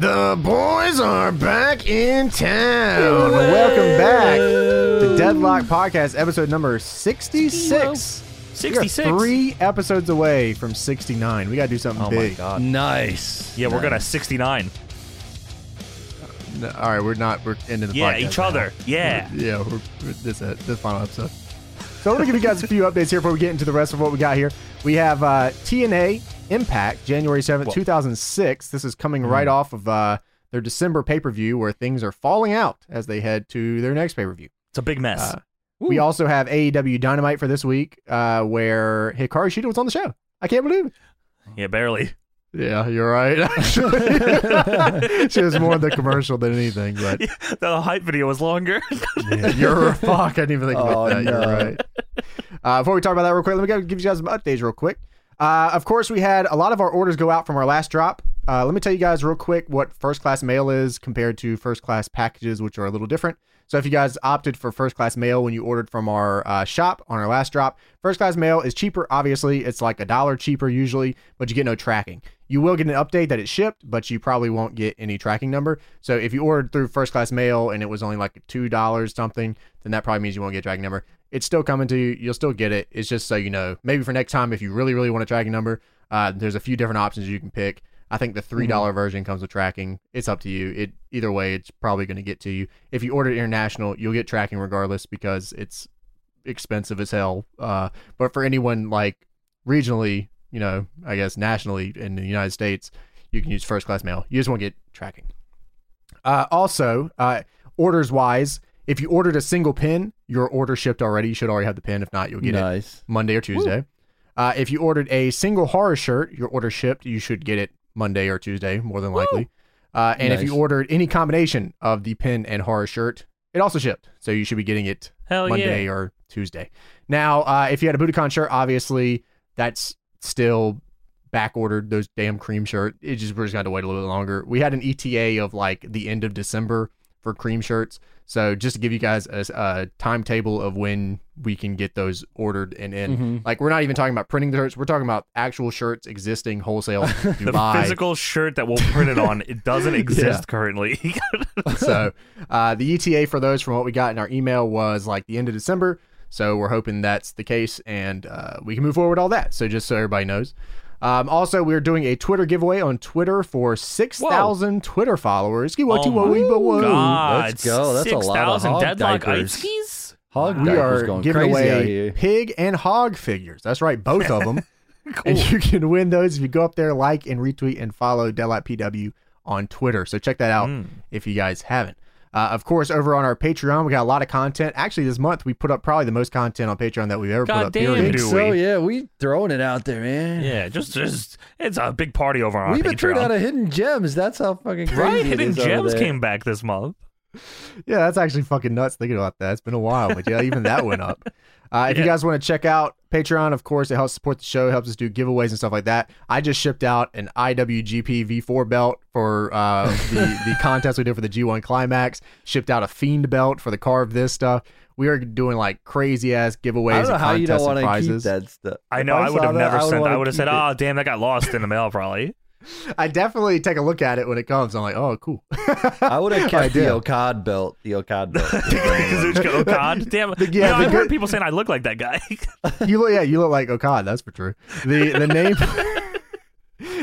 The boys are back in town. Welcome back to Deadlock Podcast, episode number 66. We are 66. Three episodes away from 69. We got to do something Oh my big. god. Nice. Yeah, we're gonna 69. No, all right, we're not. We're ending the Yeah, podcast. each now. other. Yeah. Yeah, we're, we're, this is it, the final episode. So I want to give you guys a few updates here before we get into the rest of what we got here. We have uh, TNA Impact, January 7th, 2006. This is coming Mm-hmm. right off of uh, their December pay per view where things are falling out as they head to their next pay per view. It's a big mess. Uh, We also have AEW Dynamite for this week, uh, where Hikaru Shida was on the show. I can't believe it. yeah, barely. Yeah, you're right. Actually, she was more in the commercial than anything. But The hype video was longer. you're fuck. I didn't even think about Oh, that. no. You're right. Uh, before we talk about that real quick, let me go- give you guys some updates real quick. Uh, of course, we had a lot of our orders go out from our last drop. Uh, let me tell you guys real quick what first class mail is compared to first class packages, which are a little different. So, if you guys opted for first class mail when you ordered from our uh, shop on our last drop, first class mail is cheaper. Obviously, it's like a dollar cheaper usually, but you get no tracking. You will get an update that it shipped, but you probably won't get any tracking number. So, if you ordered through first class mail and it was only like two dollars something, then that probably means you won't get a tracking number. It's still coming to you. You'll still get it. It's just so you know. Maybe for next time, if you really, really want a tracking number, uh, there's a few different options you can pick. I think the three dollar version comes with tracking. It's up to you. It either way, it's probably going to get to you. If you order it international, you'll get tracking regardless because it's expensive as hell. Uh, but for anyone like regionally, you know, I guess nationally in the United States, you can use first class mail. You just won't get tracking. Uh, also, uh, orders wise, if you ordered a single pin, your order shipped already. You should already have the pin. If not, you'll get it nice. Monday or Tuesday. Uh, if you ordered a single horror shirt, your order shipped. You should get it Monday or Tuesday, more than likely. Uh, and if Nice. you ordered any combination of the pin and horror shirt, it also shipped. So you should be getting it Hell Monday yeah. or Tuesday. Now, uh, if you had a Budokan shirt, obviously that's still back ordered. Those damn cream shirt. It just we're just gonna have to wait a little bit longer. We had an ETA of like the end of December for cream shirts. So just to give you guys a, a timetable of when we can get those ordered and in. Mm-hmm. Like we're not even talking about printing the shirts. We're talking about actual shirts existing wholesale in The Dubai. physical shirt that we'll print it on, it doesn't exist currently. so uh, the ETA for those from what we got in our email was like the end of December. So we're hoping that's the case and uh, we can move forward with all that. So just so everybody knows. Um, also, we're doing a Twitter giveaway on Twitter for 6,000 Twitter followers. oh my god. Let's go. That's a lot of 6,000 hog deadlock diapers. Itskis? Hog We diapers are going giving crazy out away here. pig and hog figures. That's right, both of them. And you can win those if you go up there, like and retweet and follow Deadlight PW on Twitter. So check that out Mm. if you guys haven't. Uh, of course, over on our Patreon, we got a lot of content. Actually, this month we put up probably the most content on Patreon that we've ever put God up. damn, period. dude. Do So we? yeah, we throwing it out there, man. Yeah, just just it's a big party over on We've our been turned out Patreon. of hidden gems. That's how fucking crazy Right, it Hidden is over Gems there. came back this month. Yeah, that's actually fucking nuts thinking about that. It's been a while, but yeah, even that went up. Uh, if you Yeah. guys want to check out Patreon, of course, it helps support the show, helps us do giveaways and stuff like that. I just shipped out an IWGP V4 belt for uh, the, the contest we did for the G1 Climax, shipped out a Fiend belt for the Carve This stuff. We are doing like crazy ass giveaways I don't know and how you don't contests want and to keep prizes. that stuff. I If know. I, would saw have that, never sent. wanna I would have said, keep it. "Oh, damn, that got lost in the mail, probably." I definitely take a look at it when it comes. I'm like, oh, cool. I would have kept did. the Okad belt. The Okad belt. Kazuchika Okada. Damn. Yeah, yeah, the I've good- heard people saying I look like that guy. you look yeah, you look like Okada, that's for true. The the name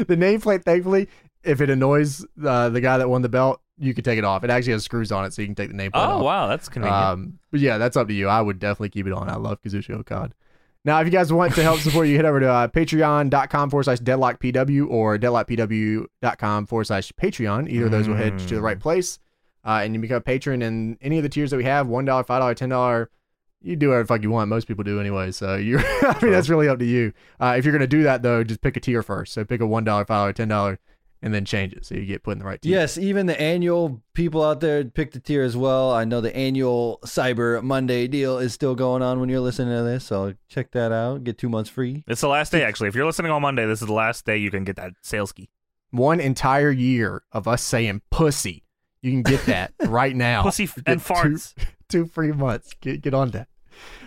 the nameplate, thankfully, if it annoys uh, the guy that won the belt, you can take it off. It actually has screws on it, so you can take the nameplate off. oh wow, that's convenient. Uh, Um, but yeah, that's up to you. I would definitely keep it on. I love Kazushi Okada. Now, if you guys want to help support you, head over to uh, patreon.com forward slash deadlockpw or deadlockpw.com forward slash patreon. Either of those will head to the right place. Uh, and you become a patron in any of the tiers that we have $1, $5, $10. You do whatever the fuck you want. Most people do anyway. So you, I mean, that's really up to you. Uh, if you're going to do that, though, just pick a tier first. So pick a $1, $5, $10, and then change it. So you get put in the right tier. Yes, even the annual people out there picked the tier as well. I know the annual Cyber Monday deal is still going on when you're listening to this, so check that out. Get two months free. it's the last day, actually. If you're listening on Monday, this is the last day you can get that sales key. one entire year of us saying pussy. You can get that right now. Pussy f- You and Oh, get two- farts. Two free months. Get, get on that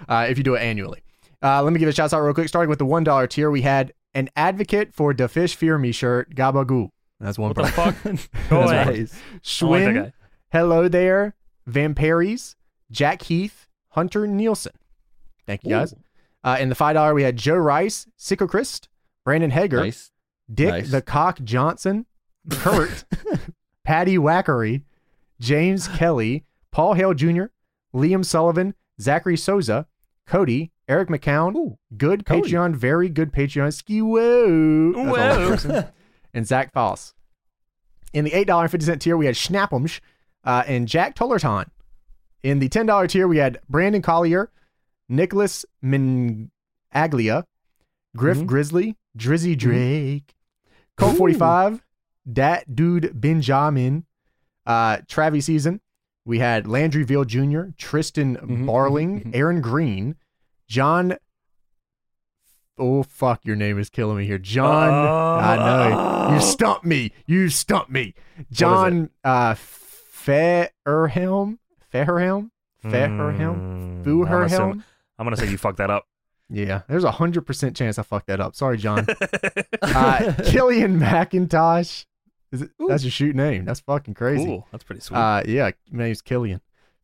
uh, if you do it annually. Uh, let me give a shout out real quick. Starting with the $1 tier, we had an advocate for the fish fear me shirt, Gabagoo. That's one What the person. fuck? Go That's away. I nice. like that Schwinn, guy. hello there, Vampiris, Jack Heath, Hunter Nielsen. Thank you guys. Uh, in the five dollar, we had Joe Rice, Sicko Christ, Brandon Hager, Nice. Dick Nice. the Cock Johnson, Kurt, Patty Wackery, James Kelly, Paul Hale Jr., Liam Sullivan, Zachary Souza, Cody, Eric McCown, good Cody. Patreon, very good Patreon, ski whoa, That's all one Whoa. person. and Zach Foss. In the eight dollar and fifty cent tier, we had Schnappumsh uh, and Jack Tollerton. In the ten dollar tier, we had Brandon Collier, Nicholas Minaglia, Griff Mhm. Grizzly, Drizzy Drake, Colt forty five, Dat Dude Benjamin, uh, Travis Season. We had Landry Veal Jr., Tristan Mhm, Barling, mhm, mhm. Aaron Green, John. Oh fuck, your name is killing me here, John. I know. Oh. Uh, You stumped me. You stumped me. John uh Fairhelm. Fairhelm? Fairhelm? Mm, I'm, assuming- Fuherhelm? I'm gonna say you fucked that up. Yeah. There's a hundred percent chance I fucked that up. Sorry, John. uh Killian McIntosh. Is it, that's your shoot name. That's fucking crazy. Cool. That's pretty sweet. Uh yeah, my name's Killian.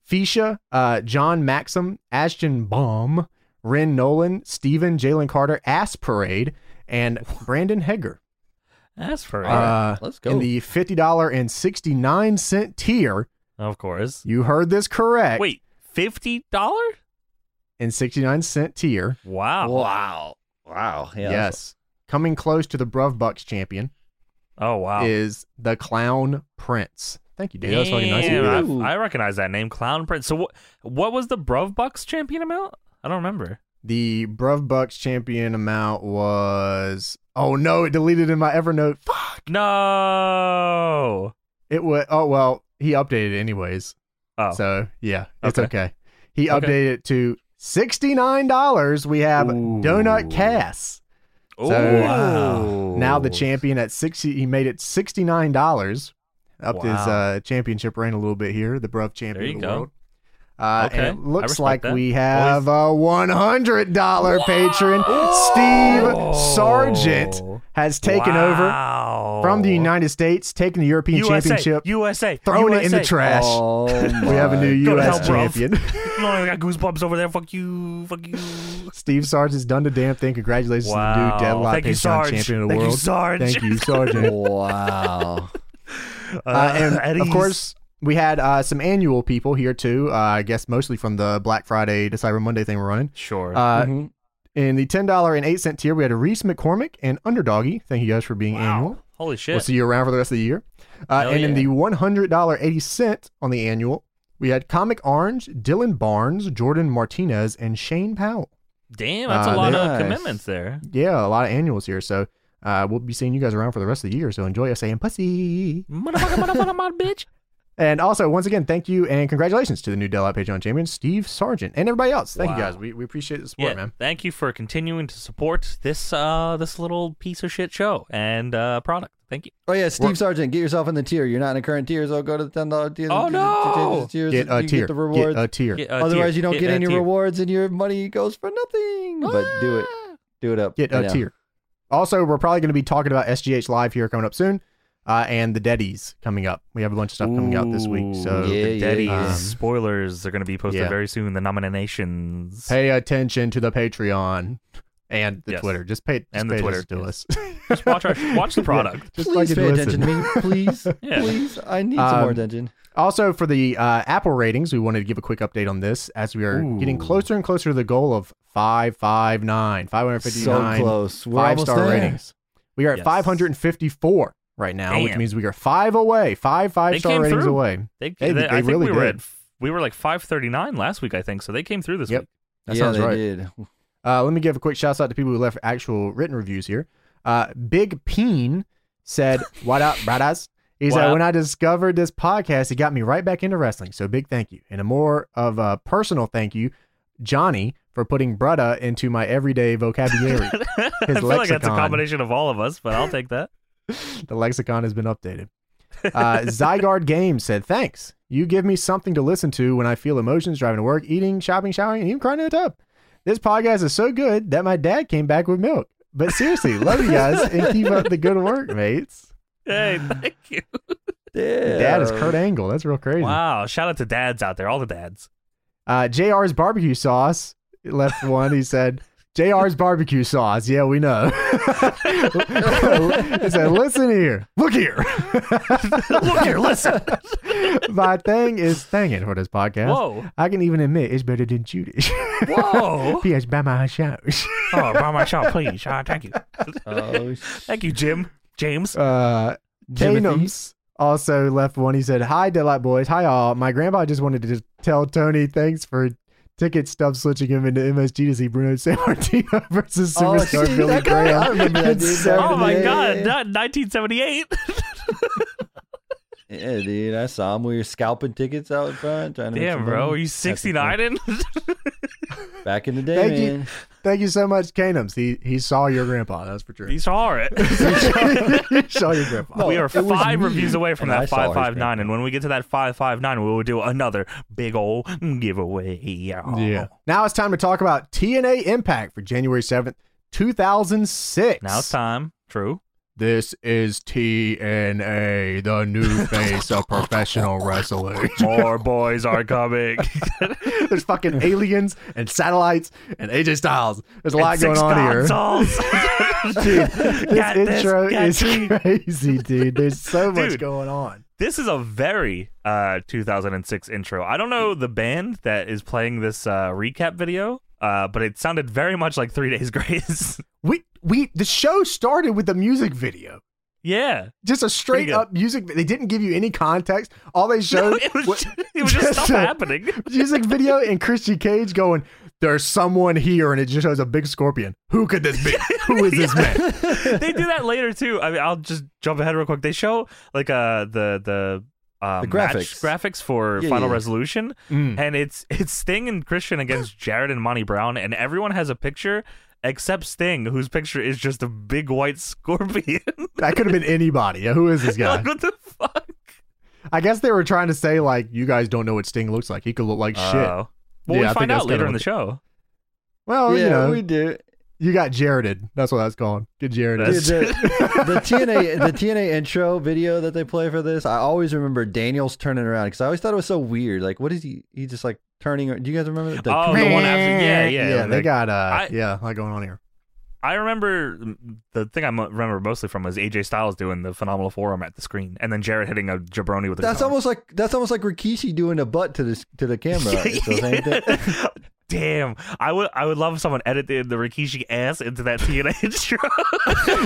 Fisha, uh, John Maxim, Ashton Baum, Ren Nolan, Steven, Jalen Carter, Ass Parade, and Brandon Heger. That's for Uh, Let's go. in the fifty dollar and sixty nine cent tier. of course. You heard this correct. Wait, fifty dollar? in sixty nine cent tier. Wow. wow. Wow. Yeah, that's- yes, coming close to the Bruv Bucks champion Oh wow. is the Clown Prince. Thank you, dude. That's fucking nice. of Damn, you. Ooh. I, I recognize that name, Clown Prince. So what? What was the Bruv Bucks champion amount? I don't remember. The Bruv Bucks champion amount was. Oh no! It deleted in my Evernote. Fuck! No. It was. Oh well, he updated it anyways. Oh. So yeah, it's okay. Okay. He Okay. updated it to sixty nine dollars. We have Ooh. Donut Cass. Ooh. So, uh, now the champion at 60 he made it $69 up his Wow. uh, championship reign a little bit here the bruv champion There you of the go. world uh, Okay. and it I looks respect like that. we have a $100 patron Whoa. steve sargent has taken wow. over from the united states taking the european USA, championship USA. throwing it in the USA. trash Oh we have a new Go to us hell, bruv. champion You know, I got goosebumps over there. Fuck you. Fuck you. steve sargent's done the damn thing congratulations to the Wow. new deadlock Thank you, patreon Sarge. champion of the Thank you, world Sarge. thank you sargent wow. Uh, and of Eddie's. course, we had uh, some annual people here too. Uh, I guess mostly from the Black Friday to Cyber Monday thing we're running. Sure. Uh, Mhm. In the ten dollar and eight cent tier, we had Reese McCormick and Underdoggy. Thank you guys for being wow. annual. Holy shit. We'll see you around for the rest of the year. Uh, Hell and in yeah. the one hundred dollar eighty cent on the annual, we had Comic Orange, Dylan Barnes, Jordan Martinez, and Shane Powell. Damn, that's Uh, a lot nice. of commitments there. Yeah, a lot of annuals here. So uh, we'll be seeing you guys around for the rest of the year. So enjoy us saying pussy. Motherfucker, motherfucker, my bitch. And also, once again, thank you and congratulations to the new Deadline Patreon champion, Steve Sargent, and everybody else. Thank you Wow. guys. We, we appreciate the support, Yeah, man. thank you for continuing to support this uh this little piece of shit show and uh product. Thank you. Oh yeah, Steve We're- Sargent, get yourself in the tier. You're not in the current tier, so go to the ten dollar tier. Oh, Get- no! get- tiers, Get a you tier. Get the rewards. Get a tier. Get a Otherwise, tier. you don't get a any tier. Ah! rewards, and your money goes for nothing. But do it, do it up. Get a Yeah. tier. Also, we're probably going to be talking about SGH Live here coming up soon uh, and the Deadies coming up. We have a bunch of stuff coming out this week. So yeah. the Daddy's yeah. spoilers are going to be posted Yeah. very soon. The nominations. pay attention to the Patreon and the Yes. Twitter. Just pay, just And pay the Twitter. attention to us. Just watch our watch the Yeah. product. Just please fucking pay listen. attention to me, please, Yeah. please. I need some Um, more attention. Also, for the uh, Apple ratings, we wanted to give a quick update on this as we are Ooh. getting closer and closer to the goal of 559, 559 So close. We're five almost star there. ratings. We are at Yes. 554 right now, which Damn. means we are five away, five five They star came ratings through. away. They, They- they- they I think really we were did. at we were like 539 last week, I think. So they came through this Yep. week. That yeah, sounds they right. did. Uh, let me give a quick shout out to people who left actual written reviews here. Uh, Big Peen said, "What up, brothers?" He What said, up? "When I discovered this podcast, it got me right back into wrestling. So big thank you, and a more of a personal thank you, Johnny, for putting brudda into my everyday vocabulary. I feel like that's a lexicon. combination of all of us, but I'll take that. the lexicon has been updated." Uh, Zygarde Games said, "Thanks. You give me something to listen to when I feel emotions driving to work, eating, shopping, showering, and even crying in the tub. This podcast is so good that my dad came back with milk. But seriously, love you guys and keep up the good work, mates." Hey, thank you. Yeah. Dad is Kurt Angle. That's real crazy. Wow. Shout out to dads out there, all the dads. Uh, JR's barbecue sauce left one. He said, JR's barbecue sauce. Yeah, we know. he said, listen here. Look here. Look here, listen. My thing is thangin' for this podcast. Whoa. I can even admit it's better than Judas. Whoa. P.S. by my shows. oh, buy my shot, please. Uh, thank you. Oh, sh- Thank you, Jim. James. Uh, Timothy. Kanums also left one. He said, Hi, Deadlight Boys. Hi, all. My grandpa just wanted to just tell Tony thanks for ticket stuff switching him into MSG to see Bruno Sammartino versus Oh, Superstar shit, Billy that guy? Graham. I remember that in dude. 78. Oh my Yeah, god, yeah. not 1978. yeah, dude. I saw him. We were scalping tickets out in front. Trying to make Damn, some bro, money. are you That's the 69 in? thing. Back in the day, Thank you. man. Thank you so much, Kanums. He he saw your grandpa, that's for sure. These are it. he saw your grandpa. No, we are it was five me, reviews away from and I that saw his 559, and when we get to that 559, we will do another big old giveaway. Yeah. Yeah. Now it's time to talk about TNA Impact for January 7th, 2006. Now it's time. True. This is TNA, the new face of professional wrestling. More boys are coming. There's fucking aliens and satellites and AJ Styles. There's a lot going Six on here. consoles. Dude, this Got this, intro got is me. crazy, dude. There's so much Dude. going on. this is a very uh 2006 intro. I don't know the band that is playing this uh recap video, uh, but it sounded very much like Three Days Grace. We we the show started with a music video. yeah. Just a straight good. up music. vi- They didn't give you any context. All they showed it was wa- it was just stuff a happening. music video and Christian Cage going, "There's someone here," and it just shows a big scorpion. Who could this be? Who is this man? they do that later too. I mean, I'll just jump ahead real quick. They show like uh the the um, The match graphics. graphics for Yeah, Final yeah. Resolution, Mm. and it's it's Sting and Christian against Jared and Monty Brown, and everyone has a picture except Sting, whose picture is just a big white scorpion. That could have been anybody. Who is this guy? like what the fuck? I guess they were trying to say like, you guys don't know what Sting looks like. He could look like shit. Oh. Yeah, I Well, we think find that's out later kinda in the show. Well, yeah, Oh, you know, we do. you got Jareded. That's what that's called. Get Jareded. That's- Dude, the, the TNA the TNA intro video that they play for this, I always remember Daniels turning around because I always thought it was so weird. Like, what is he? He just like turning. Do you guys remember? that? Oh, the one after- yeah, yeah, yeah. They like- got uh, I- yeah, a lot going on here. I remember the thing I mo- remember mostly from was AJ Styles doing the phenomenal forearm at the screen, and then Jared hitting a jabroni with a that's guitar. almost like that's almost like Rikishi doing a butt to this to the camera. It's the same thing. Damn, I would I would love if someone edited the Rikishi ass into that TNA intro.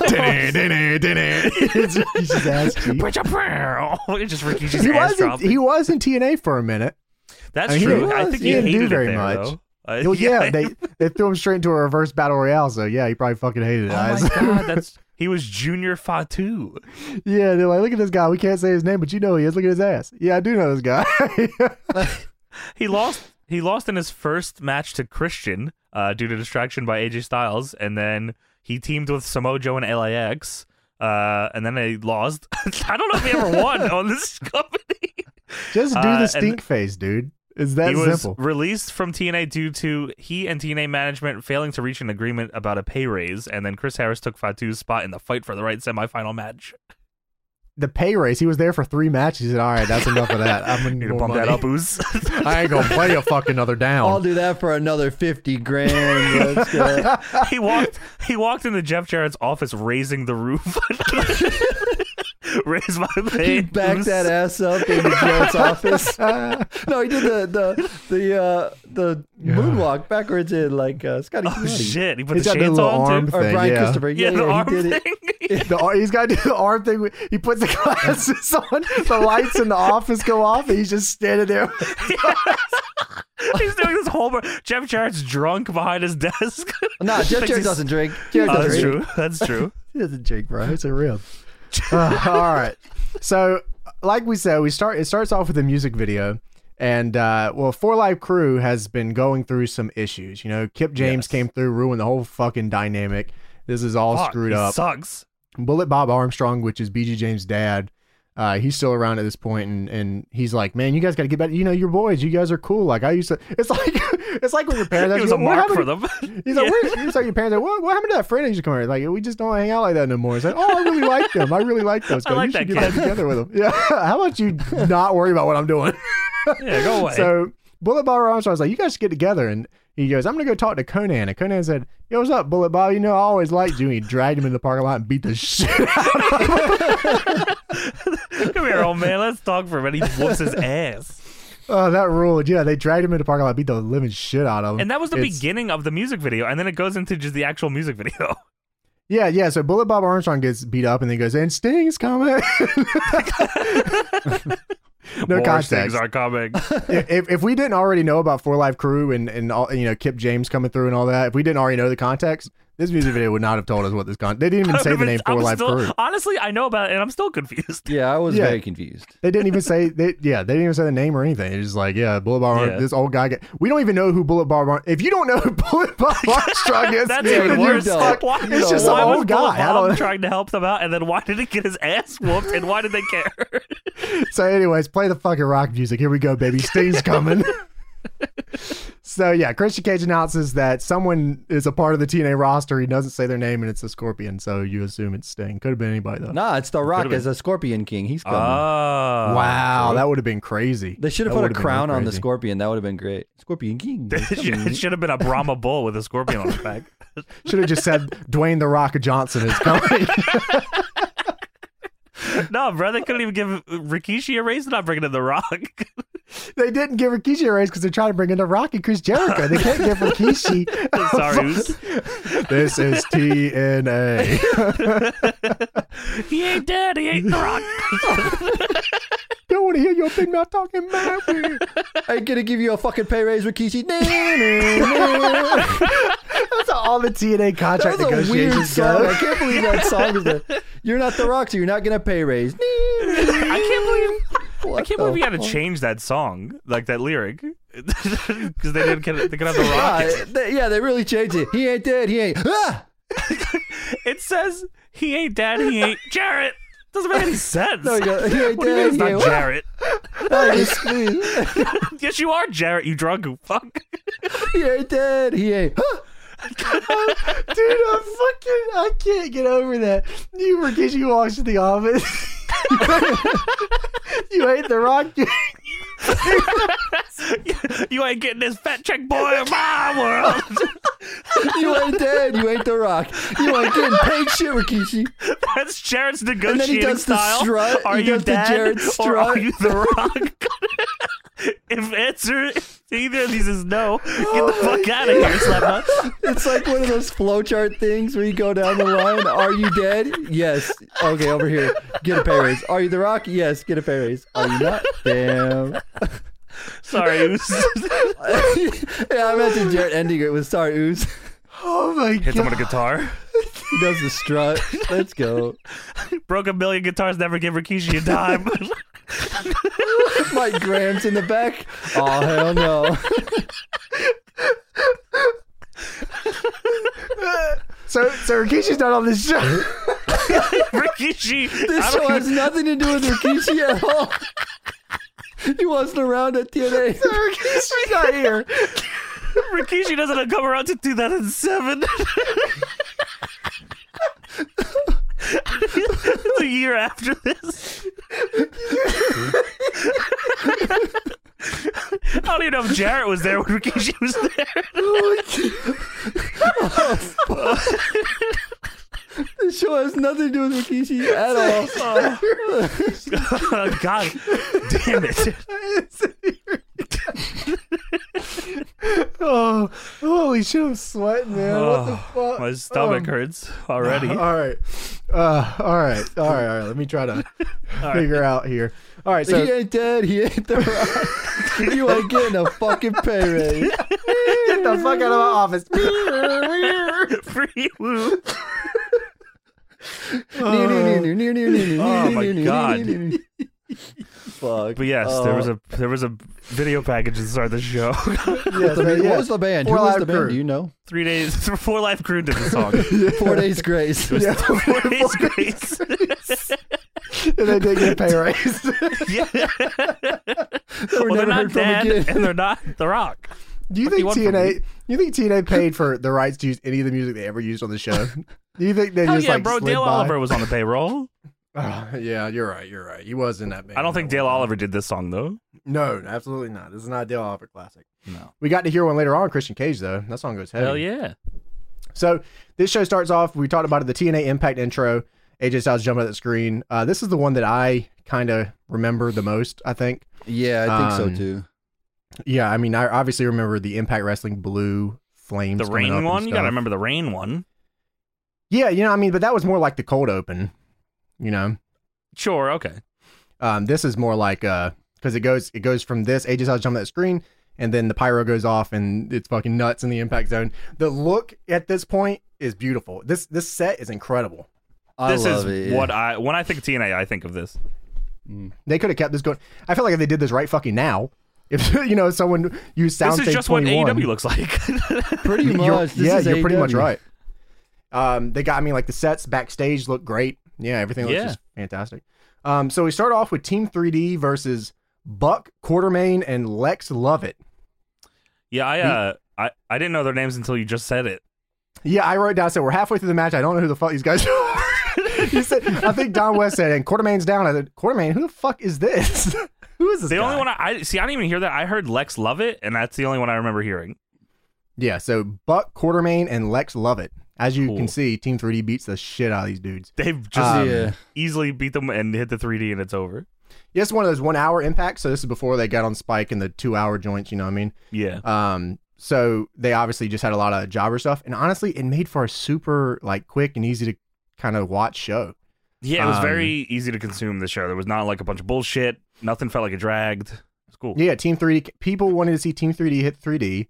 Dinner, dinner, dinner. It's Rikishi's ass cheek. Put your prayer on. It's just Rikishi's He ass was in, dropping. he was in TNA for a minute. That's I mean, he true. I was, think he he, didn't do hated very it there, much. Though. Uh, Well, yeah, they they threw him straight into a reverse battle royale. So yeah, he probably fucking hated it. oh my god, that's he was Junior Fatu. yeah, they're like, look at this guy. We can't say his name, but you know who he is. Look at his ass. Yeah, I do know this guy. He lost. He lost in his first match to Christian uh, due to distraction by AJ Styles, and then he teamed with Samoa Joe and LAX, uh, and then they lost. I don't know if he ever won on this company. Just do Uh, the and- stink face, dude. It's that he was simple. released from TNA due to he and TNA management failing to reach an agreement about a pay raise, and then Chris Harris took Fatu's spot in the fight for the right semifinal match. The pay race. He was there for three matches. He said, all right, that's enough of that. I'm gonna Need need to more bump that money." up, Ooze. I ain't gonna play a fucking other I'll down. do that for another fifty grand. Let's go. he walked. He walked into Jeff Jarrett's office, raising the roof. raise my He pay. backed Ooze. that ass up in the Jarrett's office. No, he did the the the uh, the moonwalk backwards in like uh, Scotty. Oh shit! He put He's the got the chains little on. arm Too. Or thing, Brian yeah. Christopher. Yeah, Yeah, the yeah, arm he did it. thing. The, ar- he's got to do the arm thing. He puts the glasses on. The lights in the office go off, and he's just standing there. He's doing this whole. bar- Jeff Jarrett's drunk behind his desk. No, Jeff Thinks Jarrett he's- doesn't drink. Jarrett Oh, doesn't that's drink. true. That's true. It's a joke, bro. It's a rib. Uh, all right. So, like we said, we start. It starts off with a music video, and uh, well, Four Life Crew has been going through some issues. You know, Kip James Yes. came through, ruined the whole fucking dynamic. This is all Fuck, screwed he up. Sucks. Bullet Bob Armstrong, which is BG James' dad, Uh, he's still around at this point, and and he's like, man, you guys got to get better. You know, your boys, you guys are cool. Like I used to. It's like it's like when your parents. It ask was you, a "What mark happened for to-" them. He's like, where's, he's like your parents. Like, what, what happened to that friend that used to come here? Like, we just don't hang out like that no more. He's like, oh, I really like them. I really like those I guys. like you should that get back kid." together with them. Yeah. How about you not worry about what I'm doing? yeah, go away. So Bullet Bob Armstrong's like, you guys should get together. And he goes, I'm going to go talk to Conan. And Conan said, Yo, what's up, Bullet Bob? You know, I always liked you. And he dragged him in the parking lot and beat the shit out of him. Come here, old man. Let's talk for a minute. He whoops his ass. Oh, that ruled. Yeah, they dragged him in the parking lot and beat the living shit out of him. And that was the It's- beginning of the music video, and then it goes into just the actual music video. Yeah, yeah. So Bullet Bob Armstrong gets beat up and then he goes, And Sting's coming. no More context. things are coming. if, if we didn't already know about Four Live Crew and and all, you know Kip James coming through and all that, if we didn't already know the context, this music video would not have told us what this con. They didn't even say the name I'm Four Live still- Crew. Honestly, I know about it, and I'm still confused. Yeah, I was Yeah. very confused. They didn't even say they yeah they didn't even say the name or anything. It's just like yeah Bullet Bar Yeah. this old guy. Get, we don't even know who Bullet Bar. Bar- If you don't know who Bullet Bar Armstrong is, That's then even you're worse. don't. fucked. Why, It's just why some was old guy. I Bob don't- trying to help them out, and then why did he get his ass whooped, and why did they care? So, anyways, play the fucking rock music. Here we go, baby. Sting's coming. so yeah, Christian Cage announces that someone is a part of the TNA roster. He doesn't say their name, and it's a Scorpion. So you assume it's Sting. Could have been anybody though. Nah, it's The Rock could've as a Scorpion King. He's coming. Oh. Wow, that would have been crazy. they should have That put a would've been crown on the crazy. Scorpion. That would have been great. Scorpion King. is It should, coming. it should have been a Brahma bull with a scorpion on his back. Should have just said Dwayne the Rock Johnson is coming. No, bro, they couldn't even give Rikishi a raise. They're not bringing in The Rock. they didn't give Rikishi a raise because they're trying to bring in the Rock and Chris Jericho. They can't give Rikishi. Sorry, who's- this is TNA. he ain't dead. He ain't The Rock. Don't want to hear your big mouth talking about me. I'm gonna give you a fucking pay raise, Rikishi. Nah, nah, nah. That's how all the TNA contract That was a weird negotiations go. song. I can't believe that song is a, You're not the rock, so you're not gonna pay raise. Nah, nah, nah. I can't believe. I What can't the believe we had to fuck? change that song, like that lyric, because they didn't. Get, they could have The Rock. Yeah, they, yeah, they really changed it. He ain't dead. He ain't. Ah! It says he ain't dead. He ain't Jarrett. Doesn't make any sense. No, he ain't dead. what do you mean it's he not ain't- Jarrett? Ah, it's me. yes, you are Jarrett. You drunk fuck. he ain't dead. He ain't. Ah! Dude, I'm fucking, I can't get over that. You Rikishi walks to the office. you hate The Rock. You you ain't getting this fat check boy in my world. You ain't dead. You ain't the rock. You ain't getting paid shit, Rikishi. That's Jarrett's negotiating then he does the style. strut. Are He you does the dad Jarrett or are strut. you the Rock? if answer if either of these is no, get Oh the fuck out of here, slap It's like one of those flowchart things where you go down the line. Are you dead? Yes. Okay, over here. Get a pay raise. Are you the rock? Yes. Get a pay raise. Are you not? Damn. Sorry, it Oh was- yeah, I imagine Jarrett ending it with sorry, ooze. Oh my hit god. someone a guitar. He does the strut. Let's go. Broke a million guitars, never give Rikishi a dime. Mike Graham's in the back. Oh hell no. So, so Rikishi's not on this show. Rikishi, This I show don't has nothing to do with Rikishi at all. He wasn't around at TNA. Rikishi's not here. Rikishi doesn't come around to 2007. it's a year after this. I don't even know if Jarrett was there when Rikishi was there. This show has nothing to do with Rikishi at all. Oh, God damn it. Oh, holy shit, I'm sweating, man. what the Oh, fuck? My stomach Um, hurts already. All right. Uh, all right. All right. All right. Let me try to figure out here. All right. So, he ain't dead. He ain't the rock. you ain't getting a fucking pay raise. get the fuck out of my office. Free woo. Oh Oh, my God. Fuck. But yes, there was a there was a video package to start the show. yeah, so, What yeah. was the band? Who Four was Live the band? Crew. Do you know? Three days, four life crew did the song. Four Days Grace. Yeah. Four days grace. and they did get a pay raise. yeah. We're well, they're never not heard from dead, again. and they're not The Rock. Do you What do you think want from TNA? You think TNA paid for the rights to use any of the music they ever used on the show? Do you think they Hell just yeah, like bro. slid Dale by? Oliver was on the payroll. Oh, yeah, you're right. You're right. He was in that band. I don't think that Dale one. Oliver did this song though. No, absolutely not. This is not a Dale Oliver classic. No. We got to hear one later on, Christian Cage though. That song goes heavy. Hell yeah. So this show starts off. We talked about it, the TNA Impact intro. AJ Styles jumping at the screen. Uh, this is the one that I kind of remember the most. I think. Yeah, I think Um, so too. Yeah, I mean, I obviously remember the Impact Wrestling blue flames. The coming up rain and one? You gotta stuff. remember the rain one. Yeah, you know, I mean, but that was more like the cold open. You know, Sure, okay. um, this is more like uh, because it goes it goes from this AJ Styles jumping at the screen, and then the pyro goes off, and it's fucking nuts in the Impact Zone. The look at this point is beautiful. This this set is incredible. I this love is it. yeah. what I when I think TNA, I think of this. Mm. They could have kept this going. I feel like if they did this right fucking now, if you know someone used sound this is just what E AEW looks like. Pretty much. You're, this yeah, is you're pretty much E AEW. right. Um, they got. I mean, like the sets backstage look great. Yeah, everything looks Yeah. just fantastic. Um, so we start off with Team 3D versus Buck Quartermain and Lex Lovett. yeah, I uh I, I didn't know their names until you just said it. Yeah, I wrote down. I said we're halfway through the match. I don't know who the fuck these guys are. he said, I think Don West said, and Quartermain's down. I said, Quartermain, who the fuck is this? who is this? The guy? only one I, I see I didn't even hear that. I heard Lex Lovett, and that's the only one I remember hearing. Yeah, so Buck Quartermain and Lex Lovett. As you Cool. can see, Team 3D beats the shit out of these dudes. They've just Um, yeah. easily beat them and hit the 3D and it's over. Yeah, it's one of those one hour impacts. So this is before they got on Spike and the two hour joints, you know what I mean? Yeah. Um, so they obviously just had a lot of jobber stuff. And honestly, it made for a super like quick and easy to kind of watch show. Yeah, it was Um, very easy to consume the show. There was not like a bunch of bullshit. Nothing felt like it dragged. It's cool. Yeah, Team 3D people wanted to see Team 3D hit 3D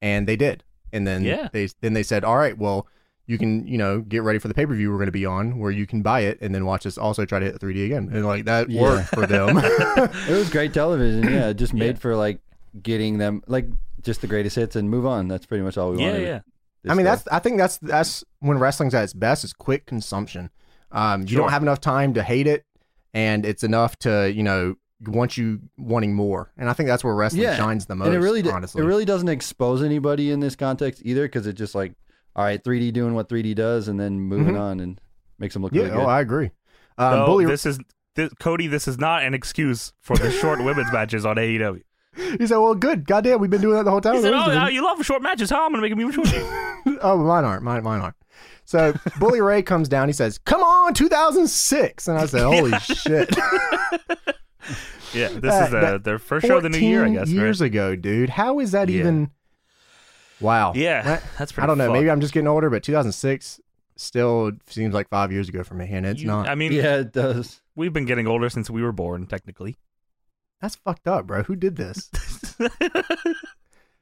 and they did. And then Yeah. they then they said, "All right, well, you can, you know, get ready for the pay-per-view we're going to be on where you can buy it and then watch us also try to hit 3D again." And like that Yeah. worked for them. It was great television. Yeah, It just Yeah. made for like getting them like just the greatest hits and move on. That's pretty much all we Yeah, wanted. yeah. this I mean, day. that's I think that's that's when wrestling's at its best is quick consumption. Um, you Sure. don't have enough time to hate it, and it's enough to you know want you wanting more. And I think that's where wrestling Yeah. shines the most. and it really do- honestly, it really doesn't expose anybody in this context either because it just like all right, 3D doing what 3D does and then moving on and makes them look Mm-hmm. yeah. really good. oh, I agree. Um, Though Bully, this is this, Cody. This is not an excuse for the short women's matches on AEW. he said, "Well, good. Goddamn, we've been doing that the whole time." He said, "Oh, There's uh, you love short matches, huh? I'm gonna make them even shorter." been- oh, mine aren't. Mine, mine aren't. So Bully Ray comes down. He says, "Come on, 2006," and I said, "Holy shit!" yeah, this That- is uh, that their first show of the new year, I 14 guess. Years right? ago, dude. How is that Yeah. even? Wow. Yeah, What- that's pretty. I don't know. fucked. Maybe I'm just getting older, but 2006 still seems like five years ago for me, and it's You- not. I mean, yeah, it does. we've been getting older since we were born, technically. That's fucked up, bro. Who did this?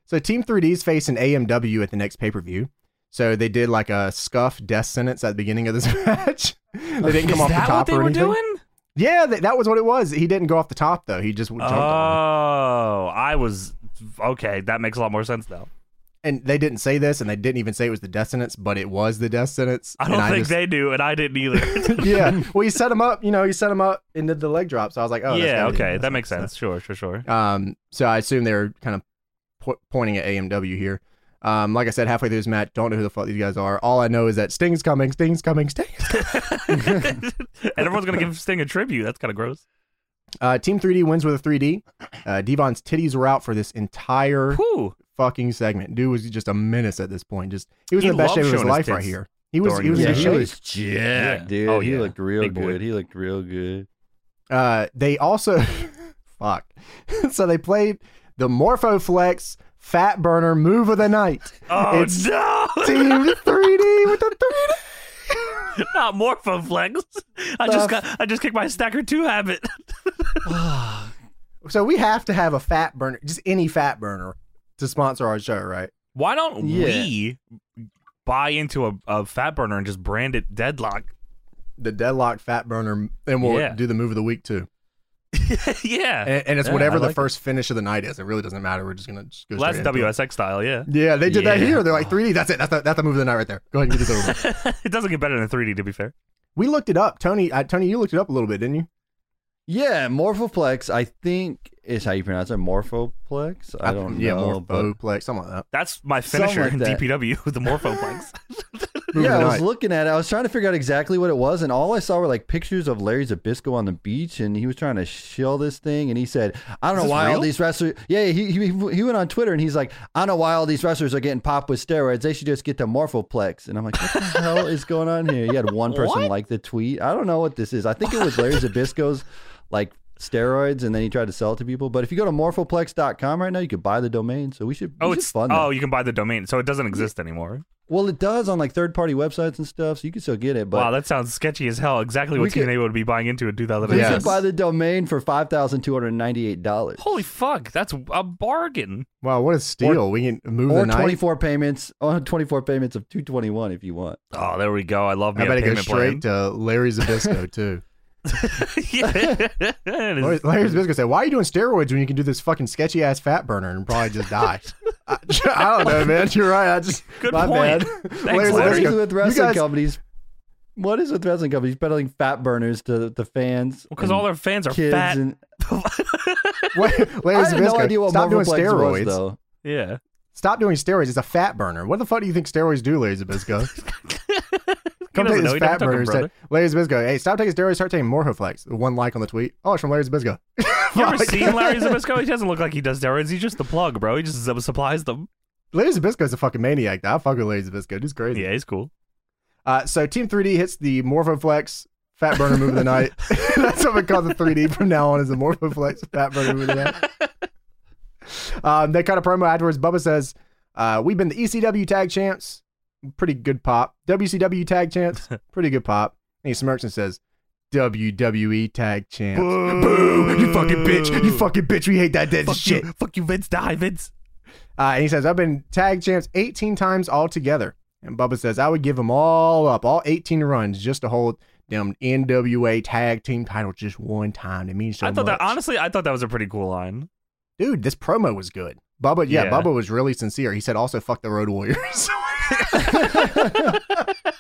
so Team 3D's facing AMW at the next pay per view. So they did like a scuff death sentence at the beginning of this match. they didn't come is off the that top what they or were anything. doing? Yeah, that, that was what it was. He didn't go off the top though. He just jumped. on him. Oh, I was okay. That makes a lot more sense now. And they didn't say this, and they didn't even say it was the death sentence, but it was the death sentence. I don't and think just- they do, and I didn't either. yeah. Well, you set him up. You know, you set him up and did the leg drop. So I was like, oh, that's yeah, gotta be the okay, death that makes sentence. sense. Sure, sure, sure. Um, so I assume they're kind of po- pointing at AMW here. Um, like I said, halfway through this match, don't know who the fuck these guys are. All I know is that Sting's coming, Sting's coming, Sting. and everyone's gonna give Sting a tribute. That's kind of gross. Uh, Team 3D wins with a 3D. Uh, Devon's titties were out for this entire Whew. fucking segment. Dude was just a menace at this point. Just he was He in the best loved shape of his showing his life right tits here. He was during he was the Yeah, in match. good he shape. was jacked, Yeah. dude. Oh, he yeah. looked real Big boy. good. He looked real good. Uh, they also fuck. so they played the Morphoflex Fat Burner Move of the Night. Oh It's- no! Team 3D with the 3D. Not Morphoflex. I just got. I just kicked my stacker two habit. So we have to have a fat burner, just any fat burner, to sponsor our show, right? Why don't Yeah. we buy into a, a fat burner and just brand it Deadlock? The deadlock fat burner, and we'll Yeah. do the move of the week too. yeah. And, and it's Yeah, whatever I the like first finish of the night is. It really doesn't matter. We're just gonna just go Well, that's straight into it. WSX style, yeah. Yeah, they did that Yeah. here. They're like 3D. That's it. That's the, that's the move of the night right there. Go ahead and get this over. with. it doesn't get better than 3D, to be fair. we looked it up, Tony. Uh, Tony, you looked it up a little bit, didn't you? Yeah, Morphoplex, I think is how you pronounce it. Morphoplex? I don't yeah, know. but- Morphoplex, something like that. That's my Something finisher like in that. DPW, the Morphoplex. Moving yeah, I was on. looking at it. I was trying to figure out exactly what it was, and all I saw were like pictures of Larry Zabisco on the beach, and he was trying to shill this thing. And he said, "I don't know this why all real? these wrestlers." Yeah, he, he he went on Twitter and he's like, "I don't know why all these wrestlers are getting popped with steroids. They should just get the Morphoplex." And I'm like, "What the hell is going on here?" He had one person like the tweet. I don't know what this is. I think it was Larry Zabisco's like steroids, and then he tried to sell it to people. But if you go to morphoplex.com right now, you could buy the domain. So we should. oh, we should it's fund that. oh, you can buy the domain, so it doesn't exist anymore. Well, it does on like third party websites and stuff, so you can still get it. But wow, that sounds sketchy as hell. Exactly what We could- TNA would be buying into in you 2008. Yes. can buy the domain for five thousand two hundred ninety eight dollars. Holy fuck, that's a bargain. Wow, what a steal! we can move Or the night. twenty four payments, or twenty four payments of two twenty one if you want. Oh, there we go. I love me I a bet it goes straight payment to Uh, Larry Zabisco too. plan. Yeah, it is- Larry Larry Zabisco said, "Why are you doing steroids when you can do this fucking sketchy ass fat burner and probably just die?" I, I don't know, man. You're right. I just Good my point. bad. Thanks, Larry What Larry. Zabisco. is with wrestling you guys, companies? What is with wrestling companies peddling fat burners to the fans? Because and all their fans are kids fat. and Wait, Larry I had no Zabisco, idea what stop doing Morphoplex steroids. was though. yeah. Stop doing steroids. It's a fat burner. What the fuck do you think steroids do, Larry Zabisco? Come take doesn't know. this He fat never took 'em, burner. Said, brother. Larry Zabisco, hey, stop taking steroids. Start taking Morphoflex. One like on the tweet. Oh, it's from Larry Zabisco. You ever Fuck. seen Larry Zabisco? He doesn't look like he does steroids. He's just the plug, bro. He just sub- supplies them. Larry Zabisco's a fucking maniac. though. I fuck with Larry Zabisco. Dude's crazy. Yeah, he's cool. Uh, so Team 3D hits the Morphoflex Fat Burner move of the night. That's what we call the 3D from now on is the Morphoflex Fat Burner move of the night. Um, they cut a promo afterwards. Bubba says, uh, "We've been the ECW Tag Champs, pretty good pop. WCW Tag Champs, pretty good pop." And he smirks and says, "WWE Tag Champs." Boo. You fucking bitch! You fucking bitch! We hate that dead Fuck shit. you, fuck you, Vince. Die, Vince. Uh, and he says, I've been tag champs 18 times altogether. And Bubba says, I would give them all up, all 18 runs, just to hold them NWA tag team title just one time. It means so I thought much. that honestly, I thought that was a pretty cool line. Dude, this promo was good. Bubba, yeah, Yeah. Bubba was really sincere. He said, also fuck the Road Warriors.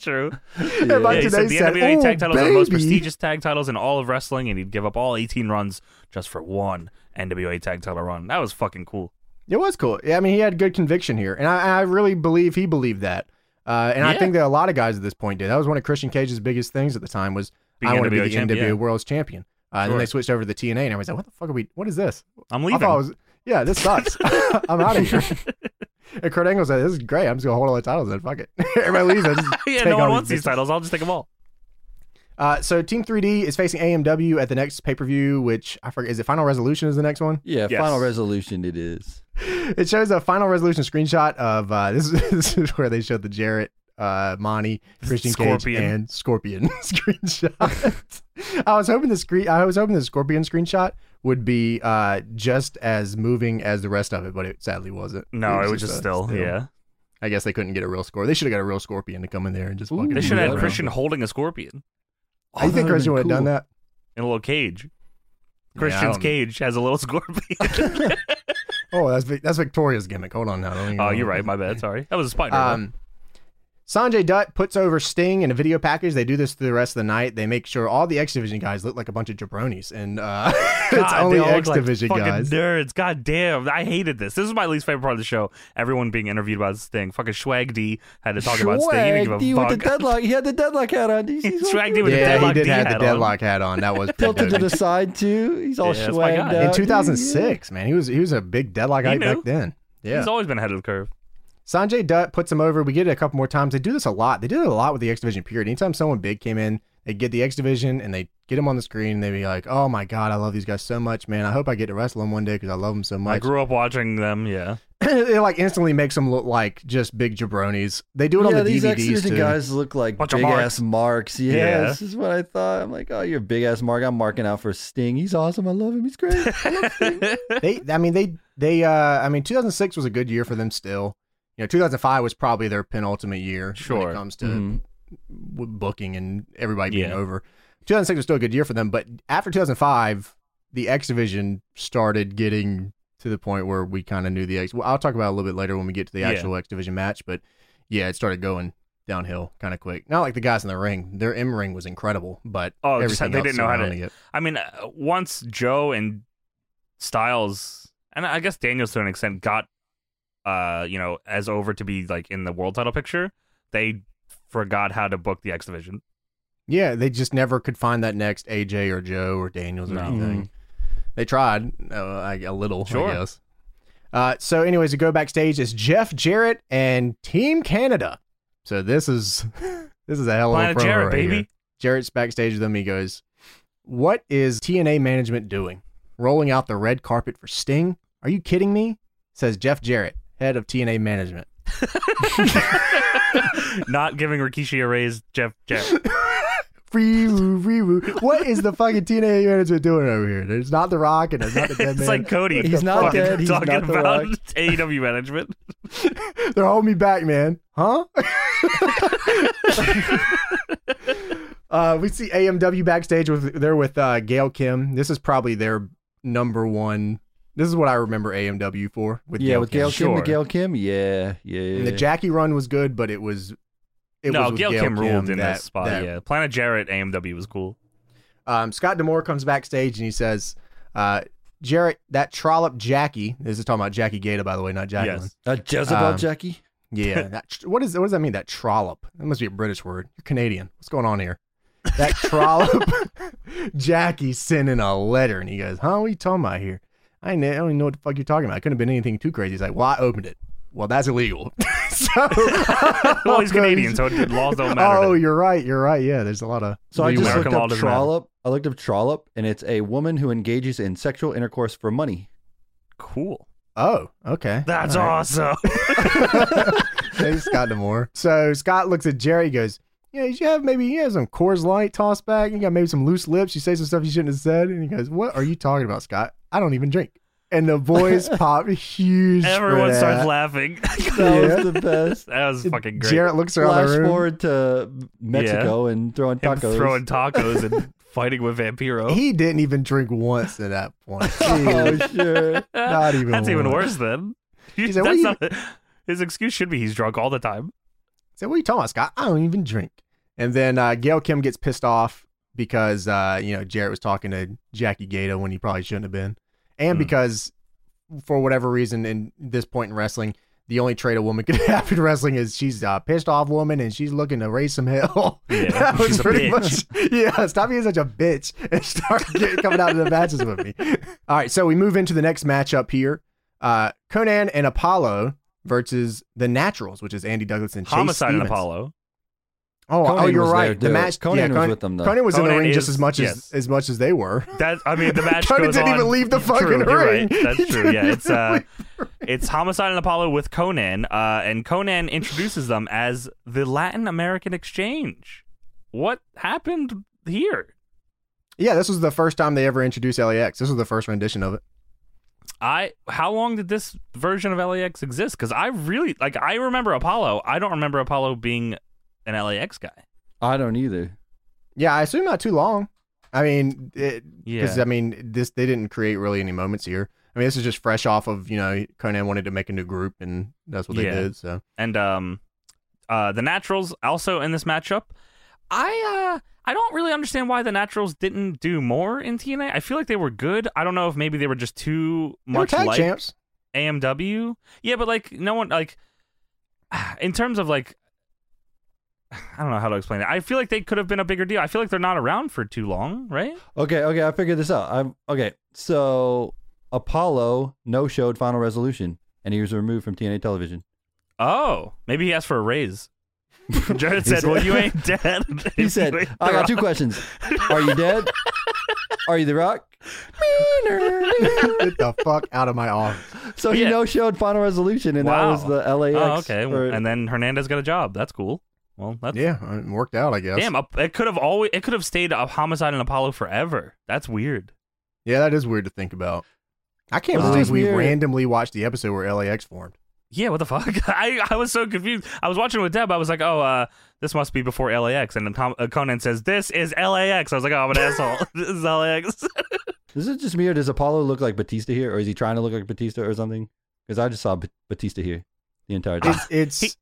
True. And by yeah, he said today the said, NWA "Oh, tag titles are the most baby." prestigious tag titles in all of wrestling, and he'd give up all 18 runs just for one NWA tag title run. That was fucking cool. It was cool. Yeah, I mean, he had good conviction here, and I, I really believe he believed that. Uh, and I Yeah. think that a lot of guys at this point did. That was one of Christian Cage's biggest things at the time was Being I want to be NWA the champion, NWA yeah. World's Champion. Uh, And then Sure. they switched over to the TNA, and I was like, "What the fuck are we? What is this?" I'm I thought it leaving. was, yeah, this sucks. I'm out of here. and Kurt Angle said, "This is great. I'm just gonna hold all the titles and fuck it. Everybody leaves. I just yeah, take no one all wants these business." titles. I'll just take them all. Uh, so Team 3D is facing AMW at the next pay per view, which I forget. Is it Final Resolution? Is the next one? Yeah, Yes. final resolution it is. it shows a final resolution screenshot of uh, this, is, this is where they showed the Jarrett, uh, Monty, Christian Scorpion. Cage, and Scorpion screenshot. I was hoping the screen, I was hoping the Scorpion screenshot would be uh, just as moving as the rest of it, but it sadly wasn't. No, it was just a still, yeah. I guess they couldn't get a real score. They should have got a real Scorpion to come in there and just Ooh, fucking. They should move have around. had Christian holding a scorpion Oh, I that think would've Christian been would have done cool. that. in a little cage. Yeah, I Christian's don't- cage has a little scorpion. Oh, that's Vic- that's Victoria's gimmick. Hold on now. don't even oh, know. you're right. My bad. Sorry. That was a spider. Um, Um, Sanjay Dutt puts over Sting in a video package. They do this through the rest of the night. They make sure all the X Division guys look like a bunch of jabronis, and uh, it's only X Division like fucking guys. Nerds. God damn. I hated this. This is my least favorite part of the show. Everyone being interviewed about this thing. Fucking Swag D had to talk about Sting. He didn't give a Swag D with the fuck. deadlock. He had the deadlock hat on. Do you see his Swag D little- with the yeah, deadlock he did D have the hat on. deadlock hat on. That was pretty tilted to dope. the side too. He's all Yeah, that's my swagged guy. out. In in dude. 2006, man, he was he was a big deadlock He guy knew. back then. Yeah, He's always been ahead of the curve. Sanjay Dutt puts him over. We get it a couple more times. They do this a lot. They did it a lot with the X Division period. Anytime someone big came in, they get the X Division and they get him on the screen. And they be like, "Oh my god, I love these guys so much, man. I hope I get to wrestle them one day because I love them so I much." grew up watching them. Yeah. it like instantly makes them look like just big jabronis. They do it yeah, on the these DVDs X-Division too. guys look like Bunch of big marks. ass marks. Yeah, Yeah. this is what I thought. I'm like, oh, you're a big ass mark. I'm marking out for Sting. He's awesome. I love him. He's great. Mm-hmm. I love Sting. They, I mean, they, they, uh, I mean, 2006 was a good year for them still. You know, 2005 was probably their penultimate year when Sure. it comes to Mhm. w- booking and everybody being Yeah. over. 2006 was still a good year for them, but after 2005, the X Division started getting to the point where we kind of knew the X. Well, I'll talk about it a little bit later when we get to the Yeah. actual X Division match, but yeah, it started going downhill kind of quick. Not like the guys in the ring. Their M ring was incredible, but Oh, just everything how- they else didn't know how to- surrounding it. I mean, uh, once Joe and Styles, and I guess Daniels to an extent got, uh, you know, as over to be like in the world title picture, they forgot how to book the X division. Yeah, they just never could find that next AJ or Joe or Daniels or No. anything. They tried uh, I- a little, Sure. I guess. Uh, so, anyways, to go backstage, it's Jeff Jarrett and Team Canada. So this is this is a hell of Planet a promo Jarrett, right baby. here. Jarrett's backstage with them. He goes, "What is TNA management doing? Rolling out the red carpet for Sting? Are you kidding me?" Says Jeff Jarrett, head of TNA management. Not giving Rikishi a raise, Jeff. Jeff. Free woo, free woo. What is the fucking TNA management doing over here? There's not The Rock and there's not the Dead It's Man. like Cody. He's not fucking dead, he's talking not The about Rock. AEW management. They're holding me back, man. Huh? uh, we see AMW backstage with they're with uh, Gail Kim. This is probably their number one. This is what I remember AMW for. With yeah, Gail with Kim. Gail Kim, sure. the Gail Kim, yeah, yeah. And the Jackie run was good, but it was. It no, was with Gail Kim, ruled in that, that spot. that- Yeah, Planet Jarrett AMW was cool. Um, Scott Demore comes backstage and he says, uh, "Jarrett, that trollop Jackie. This is talking about Jackie Gata, by the way, not Jackie. Yes. uh, Jezebel um, Jackie. Yeah. That, tr- what is what does that mean? That trollop. That must be a British word. You're Canadian. What's going on here? That trollop. Jackie sending a letter, and he goes, "Huh? What are you talking about here? I kn- I don't even know what the fuck you're talking about. It couldn't have been anything too crazy." He's like, "Well, I opened it. Well, that's illegal." so, Well, he's Canadian, so it- laws don't matter. Oh, you're right. You're right. Yeah, there's a lot of. So I The just American law looked up doesn't matter. trollop. I looked up trollop, and it's a woman who engages in sexual intercourse for money. Cool. Oh, okay. That's All right. awesome. Thanks, Scott Demore. So Scott looks at Jerry, goes, "Yeah, you should have maybe you have some Coors Light tossed back. You got maybe some loose lips. You say some stuff you shouldn't have said." And he goes, "What are you talking about, Scott? I don't even drink." And the boys pop huge. for Everyone that. starts laughing. That Yeah. was the best. that was fucking great. Jarrett looks around Flash the room. forward to Mexico and throwing Him tacos. throwing tacos and fighting with Vampiro. He didn't even drink once at that point. oh Dude, sure. not even. Eh, That's even once. worse then. He's That's like, "What not, his excuse should be he's drunk all the time. said, "What are you talking about, Scott? I don't even drink." And then uh, Gail Kim gets pissed off because uh, you know Jarrett was talking to Jackie Gato when he probably shouldn't have been, and Hmm. because for whatever reason, in this point in wrestling, the only trait a woman could have in wrestling is she's a pissed off woman and she's looking to raise some hell. Yeah, that was she's a pretty bitch. much. Yeah, stop being such a bitch and start get, coming out to the matches with me. All right, so we move into the next matchup here: uh, Conan and Apollo versus the Naturals, which is Andy Douglas and Chase Homicide and Stevens. Apollo. Oh, Conan oh, you're was there, right. the too. match. Conan yeah, was Conan, with them, though. Conan was in the Conan ring is- just as much yes. as as much as they were. That I mean the match Conan goes didn't even on- leave the fucking true, You're ring. right. That's He true. didn't Yeah, it's even uh, it's Homicide and Apollo with Conan, uh, and Conan introduces them as the Latin American Exchange. What happened here? Yeah, this was the first time they ever introduced LAX. This was the first rendition of it. I how long did this version of LAX exist? Because I really like I remember Apollo. I don't remember Apollo being an LAX guy. I don't either. Yeah, I assume not too long. I mean, because Yeah. I mean, this they didn't create really any moments here. I mean, this is just fresh off of you know Conan wanted to make a new group, and that's what they Yeah. did. So and um, uh, the Naturals also in this matchup. I uh, I don't really understand why the Naturals didn't do more in TNA. I feel like they were good. I don't know if maybe they were just too they were much tag like champs. AMW. Yeah, but like no one like in terms of like I don't know how to explain it. I feel like they could have been a bigger deal. I feel like they're not around for too long, right? Okay, okay, I figured this out. I'm okay. So Apollo no showed Final Resolution, and he was removed from TNA television. Oh, maybe he asked for a raise. Jared said, "Well, you ain't dead." He said, "I got two questions. Are you dead? Are you the Rock?" Get the fuck out of my office. So he Yeah. no showed Final Resolution, and Wow. that was the LAX. Oh, okay. or- And then Hernandez got a job. That's cool. Well, that's Yeah, uh, it worked out, I guess. Damn, up- it could have always it could have stayed a homicide and Apollo forever. That's weird. Yeah, that is weird to think about. I can't Well, believe it's we weird. randomly watched the episode where LAX formed. Yeah, what the fuck? I, I was so confused. I was watching with Deb. I was like, oh, uh, this must be before LAX. And then Tom, uh, Conan says, this is LAX. I was like, oh, I'm an asshole. This is LAX. Is it just me or does Apollo look like Batista here, or is he trying to look like Batista or something? Because I just saw B- Batista here the entire time. It's, it's he-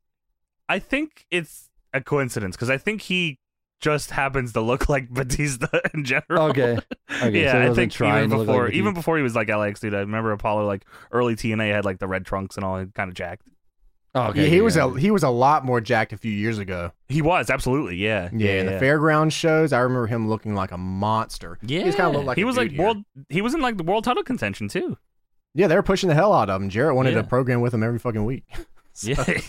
I think it's a coincidence because I think he just happens to look like Batista in general. Okay. Okay. yeah, so he I wasn't think trying even to look like before Batista. even before he was like LAX dude, I remember Apollo like early TNA had like the red trunks and all, kind of jacked. Oh, okay, yeah, he was a yeah. he was a lot more jacked a few years ago. He was absolutely yeah Yeah, in the fairground shows, I remember him looking like a monster. Yeah, he kind of looked like he a was dude like here. world. He was in like the world title contention too. Yeah, they were pushing the hell out of him. Jarrett wanted Yeah. to program with him every fucking week. So- Yeah,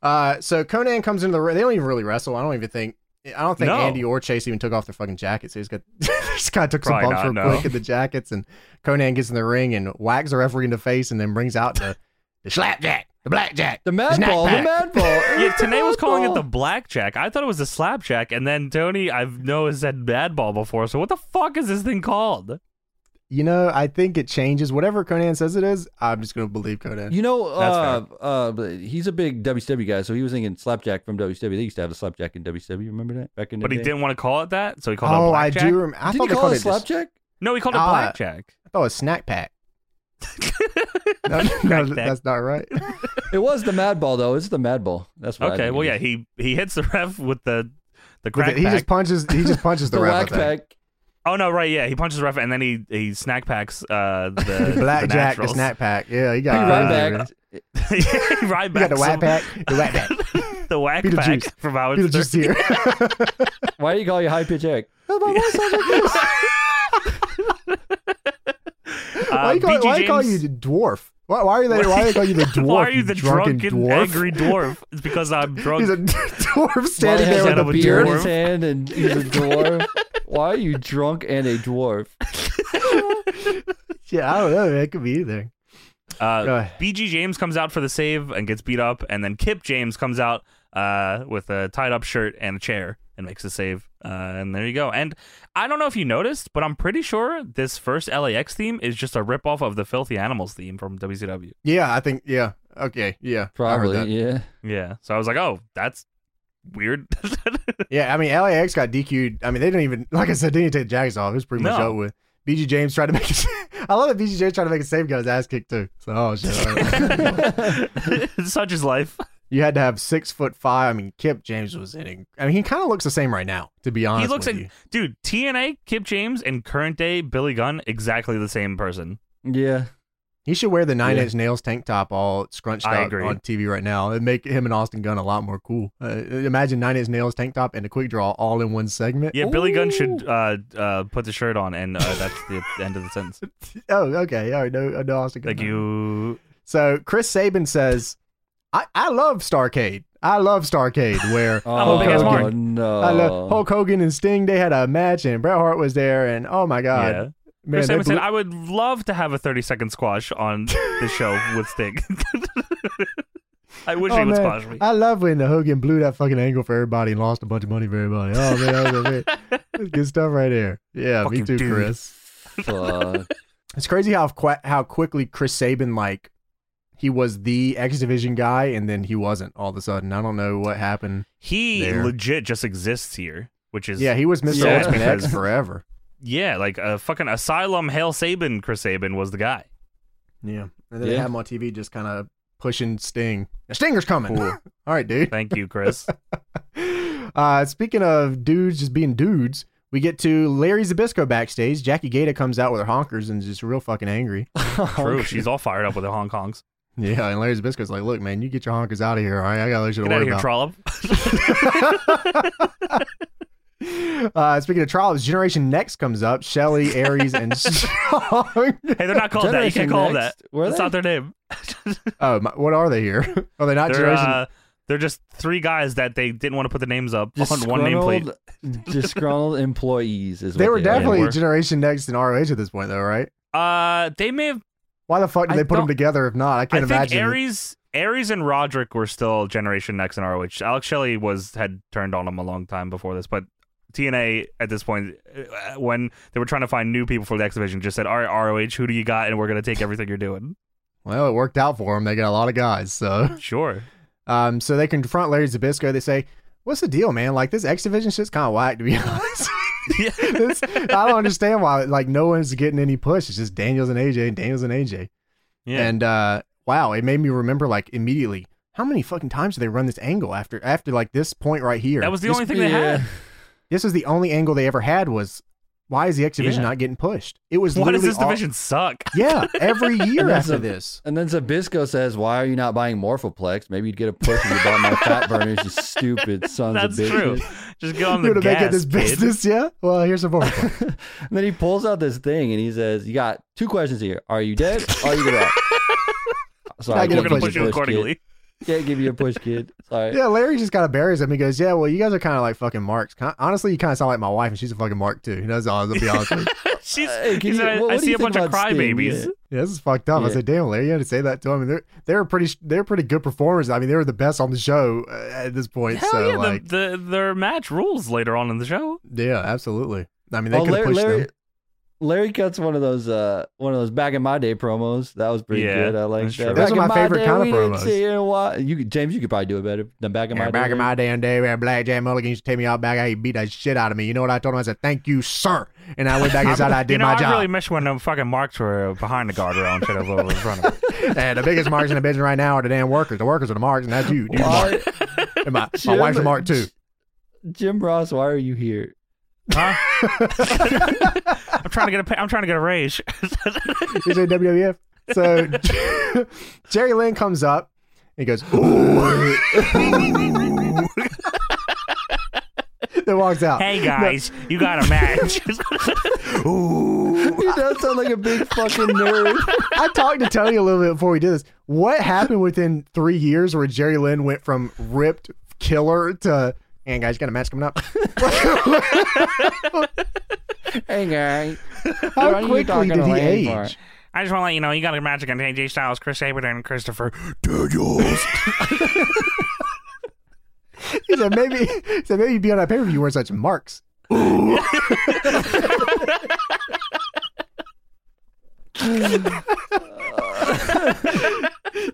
Uh, so Conan comes into the ring. They don't even really wrestle. I don't even think. I don't think No. Andy or Chase even took off their fucking jackets. They just got they just kind of took some Probably bumps real not, no. quick in the jackets, and Conan gets in the ring and whacks the referee in the face, and then brings out the the slapjack, the blackjack, The Mad snack Ball, the pack. Mad Ball. yeah. Tanae was calling it Ball. the blackjack. I thought it was the slapjack, and then Tony, I've know has said bad ball before. So what the fuck is this thing called? You know, I think it changes whatever Conan says it is. I'm just gonna believe Conan. You know, That's uh, uh, but he's a big WCW guy, so he was thinking slapjack from WCW. They used to have a slapjack in WCW. Remember that back in the But he day? didn't want to call it that, so he called it a oh, I blackjack. do. Rem- I Did thought he they call called it it just- slapjack? No, he called it Ah. blackjack. I thought it was snack pack. No, no, Snack pack. that's not right. It was the Mad Ball, though. It's the Mad Ball. That's what I Okay, think well, it yeah, is. he he hits the ref with the the With crack it- he pack. just punches. He just punches the, the, ref, I whack think. pack. oh no, right, yeah, he punches the ref and then he he snack packs uh the The blackjack, the, the snack pack. Yeah, he He got. right he back. got right back the whack pack. The whack pack. the whack Beetlejuice. pack from Howard People just Stern. here. Why do you call you high pitch Eric? why Uh, you call, BG why you call James- you the dwarf? Why, why are they? Why they call you the dwarf? Why are you the drunken, drunken, dwarf? angry dwarf? It's because I'm drunk. He's a dwarf Molly standing has there Instead with got a of a beard. in dwarf. his hand, and he's a dwarf. Why are you drunk and a dwarf? Yeah, I don't know. man. It could be either. Go uh, ahead. BG James comes out for the save and gets beat up, and then Kip James comes out uh, with a tied up shirt and a chair and makes the save. Uh, and there you go. And I don't know if you noticed, but I'm pretty sure this first LAX theme is just a ripoff of the Filthy Animals theme from WCW. Yeah, I think. Yeah. Okay. Yeah. I heard Probably, that. yeah. Yeah. So I was like, oh, that's weird. Yeah. I mean, LAX got DQ'd. I mean, they didn't even. Like I said, they didn't even take the jackets off. It was pretty much No. out with. BG James tried to make. A, I love that BG James tried to make a save. Got his ass kicked too. So oh shit. all right. Such is life. you had to have six foot five. I mean, Kip James was in. it. I mean, he kind of looks the same right now. To be honest, he looks with like, you. dude, TNA, Kip James, and current day Billy Gunn, exactly the same person. Yeah. He should wear the nine Yeah. inch nails tank top all scrunched I up agree. on TV right now. It'd make him and Austin Gunn a lot more cool. Uh, imagine nine inch nails tank top and a quick draw all in one segment. Yeah, Billy Gunn should uh, uh, put the shirt on, and uh, that's the end of the sentence. Oh, okay. All right. No, no Austin Gunn. Like you, So Chris Sabin says, I, I love Starcade. I love Starcade where I'm a Oh, big ass mark. no. I love Hulk Hogan and Sting. They had a match and Bret Hart was there. And oh my God. yeah. Man, Chris they Simon said, blew- "I would love to have a thirty-second squash on the show with Sting. I wish Oh, he would man. squash me. I love when the Hogan blew that fucking angle for everybody and lost a bunch of money for everybody. Oh man, that was a bit- that's good stuff right there. Yeah, me Fucking too, dude. Chris. Fuck. It's crazy how qu- how quickly Chris Saban like he was the X Division guy and then he wasn't all of a sudden. I don't know what happened. He There. legit just exists here, which is Yeah, he was Mr. Yeah, X Men because- X forever. yeah, like a fucking asylum. Hail Sabin, Chris Sabin was the guy. Yeah, and then they Yeah. had him on TV just kind of pushing Sting. Stinger's coming. all right, dude. Thank you, Chris. Uh, speaking of dudes just being dudes, we get to Larry Zabisco backstage. Jackie Gata comes out with her honkers and is just real fucking angry. True, she's all fired up with the Hong Kongs. Yeah, and Larry Zabisco's like, "Look, man, you get your honkers out of here. All right, I got other shit to Get out worry of here, about." Trollop. uh, speaking of trials, Generation Next comes up. Shelly, Aries, and Strong. Hey, they're not called Oh, that. You can't Generation call them that. Next? Were That's they? not their name. Oh, my, what are they here? Are they not They're, Generation? uh, they're just three guys that they didn't want to put the names up on one nameplate. Disgruntled- Disgruntled employees is what they were are. definitely were. Generation Next and ROH at this point, though, right? Uh, they may have. Why the fuck did I they put them don't- together if not? I I can't think imagine. Aries, Aries, and Roderick were still Generation Next and ROH. Alex Shelley was had turned on them a long time before this, but TNA at this point, uh, when they were trying to find new people for the X Division, just said, "All right, ROH, who do you got?" And we're gonna take everything you're doing. well, it worked out for them. They got a lot of guys, so Sure. um, so they confront Larry Zabisco. They say, "What's the deal, man? Like this X Division shit's kind of whack, to be honest." Yeah. This- I don't understand why like no one's getting any push. It's just Daniels and AJ and Daniels and AJ. yeah. And uh, wow, it made me remember like immediately how many fucking times do they run this angle after after like this point right here? That was the This- only thing they yeah. had. this was the only angle they ever had was why is the X division Yeah. not getting pushed? It was Why does literally this all- division suck? yeah, every year that's after a- this. And then Zabisco says, "Why are you not buying Morphoplex? Maybe you'd get a push if you bought my fat burners. You stupid sons That's of true. bitches." Just go on You're the gonna gas, make it this kid. business, yeah? Well, here's a more. And then he pulls out this thing and he says, "You got two questions here. Are you dead? Are you dead?" Sorry, I I get We're a gonna can't bunch give of push you you a push, accordingly. kid. Can't give you a push, kid. Sorry. Yeah, Larry just kind of buries him. He goes, "Yeah, well, you guys are kind of like fucking marks. Ki- Honestly, you kind of sound like my wife, and she's a fucking mark too. You know, that's all. I'll be honest. With you. She's, Hey, can he said, you- I- what- I what do see you a bunch think of about Sting? crybabies. Yeah. Yeah, this is fucked up. I Yeah. said, "Damn, Larry, you had to say that to him." And they're they're pretty they're pretty good performers. I mean, they were the best on the show uh, at this point. Hell so yeah, like, the, the, their match rules later on in the show. yeah, absolutely. I mean, they Oh, could have pushed Larry, them. Larry cuts one of those uh one of those back in my day promos. That was pretty Yeah, good. I like that's that. true. Those Back are in my favorite day, kind of we didn't promos. see it. Why- You could, James, you could probably do it better than back in Yeah, my back day. in my damn day, man, Black Jack Mulligan used to take me out back. How he beat that shit out of me. You know what I told him? I said, "Thank you, sir." And I went back inside. I did you know, my I job. really miss when them fucking marks were behind the guardrail instead of over in front of them. and the biggest marks in the business right now are the damn workers. The workers are the marks, and that's you. You're the mark. Why- And my, my Jim- wife's a mark too. Jim Ross, why are you here? Huh? I'm trying to get a, pa- I'm trying to get a raise. He's in WWF. So Jerry Lynn comes up and he goes, Ooh. then walks out. hey guys, you got a match. He does sound like a big fucking nerd. I talked to Tony a little bit before we did this. What happened within three years where Jerry Lynn went from ripped killer to and guys, you got a match coming up. hey guy, How quickly did he age? I just want to let you know you got a match against AJ Styles, Chris Sabin, and Christopher. He said maybe, he said maybe you'd be on that pay per view wearing such marks.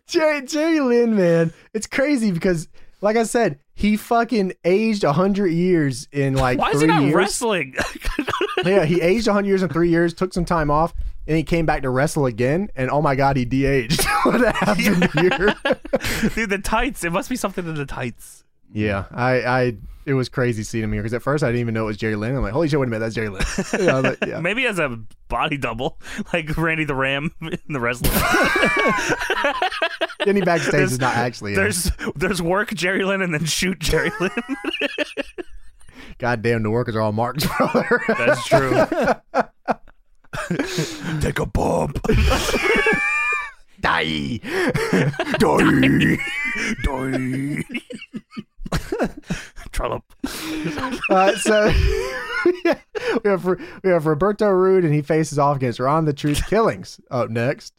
Jerry Jerry Lynn, man, it's crazy because, like I said, he fucking aged hundred years in like Why is he three not years. wrestling? yeah, he aged hundred years in three years, took some time off, and he came back to wrestle again. And oh my god, he de-aged. what happened here? Dude, the tights. It must be something in the tights. Yeah, I, I, it was crazy seeing him here because at first I didn't even know it was Jerry Lynn. I'm like, holy shit, wait a minute, that's Jerry Lynn. You know, like, yeah. Maybe as a body double, like Randy the Ram in the wrestling. Any backstage There's- is not actually. Him. There's there's work Jerry Lynn and then shoot Jerry Lynn. Goddamn, the workers are all Mark's brother. That's true. Take a bump. Die. Die. Die. Trollop. Uh, so yeah, we have we have Roberto Rude, and he faces off against Ron the Truth Killings up next.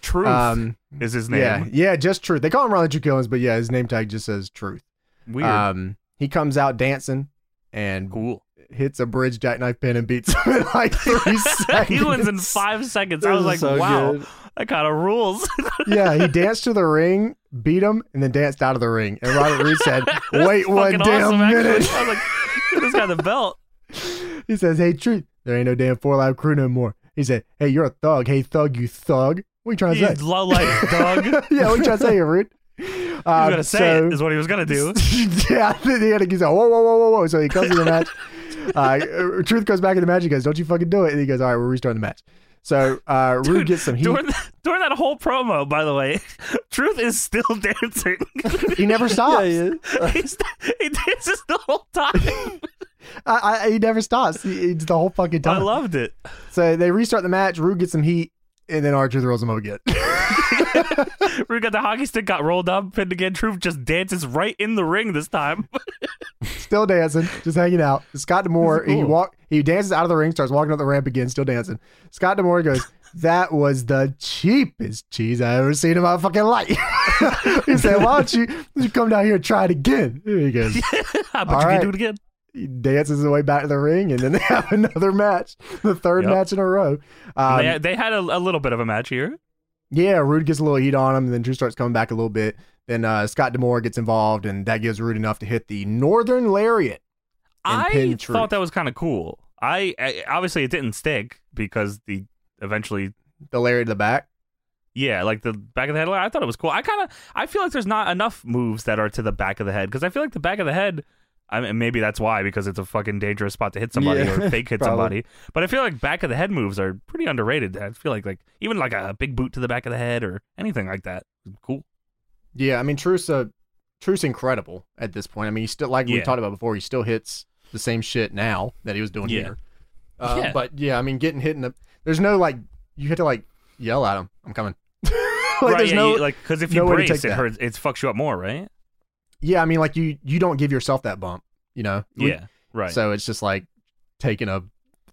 Truth Um, is his name. yeah, yeah, just Truth. They call him Ron the Truth Killings, but yeah, his name tag just says Truth. Weird. Um, he comes out dancing and cool. hits a bridge jackknife pin and beats him in like three seconds. He wins in five seconds. I was like, so wow, good. that kind of rules. yeah, he danced to the ring, beat him, and then danced out of the ring. And Robert Reed said, "Wait one Fucking damn awesome, actually. minute." I was like, this guy the belt. He says, "Hey, truth, there ain't no damn four live crew no more." He said, "Hey, you're a thug. Hey, thug, you thug. What you trying to He's say?" low life dog. He was yeah, what you trying to say, here, Rude? Um, gonna say so- it is what he was gonna do. yeah, then he had to he's like, whoa, whoa, whoa, whoa, whoa. So he comes in the match. Uh, Truth goes back in the match. He goes, "Don't you fucking do it!" And he goes, "All right, we're restarting the match." So uh, Rude Dude, gets some heat. During, during that whole promo, by the way, Truth is still dancing. He never stops. Yeah, yeah. He's, he dances the whole time. I, I, he never stops. He, he's the whole fucking I time. loved it. So they restart the match. Rude gets some heat, and then Archer throws him up again. We got the hockey stick got rolled up, pinned again. Truth just dances right in the ring this time. still dancing, just hanging out. Scott Demore, This is he cool. walk, he dances out of the ring, starts walking up the ramp again, still dancing. Scott Demore goes, "That was the cheapest cheese I ever seen in my fucking life." he said, "Why don't you, why don't you come down here and try it again?" He goes, I bet All you right. can do it again. he dances his way back to the ring, and then they have another match, the third Yep. match in a row. Um, they, they had a, a little bit of a match here. Yeah, Rude gets a little heat on him, and then Drew starts coming back a little bit. Then uh, Scott Demore gets involved, and that gives Rude enough to hit the Northern Lariat. and I pin thought Truth. that was kind of cool. I, I obviously it didn't stick because the eventually The Lariat to the back. Yeah, like the back of the head. Like, I thought it was cool. I kind of I feel like there's not enough moves that are to the back of the head because I feel like the back of the head. I mean, maybe that's why because it's a fucking dangerous spot to hit somebody Yeah, or fake hit probably. somebody. But I feel like back of the head moves are pretty underrated. I feel like like even like a big boot to the back of the head or anything like that. Cool. Yeah, I mean, Truce, uh, Truce, incredible at this point. I mean, he still like we Yeah. talked about before. He still hits the same shit now that he was doing Yeah. here. Uh, Yeah. But yeah, I mean, getting hit in the there's no like you had to like yell at him. I'm coming. like right? there's yeah, no you- like because if you no way to brace, take it that. hurts. It fucks you up more, right? yeah. I mean, like you you don't give yourself that bump. You know. We- yeah. Right. So it's just like taking a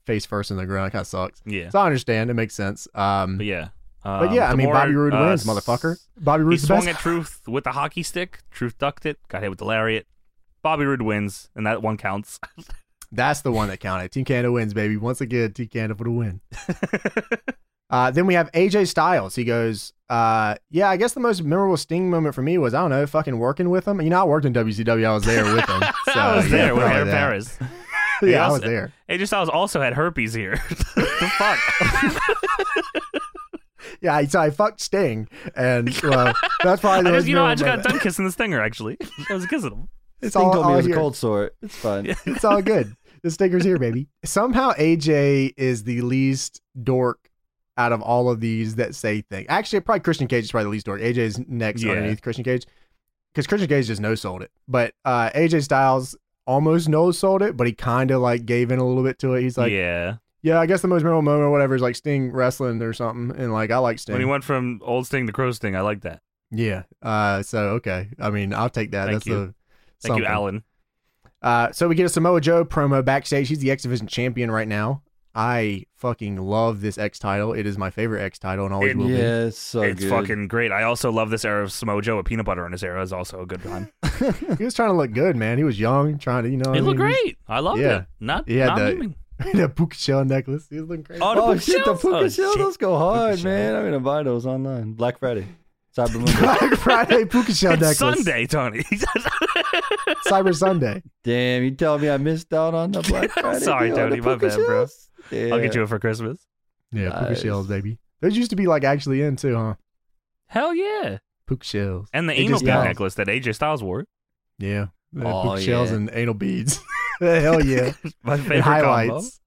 face first in the ground. Kind of sucks. yeah. So I understand. It makes sense. Um. But But, yeah. yeah, I the mean, more, Bobby Roode uh, wins, s- motherfucker. Bobby He Roode's the swung best. at Truth with the hockey stick. Truth ducked it. Got hit with the lariat. Bobby Roode wins, and that one counts. That's the one that counted. Team Canada wins, baby. Once again, Team Canada for the win. uh, then we have AJ Styles. He goes, uh, yeah, I guess the most memorable Sting moment for me was, I don't know, fucking working with him. You know, I worked in WCW. I was there with him. So, I was yeah, there with probably Aaron that. Paris. Yeah, He I also- was there. AJ Styles also had herpes here. the fuck? Yeah, so I fucked Sting. And well, that's probably the most I just, you know, I just memorable got moment. done kissing the stinger, actually. I was kissing him. It's Sting all, told me all it was here. a cold sore. It's fine. Yeah. It's all good. The stinker's here, baby. Somehow AJ is the least dork out of all of these that say things. Actually, probably Christian Cage is probably the least dork. AJ is next Yeah. underneath Christian Cage because Christian Cage just no sold it. But uh, AJ Styles almost no sold it, but he kind of like gave in a little bit to it. He's like, yeah. yeah. I guess the most memorable moment or whatever is like Sting wrestling or something. And like, I like Sting. When he went from old sting to crow sting, I like that. yeah. Uh, so, okay. I mean, I'll take that. Thank That's you. the. Thank something. you, Alan. Uh, so we get a Samoa Joe promo backstage. He's the X Division champion right now. I fucking love this X title. It is my favorite X title and always It- will be. Yeah, it's so it's good. fucking great. I also love this era of Samoa Joe. With peanut butter in his era is also a good time. He was trying to look good, man. He was young, trying to, you know. it what looked I mean? great. I loved Oh, Yeah. it. Not, He had not the- memeing. that puka shell necklace. He was looking crazy. Oh, the Oh puka shit, the shells? puka Oh, shells. shit. Those go hard, shells. man. I'm gonna buy those online. Black Friday, Cyber Monday. Black Friday puka shell It's necklace. Sunday, Tony. Cyber Sunday. Damn, you tell me I missed out on the Black Friday. Sorry, deal on the Tony, my puka bad, bro. shells? Yeah. I'll get you it for Christmas. Yeah, puka Nice. shells, baby. Those used to be like actually in too, huh? Hell yeah. Puka shells. And the It anal just pin got- necklace that AJ Styles wore. Yeah. Uh, Oh, puka shells yeah. and anal beads. Hell yeah. My favorite and combo. highlights.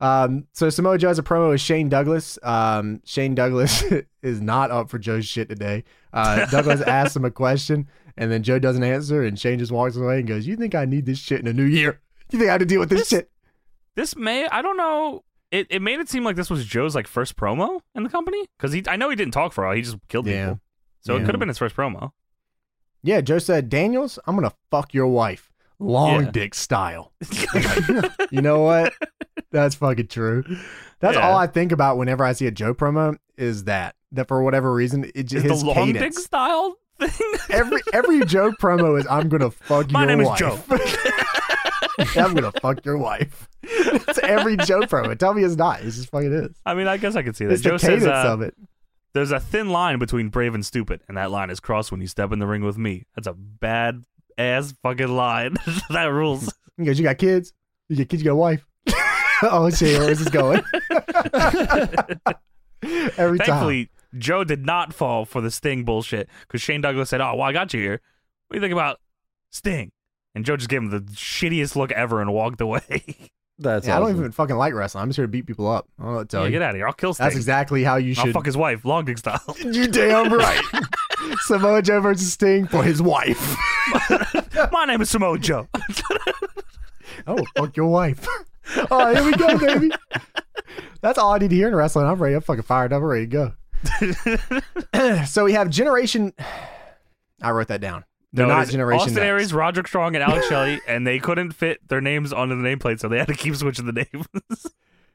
Um, so Samoa Joe has a promo with Shane Douglas. Um, Shane Douglas is not up for Joe's shit today. Uh, Douglas asks him a question, and then Joe doesn't answer, and Shane just walks away and goes, "You think I need this shit in a new year? You think I have to deal with this, This- shit?" This may I don't know. It, it made it seem like this was Joe's like first promo in the company because he I know he didn't talk for all he just killed Yeah. people so it Yeah. could have been his first promo Yeah, Joe said, "Daniels, I'm gonna fuck your wife, long Yeah. dick style." You know what? That's fucking true. That's Yeah. all I think about whenever I see a Joe promo is that that for whatever reason it is just the his long cadence. dick style thing Every every Joe promo is I'm gonna fuck my your name wife." is Joe I'm gonna fuck your wife. It's every Joe promo. Tell me it's not. It's just fucking is. I mean I guess I could see that It's Joe the cadence says uh, of it. there's a thin line between brave and stupid and that line is crossed when you step in the ring with me that's a bad ass fucking line that rules He goes, "You got kids. You got kids. You got a wife." oh shit, where's this going? every time. Thankfully, Joe did not fall for the Sting bullshit because Shane Douglas said, "Oh, well, I got you here. What do you think about Sting?" And Joe just gave him the shittiest look ever and walked away. That's Yeah, I don't awesome. even fucking like wrestling. I'm just here to beat people up. I don't know what to tell yeah, you. get out of here. I'll kill Sting. That's exactly how you I'll should. fuck his wife, long dick style. you damn right. Samoa Joe versus Sting for his wife. My name is Samoa Joe. Oh, fuck your wife. all right, here we go, baby. That's all I need to hear in wrestling. I'm ready. I'm fucking fired up. I'm ready to go. so we have Generation. I wrote that down. They're No, it not is Generation Austin X. Aries, Roderick Strong, and Alex Shelley, and they couldn't fit their names onto the nameplate, so they had to keep switching the names.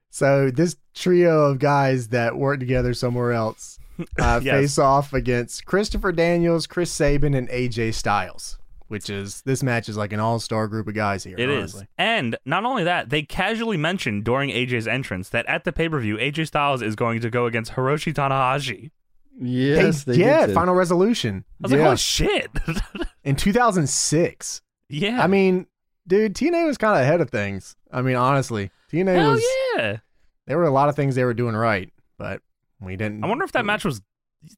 So this trio of guys that work together somewhere else uh, Yes. face off against Christopher Daniels, Chris Sabin, and AJ Styles. Which is this match is like an all-star group of guys here. It is, honestly. And not only that, they casually mentioned during AJ's entrance that at the pay per view, AJ Styles is going to go against Hiroshi Tanahashi. Yes, Hey, they yeah, did. Final Resolution. I was yeah. like, oh shit. in 2006. yeah. I mean, dude, TNA was kind of ahead of things. I mean, honestly, TNA Hell was. yeah. There were a lot of things they were doing right, but we didn't. Mm. I wonder if that match was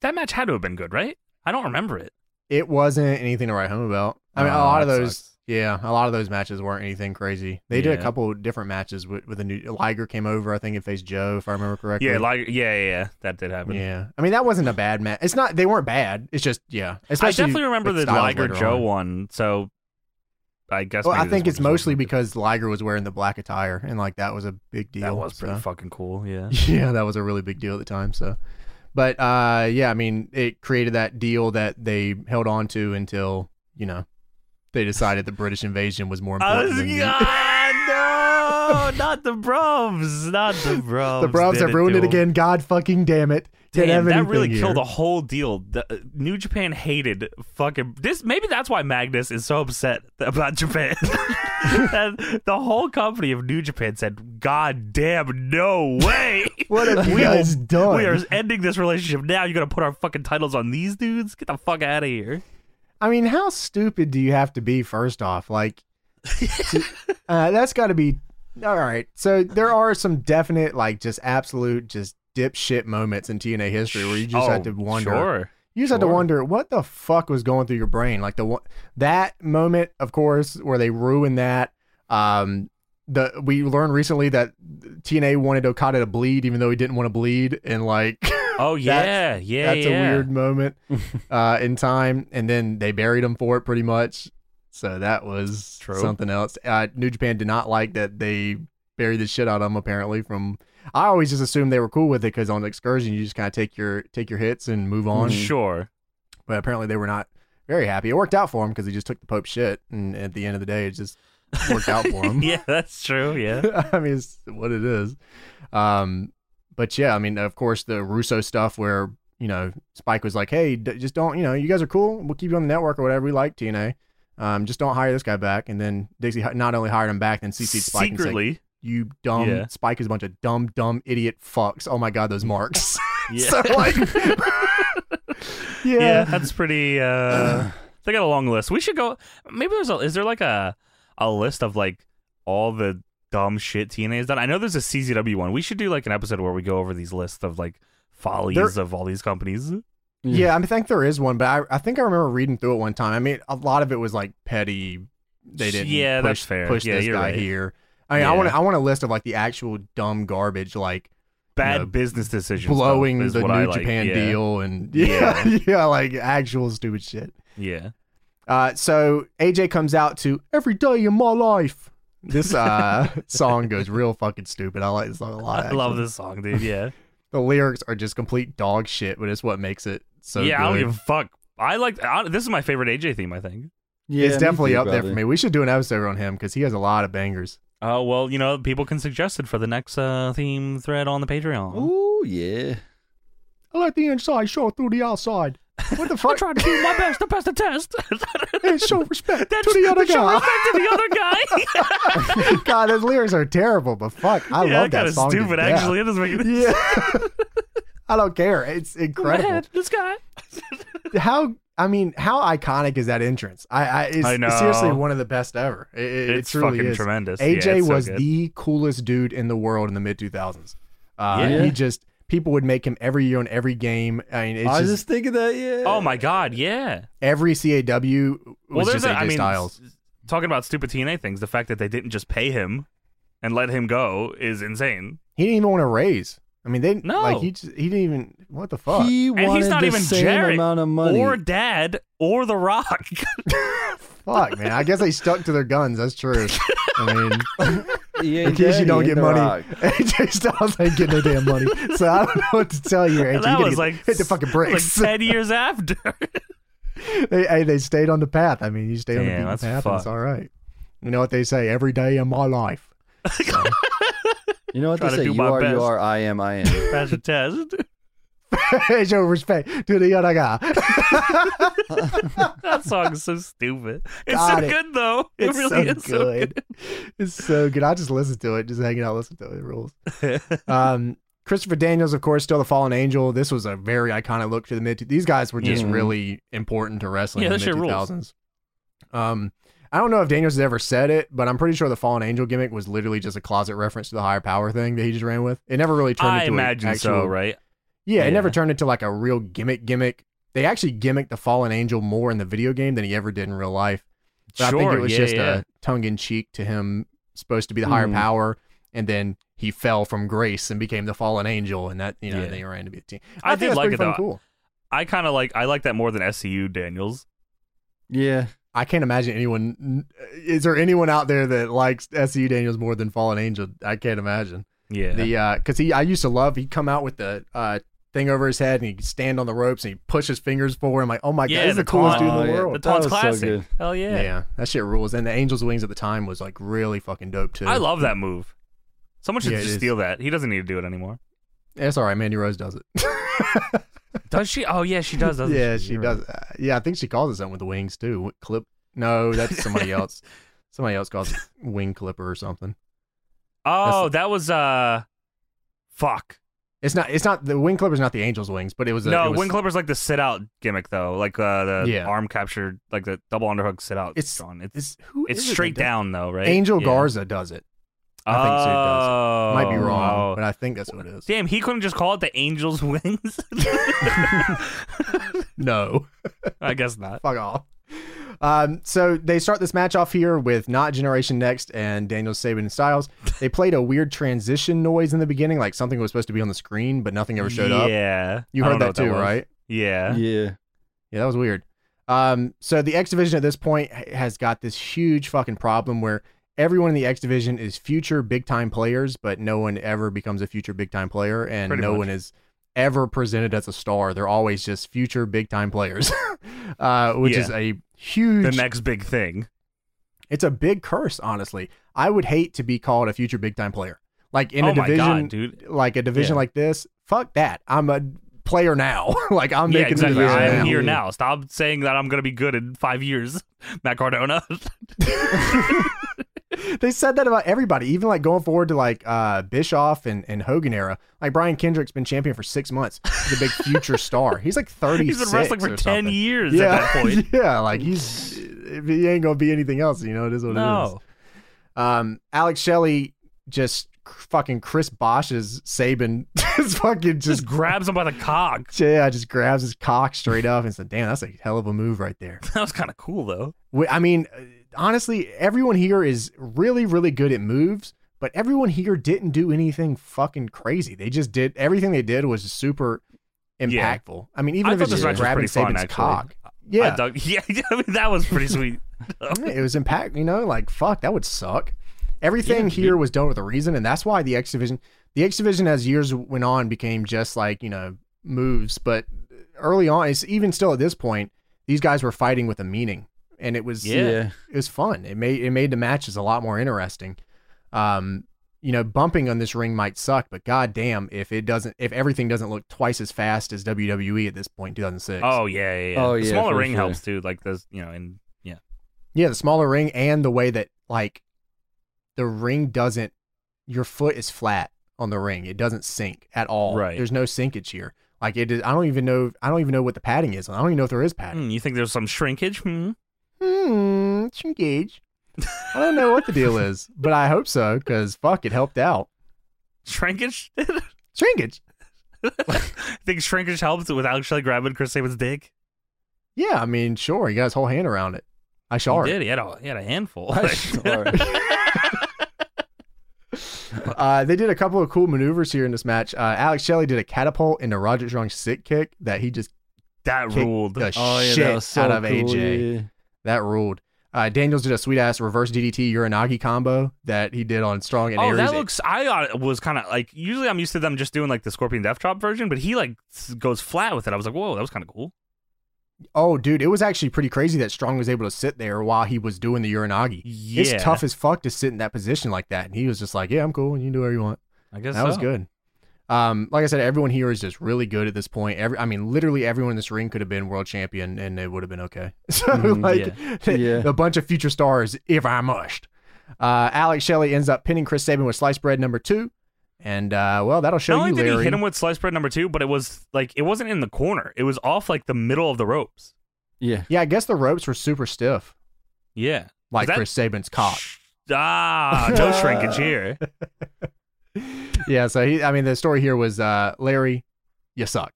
That match had to have been good, right? I don't remember it. It wasn't anything to write home about. I mean, Oh, a lot of that those. sucks. Yeah, a lot of those matches weren't anything crazy. They did Yeah. a couple different matches with, with a new Liger came over, I think, and faced Joe, if I remember correctly. Yeah, like yeah, yeah, yeah. That did happen. Mm. yeah. I mean, that wasn't a bad match. It's not. They weren't bad. It's just yeah. I Especially definitely remember with the Styles Liger later Joe on. one, so I guess. Well, maybe I this think one it's just wasn't mostly good. because Liger was wearing the black attire, and like that was a big deal. that was pretty so. fucking cool. Yeah. yeah, that was a really big deal at the time. So, but uh, yeah, I mean, it created that deal that they held on to until you know they decided the British invasion was more I important. was, than the- ah, no, not the Brubs, not the Brubs. the Browns Did have ruined to it him. again. God fucking damn it! Can't Damn, have that anything really here. killed the whole deal. The, uh, New Japan hated fucking this. Maybe that's why Magnus is so upset about Japan. That the whole company of New Japan said, "God damn, no way! What have you We guys will- done? we are ending this relationship now. You're gonna put our fucking titles on these dudes? Get the fuck out of here!" I mean, how stupid do you have to be? First off, like to- uh, that's got to be all right. So there are some definite, like, just absolute, just dipshit moments in TNA history where you just oh, have to wonder. Sure. You just have to Sure. wonder what the fuck was going through your brain. Like the one that moment, of course, where they ruined that. Um, the we learned recently that TNA wanted Okada to bleed, even though he didn't want to bleed, and like Oh yeah, yeah. that's yeah. a weird moment uh, in time. And then they buried him for it pretty much. So that was True. something else. Uh, New Japan did not like that they buried the shit out of him. Apparently, from I always just assumed they were cool with it because on excursion you just kind of take your take your hits and move on. Oh, Sure. But apparently they were not very happy. It worked out for him because he just took the Pope's shit, and at the end of the day, it just worked out for him. Yeah, that's true. Yeah. I mean, it's what it is. Um, but yeah, I mean, of course, the Russo stuff where you know Spike was like, "Hey, d- just don't, you know, you guys are cool. We'll keep you on the network or whatever. We like TNA. Um, just don't hire this guy back." And then Dixie hi- not only hired him back, then CC Spike and said, Secretly. "You dumb Yeah. Spike is a bunch of dumb, dumb idiot fucks. Oh my god, those marks." Yeah. so like, yeah. that's pretty. uh They got a long list. We should go. Maybe there's a. Is there like a a list of like all the dumb shit TNA has done? I know there's a CZW one. We should do like an episode where we go over these lists of like follies There- of all these companies. Yeah, I, mean, I think there is one, but I, I think I remember reading through it one time. I mean, a lot of it was like petty. They didn't Yeah, push, that's fair. push Yeah, this you're guy right. here. I mean, I Yeah. want I want a list of like the actual dumb garbage, like Bad No. business decisions. though, blowing is the what New I like. Japan Yeah. deal and yeah, yeah, like actual stupid shit. Yeah. Uh, so AJ comes out to "Every Day in My Life." This uh, song goes real fucking stupid. I like this song a lot. I love actually. this song, dude. Yeah. The lyrics are just complete dog shit, but it's what makes it so. yeah. I don't good. give a fuck. I like. I, this is my favorite AJ theme. I think. Yeah, it's me definitely too, up there brother. for me. We should do an episode on him because he has a lot of bangers. Oh well, you know, people can suggest it for the next uh, theme thread on the Patreon. Ooh, yeah. I like the inside show through the outside. What the fuck? trying to do my best to pass the test. Hey, show respect That's to the other show guy. respect to the other guy. God, those lyrics are terrible, but fuck, I yeah, love kinda that song. to stupid. death. Actually, it doesn't make any yeah. I don't care. It's incredible. This guy. How I mean, how iconic is that entrance? I, I, it's I know. seriously one of the best ever. It, it- it It's truly fucking is. tremendous. AJ Yeah, it's so was good. the coolest dude in the world in the mid two thousands. Uh, Yeah. He just people would make him every year on every game. I mean, it's I was just just thinking that. Yeah. Oh my god, yeah. every CAW was Well, there's just a, AJ I mean, Styles. s- talking about stupid TNA things. The fact that they didn't just pay him and let him go is insane. He didn't even want to raise. I mean, they No. like he just, he didn't even what the fuck. he's He wanted not the even same Jarrett amount of money. Or Dad, or The Rock. fuck man, I guess they stuck to their guns. That's true. I mean, He in ain't case you daddy, don't ain't get The money, Rock. AJ Styles ain't getting no damn money. So I don't know what to tell you. AJ. that you was gotta like get- hit the fucking like bricks. ten years after. they, hey, they stayed on the path. I mean, you stay on the Damn, beaten that's path. fucked. And it's all right. You know what they say? Every day in my life. You know what Try they to say? do You my are, best. you are, I am, I am. Pass the test. show respect to the other guy. That song is so stupid. It's Got so it. good though. It It's really so is so good. good. It's so good. I just listen to it, just hanging out, listen to it. It rules. um, Christopher Daniels, of course, still the fallen angel. This was a very iconic look to the mid. These guys were just Yeah. really important to wrestling Mm-hmm. Yeah, in the that shit mid rules. two thousands. Um, I don't know if Daniels has ever said it, but I'm pretty sure the fallen angel gimmick was literally just a closet reference to the higher power thing that he just ran with. It never really turned I into an imagine actual, so, right? Yeah, it never Yeah. turned into like a real gimmick gimmick. They actually gimmicked the fallen angel more in the video game than he ever did in real life. But sure, I think it was yeah, just yeah. Mm-hmm. a tongue in cheek to him supposed to be the higher Mm. power, and then he fell from grace and became the fallen angel, and that you know Yeah. they ran to be a team. I think did that's like pretty it fucking though. Cool. I kind of like I like that more than SCU Daniels. Yeah. I can't imagine anyone. Is there anyone out there that likes SCU Daniels more than Fallen Angel? I can't imagine. Yeah, The uh, because he I used to love he'd come out with the uh thing over his head and he'd stand on the ropes and he'd push his fingers forward. I'm like, oh my Yeah, god, this is the the coolest dude in taunt. the Oh, yeah. world. the that Todd's was so classic. good. Hell Yeah. yeah. that shit rules. And the Angel's Wings at the time was like really fucking dope too. I love that move. Someone should Yeah, it just is. steal that. He doesn't need to do it anymore. That's all right. Mandy Rose does it. Does she? Oh yeah, she does. Doesn't yeah, she, she You're does. right. Uh, yeah, I think she calls it something with the wings too. Wi- Clip? No, that's somebody else. Somebody else calls it wing clipper or something. Oh, That's- that was uh, fuck. It's not. It's not the wing clipper's not the Angel's wings, but it was. A, no, it was, Wing Clipper's like the sit out gimmick though, like uh, the Yeah. arm capture, like the double underhook sit out. It's- John. it's It's, who it's is it that straight does- down though, right? Angel Yeah. Garza does it. Oh, I think so, it does. Might be wrong, but I think that's what it is. Damn, he couldn't just call it the Angel's Wings. No. I guess not. Fuck off. Um, so they start this match off here with not Generation Next and Daniel Saban and Styles. They played a weird transition noise in the beginning, like something was supposed to be on the screen, but nothing ever showed yeah. up. Yeah, You I heard don't know that what too, was. right? Yeah. Yeah. Yeah, that was weird. Um, so the X Division at this point h- has got this huge fucking problem where everyone in the X Division is future big time players, but no one ever becomes a future big time player, and Pretty no much. one is ever presented as a star. They're always just future big time players, uh, which Yeah. is a huge. The next big thing. it's a big curse, honestly. I would hate to be called a future big time player, like in oh a division, my god, dude. like a division Yeah. like this. Fuck that. I'm a player now. like I'm yeah, making exactly. the division I'm now. here now. Stop saying that I'm gonna be good in five years, Matt Cardona. they said that about everybody, even like going forward to like uh Bischoff and, and Hogan era. Like Brian Kendrick's been champion for six months. He's a big future star. He's like thirty. He's been wrestling for or ten something. years Yeah, at that point. yeah. Like he's if he ain't gonna be anything else. You know, it is what it is. no. Um, Alex Shelley just cr- fucking Chris Bosch's Saban just fucking just Just grabs him by the cock. yeah just grabs his cock straight up and said, "Damn, that's a hell of a move right there." That was kind of cool though. We- I mean, uh, honestly, everyone here is really, really good at moves, but everyone here didn't do anything fucking crazy. They just did everything they did was super Yeah. impactful. I mean, even I if thought it's this just match was grabbing pretty fun, Saban's actually. cock, I yeah, dug- yeah. I mean, that was pretty sweet. it was impact. You know, like fuck, that would suck. Everything Yeah, here was done with a reason, and that's why the X division, the X division, as years went on, became just like you know moves. But early on, it's even still at this point, these guys were fighting with a meaning, and it was Yeah. Yeah. it was fun. It made it made the matches a lot more interesting. Um, you know, bumping on this ring might suck, but goddamn, if it doesn't, if everything doesn't look twice as fast as WWE at this point, 2006. Oh yeah, yeah. yeah. Oh, The yeah, smaller for ring sure. helps too. Like this, you know, and yeah, the smaller ring and the way that like the ring doesn't, your foot is flat on the ring. It doesn't sink at all. Right. There's no sinkage here. Like it is. I don't even know. I don't even know what the padding is. I don't even know if there is padding. hmm, you think there's some shrinkage? Hmm? Hmm. Sinkage. I don't know what the deal is, but I hope so because fuck, it helped out. Shrinkage? Shrinkage. think shrinkage helps with Alex Shelley grabbing Chris Sabin's dick? Yeah, I mean, sure. He got his whole hand around it. I saw He it. did. He had a, he had a handful. I saw it. Uh, they did a couple of cool maneuvers here in this match. Uh, Alex Shelley did a catapult into Roger Strong's sick kick that he just that Kick ruled. the Oh, yeah. shit that was so out of cool, AJ. yeah. That ruled. Uh, Daniels did a sweet ass reverse DDT Uranagi combo that he did on Strong and oh, Aries. that looks. I uh, was kind of like. Usually, I'm used to them just doing like the Scorpion Death Drop version, but he like s- goes flat with it. I was like, whoa, that was kind of cool. oh, dude, it was actually pretty crazy that Strong was able to sit there while he was doing the Uranagi. Yeah, It's tough as fuck to sit in that position like that. And he was just like, "Yeah, I'm cool. You can do whatever you want." I guess That was so. good. Um, like I said, everyone here is just really good at this point. Every, I mean, literally everyone in this ring could have been world champion, and it would have been okay. So, Mm, Mhm, like, Yeah. a bunch of future stars, if I must. Uh, Alex Shelley ends up pinning Chris Saban with sliced bread number two, and uh, well, that'll show Not only you, did Larry. he hit him with sliced bread number two, but it was like it wasn't in the corner. It was off like the middle of the ropes. Yeah. yeah, I guess the ropes were super stiff, Yeah. like that- Chris Saban's cock. Sh- Ah, no shrinkage here. yeah, so he, I mean, the story here was uh, Larry, you suck.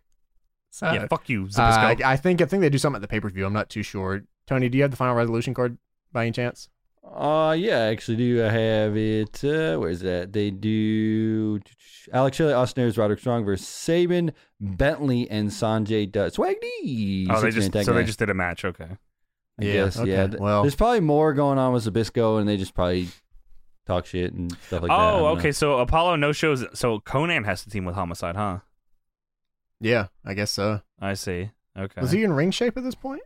So, yeah, fuck you, uh, I, Zipperscope. I think I think they do something at the pay per view. I'm not too sure. Tony, do you have the final resolution card by any chance? Uh, yeah, actually, do I have it? Uh, where is that? They do Alex Shelley, Austin Aries, Roderick Strong versus Saban, Bentley, and Sanjay Dutt. Swaggy. oh, they Six-man just tag so they match. just did a match. Okay. I Yeah, guess, okay, yeah. Th- well- there's probably more going on with Zabisco, and they just probably talk shit and stuff like that. I oh, don't know. okay. So Apollo no shows. So Conan has to team with Homicide, huh? Yeah, I guess so. I see. Okay. Was he in ring shape at this point?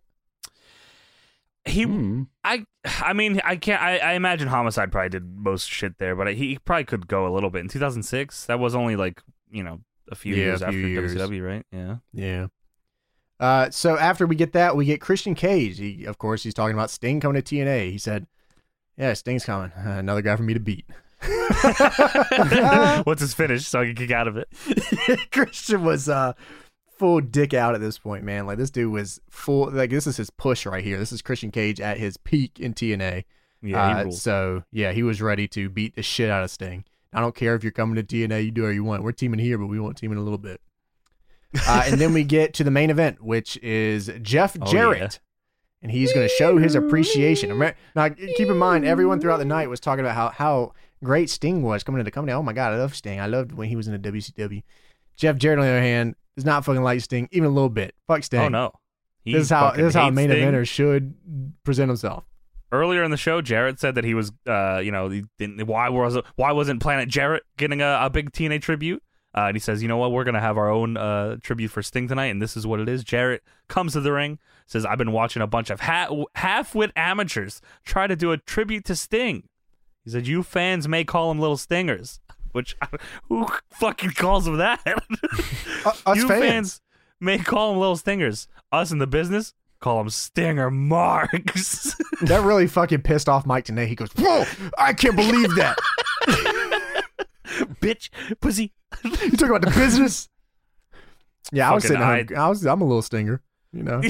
He- Hmm. I. I mean, I can't. I, I imagine Homicide probably did most shit there, but he probably could go a little bit. In 2006, that was only like you know a few Yeah, years a few after years. WCW, right? Yeah. Yeah. Uh, so after we get that, we get Christian Cage. He, of course, he's talking about Sting coming to TNA. He said, "Yeah, Sting's coming. Uh, another guy for me to beat." What's his finish? So I can kick out of it. Christian was uh, full dick out at this point, man. Like this dude was full. Like this is his push right here. This is Christian Cage at his peak in TNA. Yeah. he Uh, rules. so yeah, he was ready to beat the shit out of Sting. I don't care if you're coming to TNA, you do what you want. We're teaming here, but we won't team in a little bit. Uh, and then we get to the main event, which is Jeff Oh, Jarrett. yeah. And he's going to show his appreciation. Remem- Now, keep in mind, everyone throughout the night was talking about how, how great Sting was coming into the company. Oh my God, I love Sting. I loved when he was in the WCW. Jeff Jarrett, on the other hand, is not fucking like Sting, even a little bit. Fuck Sting. Oh no. He This is how fucking this is how a hates main Sting. eventer should present himself. earlier in the show, Jarrett said that he was, uh, you know, he didn't, why was why wasn't Planet Jarrett getting a, a big TNA tribute? Uh, and he says, you know what, we're gonna have our own uh, tribute for Sting tonight, and this is what it is. Jarrett comes to the ring, says, "I've been watching a bunch of ha- half-wit amateurs try to do a tribute to Sting." He said, "You fans may call him little stingers," which who fucking calls him that? us you fans. may call him little stingers. Us in the business call him Stinger Marks. That really fucking pissed off Mike today. He goes, "Whoa, I can't believe that." bitch, pussy. You talking about the business? Yeah, I was Fucking sitting home. I was. I'm a little stinger, you know.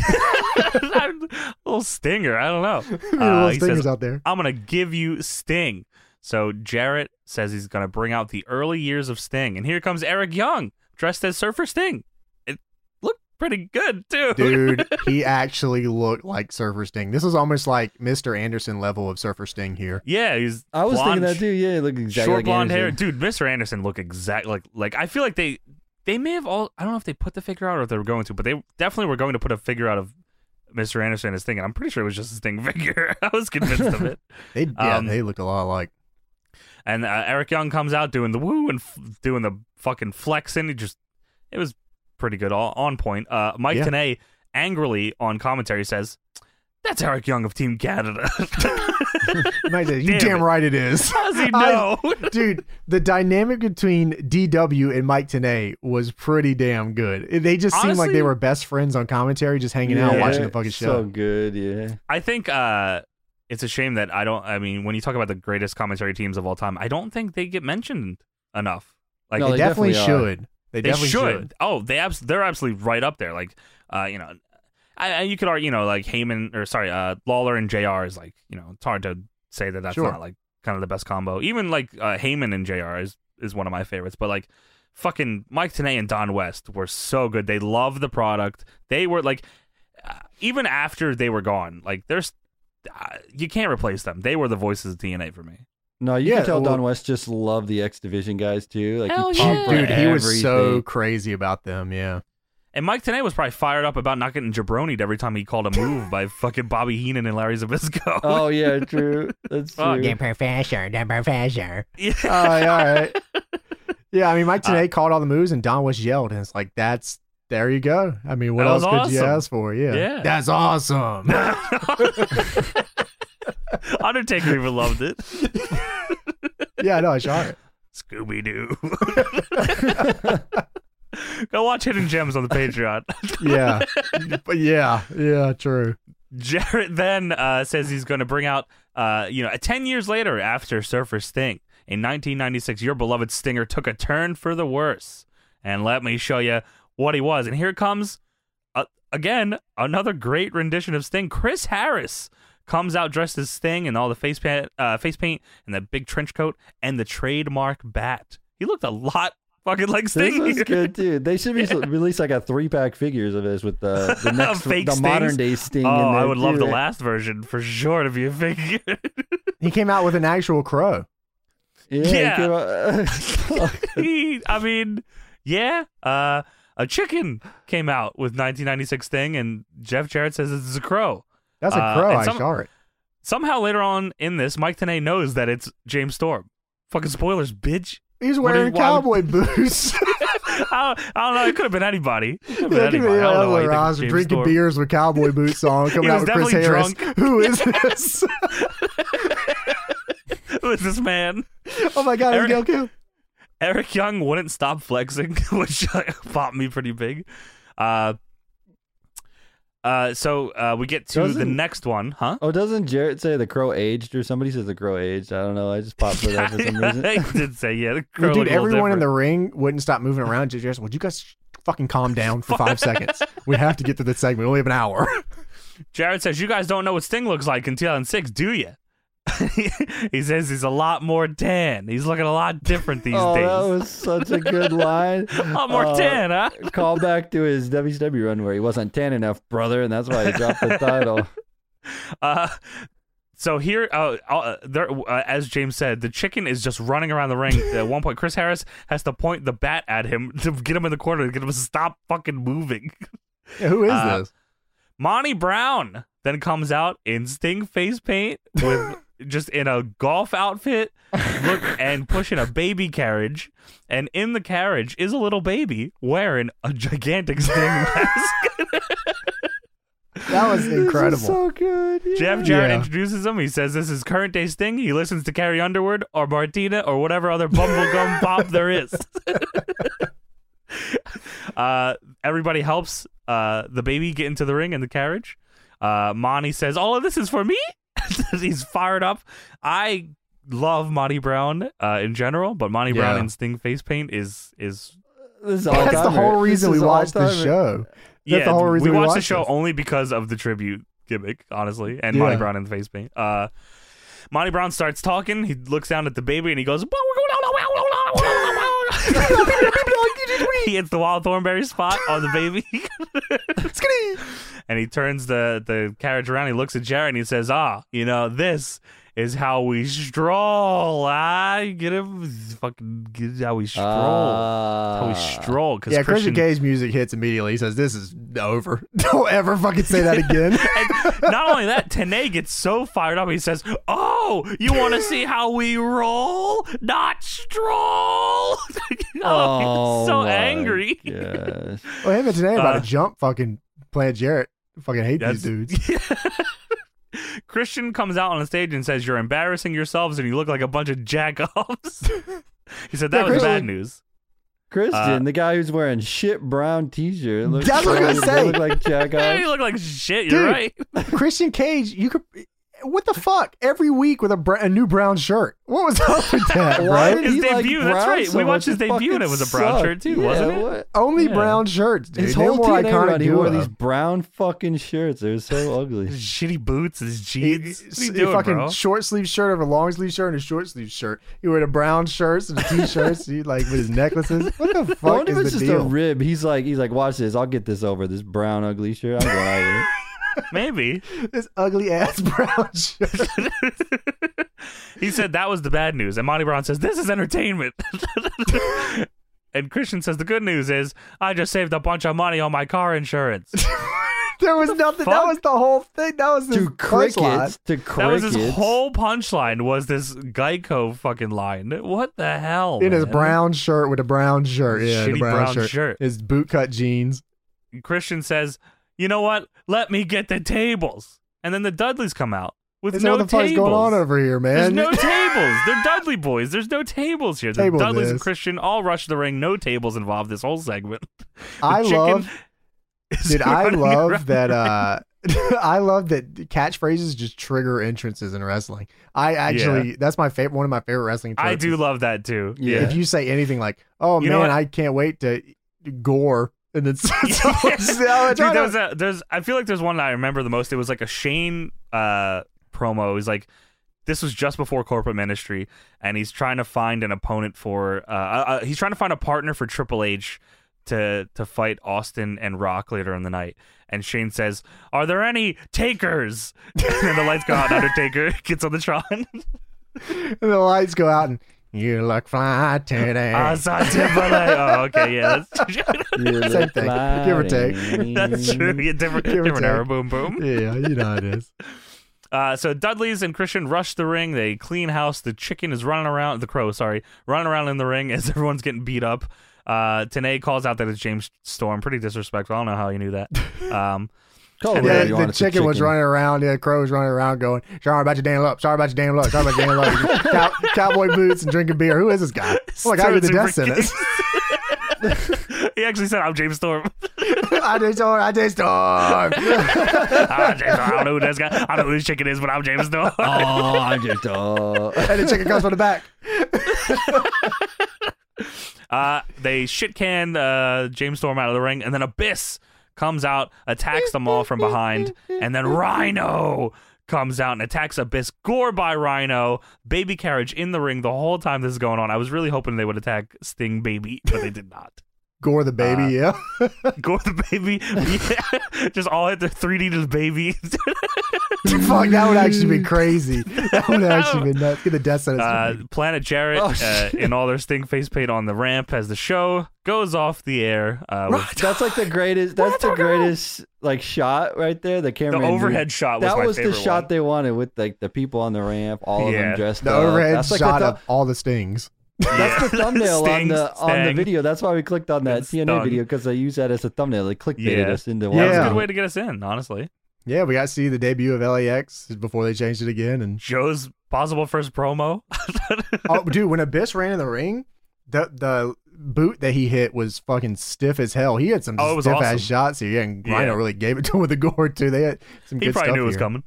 little stinger. I don't know. Little Uh, he stingers says, out there. I'm going to give you Sting. So Jarrett says he's going to bring out the early years of Sting. And here comes Eric Young dressed as Surfer Sting. It looked pretty good, too. Dude, he actually looked like Surfer Sting. This is almost like Mr. Anderson level of Surfer Sting here. Yeah, he's I was blonde, thinking that too. Yeah, look exactly short like blonde Anderson. hair. Dude, Mr. Anderson looked exactly like like I feel like they they may have all I don't know if they put the figure out or if they were going to, but they definitely were going to put a figure out of Mr. Anderson as Sting. And I'm pretty sure it was just a Sting figure. I was convinced of it. They yeah, Um, they looked a lot like. And uh, Eric Young comes out doing the woo and f- doing the fucking flexing. He just, it was pretty good, all on point. Uh, Mike Yeah. Tenay angrily on commentary says, "That's Eric Young of Team Canada." Mike said, you damn damn, it. right it is. How does he I- know? Dude, the dynamic between DW and Mike Tanay was pretty damn good. They just seemed like Honestly- they were best friends on commentary, just hanging out, Yeah, watching the fucking show. So good, yeah. I think uh, it's a shame that I don't. I mean, when you talk about the greatest commentary teams of all time, I don't think they get mentioned enough. Like No, they, they definitely, definitely should. They, they definitely should. Oh, they abs- they're absolutely right up there. Like, uh, you know, I, I you could argue, you know, like Heyman or sorry, uh, Lawler and Jr. is like, you know, it's hard to say that that's Sure. not like kind of the best combo. Even like uh, Heyman and Jr. is is one of my favorites, but like. Fucking Mike Tenay and Don West were so good. They loved the product. They were like, uh, even after they were gone, like there's, uh, you can't replace them. They were the voices of TNA for me. No, you Yeah, can tell well- Don West just loved the X Division guys too. Like Hell he yeah. pumped for Dude, he was so everything. crazy about them. Yeah. And Mike Tenay was probably fired up about not getting jabronied every time he called a move by fucking Bobby Heenan and Larry Zabisco. Oh yeah, true. That's true. Fuck. The professor, the professor. yeah. Oh, yeah, all right. Yeah, I mean, Mike Uh, today called all the moves, and Don West yelled, and it's like, that's there you go. I mean, what That else was could you awesome. ask for? Yeah. Yeah. That's awesome. Undertaker even loved it. yeah, no, I shot it. Scooby Doo. Go watch Hidden Gems on the Patreon. Yeah. but yeah, yeah, true. Jarrett then uh, says he's going to bring out, uh, you know, 10 years later after Surfer Sting. In 1996, your beloved Stinger took a turn for the worse. And let me show you what he was. And here comes, uh, again, another great rendition of Sting. Chris Harris comes out dressed as Sting and all the face paint, uh, face paint and the big trench coat and the trademark bat. He looked a lot Fucking like This Sting. was here. good, dude. They should be release like a three pack figures of this with the the next Fake the Stings? modern day Sting. Oh, in there, I would love the too. last version for sure to be a figure. He came out with an actual crow. Yeah, you Yeah. could, uh, I mean, yeah. Uh, a chicken came out with 1996 thing, and Jeff Jarrett says it's a crow. That's a Uh, crow. and I some- saw it. Somehow later on in this, Mike Tenay knows that it's James Storm. Fucking spoilers, bitch. He's What do you- wearing why cowboy boots. I, don't- I don't know. It could have been anybody. It could have been Look at anybody. me, I don't know why you think Ross, it's James drinking Storm. beers with cowboy boots on, coming He out was with Chris definitely Harris. drunk. Who is this? Who is this man? oh my god, it's Eric- Gail Kim. Eric Young wouldn't stop flexing, which popped me pretty big. Uh, uh, so uh, we get to the Doesn't- next one, huh? oh, doesn't Jarrett say the crow aged or somebody says the crow aged? I don't know. I just popped for that for some reason. I did say yeah. The Dude, crow looked a little everyone in different. the ring wouldn't stop moving around. Just just, would you guys sh- fucking calm down for five seconds? We have to get to this segment. We only have an hour. Jared says you guys don't know what Sting looks like in 2006, do you? he says he's a lot more tan. He's looking a lot different these oh, days. that was such a good line. A lot more Uh, tan, huh? Call back to his WCW run where he wasn't tan enough, brother, and that's why he dropped the title. Uh, so here, uh, uh, there, uh, as James said, the chicken is just running around the ring. at one point, Chris Harris has to point the bat at him to get him in the corner to get him to stop fucking moving. Who is Uh, this? Monty Brown then comes out in Sting face paint with just in a golf outfit look and pushing a baby carriage. And in the carriage is a little baby wearing a gigantic Sting mask. That was This is incredible. so good. yeah. Jeff Jarrett Yeah. introduces him. He says this is current day Sting. He listens to Carrie Underwood or Martina or whatever other bumblegum pop there is. uh, everybody helps uh, the baby get into the ring in the carriage. Uh, Monty says, All of this is for me. He's fired up. I love Monty Brown uh, in general, but Monty Brown Yeah. in Sting face paint is is This is That's the all-timer. whole reason This we is watched this all-timer. show. That's yeah, the whole reason we we watched the watched show this. only because of the tribute gimmick, honestly, and Monty Yeah. Brown in the face paint. Uh, Monty Brown starts talking. He looks down at the baby and he goes, He hits the wild thornberry spot on the baby. and he turns the, the carriage around. He looks at Jared and he says, Ah, you know, this is how we stroll. I get him. Fucking get how we stroll. how we Ah. stroll. 'cause Yeah, Christian Christian Cage music hits immediately. He says, "This is over. Don't ever fucking say that again." And not only that, Tanae gets so fired up. He says, "Oh, you want to see how we roll, not stroll?" oh, he's so my angry. gosh. well, him and today about Uh, to jump fucking Plant Jarrett. Fucking hate these That's- dudes. Christian comes out on the stage and says, "You're embarrassing yourselves, and you look like a bunch of jackoffs." he said that Yeah, was Christian- bad news. Christian, the guy who's wearing shit brown t-shirt. Looks That's what I was gonna Look like jack Yeah, off. you look like shit. You're Dude. right. Christian Cage, you could. What the fuck? Every week with a, br- a new brown shirt. What was up with that, right? Why did His he like debut, that's brown right. so We much? watched his It debut and it fucking was a brown sucked. shirt too, Yeah, wasn't it? what- Only Yeah. brown shirts, dude. His They whole were TNA iconic run, he wore duo. these brown fucking shirts. They were so ugly. His shitty boots, his He, jeans. What are he you doing, fucking bro? short sleeve shirt over a long sleeve shirt and a short sleeve shirt. He wore the brown shirts and the t shirts. he like with his necklaces. What the I fuck wonder if it's is the just a deal? rib. He's like, he's like, watch this. I'll get this over this brown ugly shirt. I'm going out of here. Maybe. this ugly ass brown shirt. he said that was the bad news, and Monty Brown says this is entertainment. and Christian says the good news is I just saved a bunch of money on my car insurance. there was nothing. That fuck? was the whole thing. That was the To crickets, to crickets. That was his whole punchline was this Geico fucking line. What the hell? In his man? brown shirt with a brown shirt. Yeah, the Shitty brown, brown shirt. shirt. His bootcut jeans. Christian says, "You know what? Let me get the tables." And then the Dudleys come out with It's no all the fuck's tables. going on over here, There's man. no tables. They're Dudley boys. There's no tables here. The Table Dudleys and this. Christian all rush to the ring. No tables involved this whole segment. The I chicken love, is dude. I running love around. that. uh I love that catchphrases just trigger entrances in wrestling. I actually, that's my favorite. One of my favorite wrestling. I tropes do is love that too. Yeah. Yeah. If you say anything like, "Oh You know man, what? I can't wait to gore," and then "Oh, Dude, there's a there's I feel like there's one that I remember the most. It was like a Shane uh promo. It was like this was just before corporate ministry, and he's trying to find an opponent for. Uh, uh, he's trying to find a partner for Triple H to to fight Austin and Rock later in the night. And Shane says, "Are there any takers?" and the lights go out. and Undertaker gets on the Tron. And the lights go out and you look fly today. Asa Timberlake. Oh, Ah, okay, yeah, that's, Same thing, give or take. that's true. Yeah, different, Mm-hmm. Give or different era. take. Boom, boom. yeah, you know how it is. Uh, so Dudley's and Christian rush the ring. They clean house. The chicken is running around. The crow, sorry, running around in the ring as everyone's getting beat up. Uh, Tanae calls out that it's James Storm. Pretty disrespectful. I don't know how you knew that. Um, Call it Yeah, whatever you the want. chicken, It's a was running around. Yeah, the crow was running around going, sorry about your damn luck. Sorry about your damn luck. Sorry about your damn luck. Cow- cowboy boots and drinking beer. Who is this guy? Oh, I got to get the death Stewart's in sentence. he actually said, "I'm James Storm." I just storm. I just oh. storm. Ah, James Storm. I don't know who this guy. I don't know who this chicken is, but I'm James Storm. Oh, I'm just oh. and the chicken comes from the back. Uh, they shit can uh, James Storm out of the ring, and then Abyss comes out, attacks them all from behind, and then Rhino comes out and attacks Abyss. Gore by Rhino, baby carriage in the ring the whole time this is going on. I was really hoping they would attack Sting Baby, but they did not. Gore the baby, Uh, yeah. Gore the baby, yeah, just all hit the 3D to the baby. Fuck, that would actually be crazy. That would actually be nuts. Get the death sentence. Uh, Planet Jarrett Oh, uh, shit. in all their Sting face paint on the ramp as the show goes off the air uh, with That's like the greatest. That's the greatest like shot right there. The the camera. overhead shot. Was that my was the favorite shot one. they wanted with like the people on the ramp, all of Yeah. them dressed the up. overhead that's like shot the, Uh, of all the stings. That's Yeah. the thumbnail on Sting, the on the Stang. video. That's why we clicked on that It's TNA stung. video because they use that as a thumbnail. They clickbaited Yeah. us into Yeah. That was a watching good it. way to get us in, honestly. Yeah, we got to see the debut of LAX before they changed it again. And Joe's possible first promo. oh, dude, when Abyss ran in the ring, the the boot that he hit was fucking stiff as hell. He had some Oh, it was stiff ass awesome. shots here, and Rhino Yeah. really gave it to him with the gore too. They had some he good probably stuff knew it was here. coming.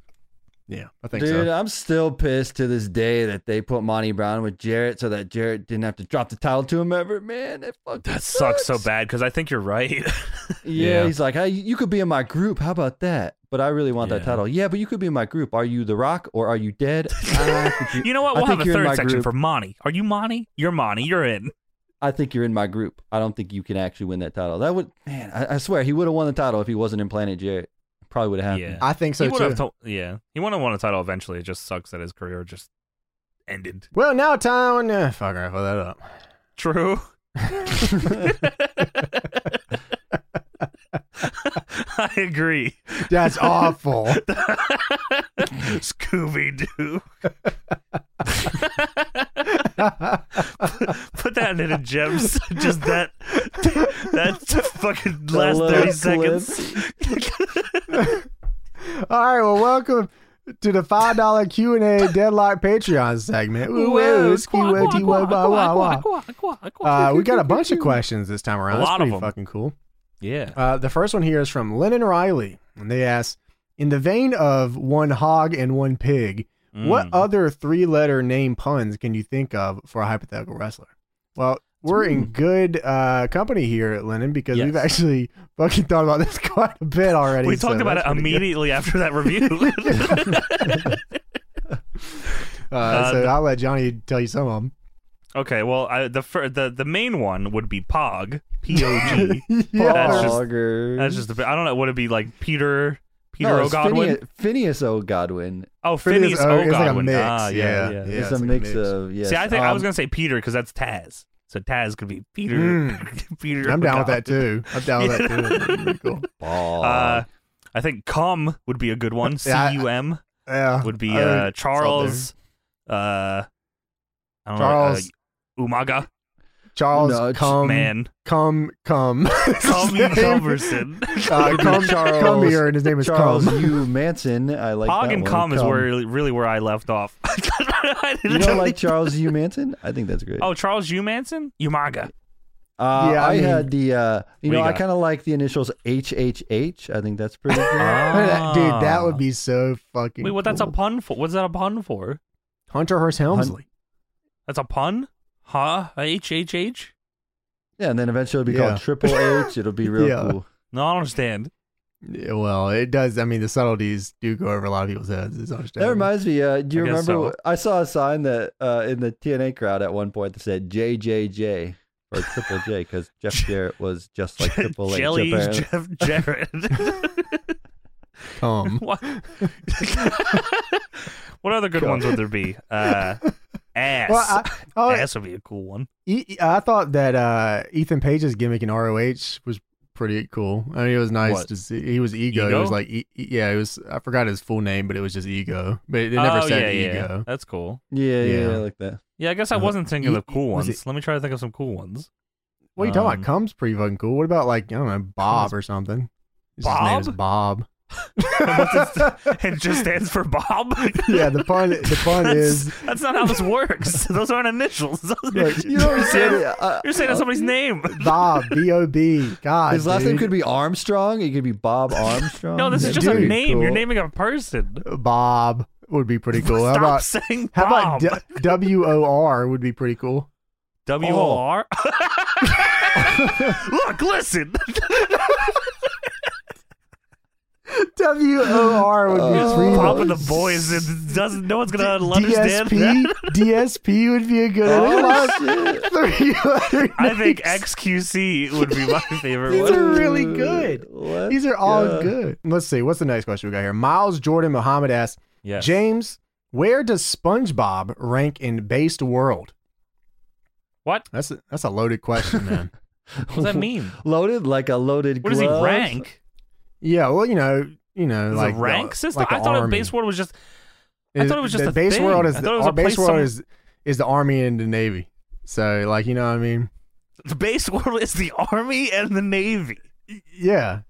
Yeah, I think Dude, so. I'm still pissed to this day that they put Monty Brown with Jarrett so that Jarrett didn't have to drop the title to him ever. Man, that fucking That sucks so bad because I think you're right. Yeah, Yeah. he's like, hey, you could be in my group. How about that? But I really want that Yeah. title. Yeah, but you could be in my group. Are you The Rock or are you dead? I, think you- you know what? I We'll have think a you're in third my section group. for Monty. Are you Monty? You're Monty. You're in. I think you're in my group. I don't think you can actually win that title. That would, man, I, I swear he would have won the title if he wasn't in Planet Jarrett. Probably would have happened. Yeah. I think so he would too. have told. Yeah, he would have won a title eventually. It just sucks that his career just ended. well, now time. Uh, fuck, I fucked that up. True. I agree. That's awful. Scooby Doo. Put that in a gems. Just that. That fucking last little thirty clip. seconds. All right, well, welcome to the five dollar Q and A deadlock Patreon segment. Ooh, ooh, ski, wah, dee, wah, wah, wah, wah. Uh, we got a bunch of questions this time around. A That's lot of pretty them. Fucking cool. yeah. Uh, the first one here is from Lennon Riley, and they ask, in the vein of one hog and one pig, what Mm. other three-letter name puns can you think of for a hypothetical wrestler? Well, we're in good uh, company here at Lennon because we've Hmm. Yes. actually fucking thought about this quite a bit already. we so talked about it that's pretty good. immediately after that review. Uh, Uh, so the- I'll let Johnny tell you some of them. okay, well, I, the fir- the the main one would be Pog, P O G. Yeah. That's just- Bogger. That's just a, I don't know. Would it be like Peter Peter No, it's O'Godwin? Phineas, Phineas O'Godwin. oh, Phineas Phineas O- it's like a O'Godwin. mix, Ah, yeah. yeah, yeah. Yeah, it's, it's a like a mix mix. of yes. See, I think I um, was gonna say Peter because that's Taz. So Taz could be Peter. Mm. Peter. I'm down with O'Godwin. that too. I'm down with that too. That's pretty cool. Bog. Uh, I think cum would be a good one. C Yeah, I- U M Yeah. would be I think uh, it's out there. Charles. Uh, I don't Charles. Uh, know. Uh, Umaga Charles, No, it's- come, man. come, come, Cum His name- Culverson. Uh, come, Charles- come here, and his name is Charles Cum. U. Manson. I like Pog that and one. cum is Cum. where really where I left off. I You didn't- don't like Charles U. Manson? I think that's great. Oh, Charles Umanson? Umaga. Uh, Yeah, I, I mean- had the, uh, you What know, you I got? kind of like the initials HHH. I think that's pretty good. Ah. Dude, that would be so fucking. Wait, what? That's a cool. pun for? What's that a pun for? Hunter Hearst Helmsley. That's a pun? Huh? H H H? yeah, and then eventually it'll be Yeah. called Triple H. It'll be real Yeah. cool. No, I don't understand. Yeah, well, it does. I mean, the subtleties do go over a lot of people's heads. It's That understandable. reminds me. Uh, do you I guess remember? so. I saw a sign that uh, in the TNA crowd at one point that said JJJ or Triple J because Jeff Jarrett was just like Triple H. Jelly apparently. Jeff Jarrett. Um, What? what other good ones would there be? Uh, ass. well, I, oh, ass would be a cool one. E- E- I thought that uh, Ethan Page's gimmick in ROH was pretty cool. I mean, it was nice What? to see. He was ego. It Ego? was like, e- E- yeah, it was. I forgot his full name, but it was just ego. But it never oh, said yeah, yeah. ego. That's cool. Yeah, yeah, Yeah. yeah, like that. Yeah, I guess I Uh, wasn't thinking e- of cool was ones. it- Let me try to think of some cool ones. What are you talking Um, about? Cum's pretty fucking cool. What about like I don't know, Bob Cum's- or something? His name is Bob. What's It just stands for Bob. yeah, the pun. The pun That's, is that's not how this works. Those aren't initials. Those- Look, You know what I'm saying? Uh, You're saying that's somebody's name. Bob. B O B. God, his last name dude. could be Armstrong. It could be Bob Armstrong. No, this is just a dude, name. You're cool. naming a person. Bob would be pretty cool. Stop how about saying how Bob. about W O R would be pretty cool. W O R. Oh. Look, listen. W O R would be Uh, Primo. Papa the boys. It doesn't. No one's gonna understand DSP, that. DSP would be a good Oh, one. shit. Three letter I think names. XQC would be my favorite These one. are really good. Let's These are all go. good. Let's see. What's the next question we got here? Miles Jordan Muhammad asks Yes. James, where does SpongeBob rank in based world? What? That's a, that's a loaded question, man. What does that mean? Loaded like a loaded. What does he glove. rank? yeah, well, you know, you know, Is like a rank the- system? like the I thought a army. base world was just. I thought it was just the a base thing. world is I the, thought it was our a base place world some- is is the army and the navy. So like you know what I mean. The base world is the army and the navy. Yeah.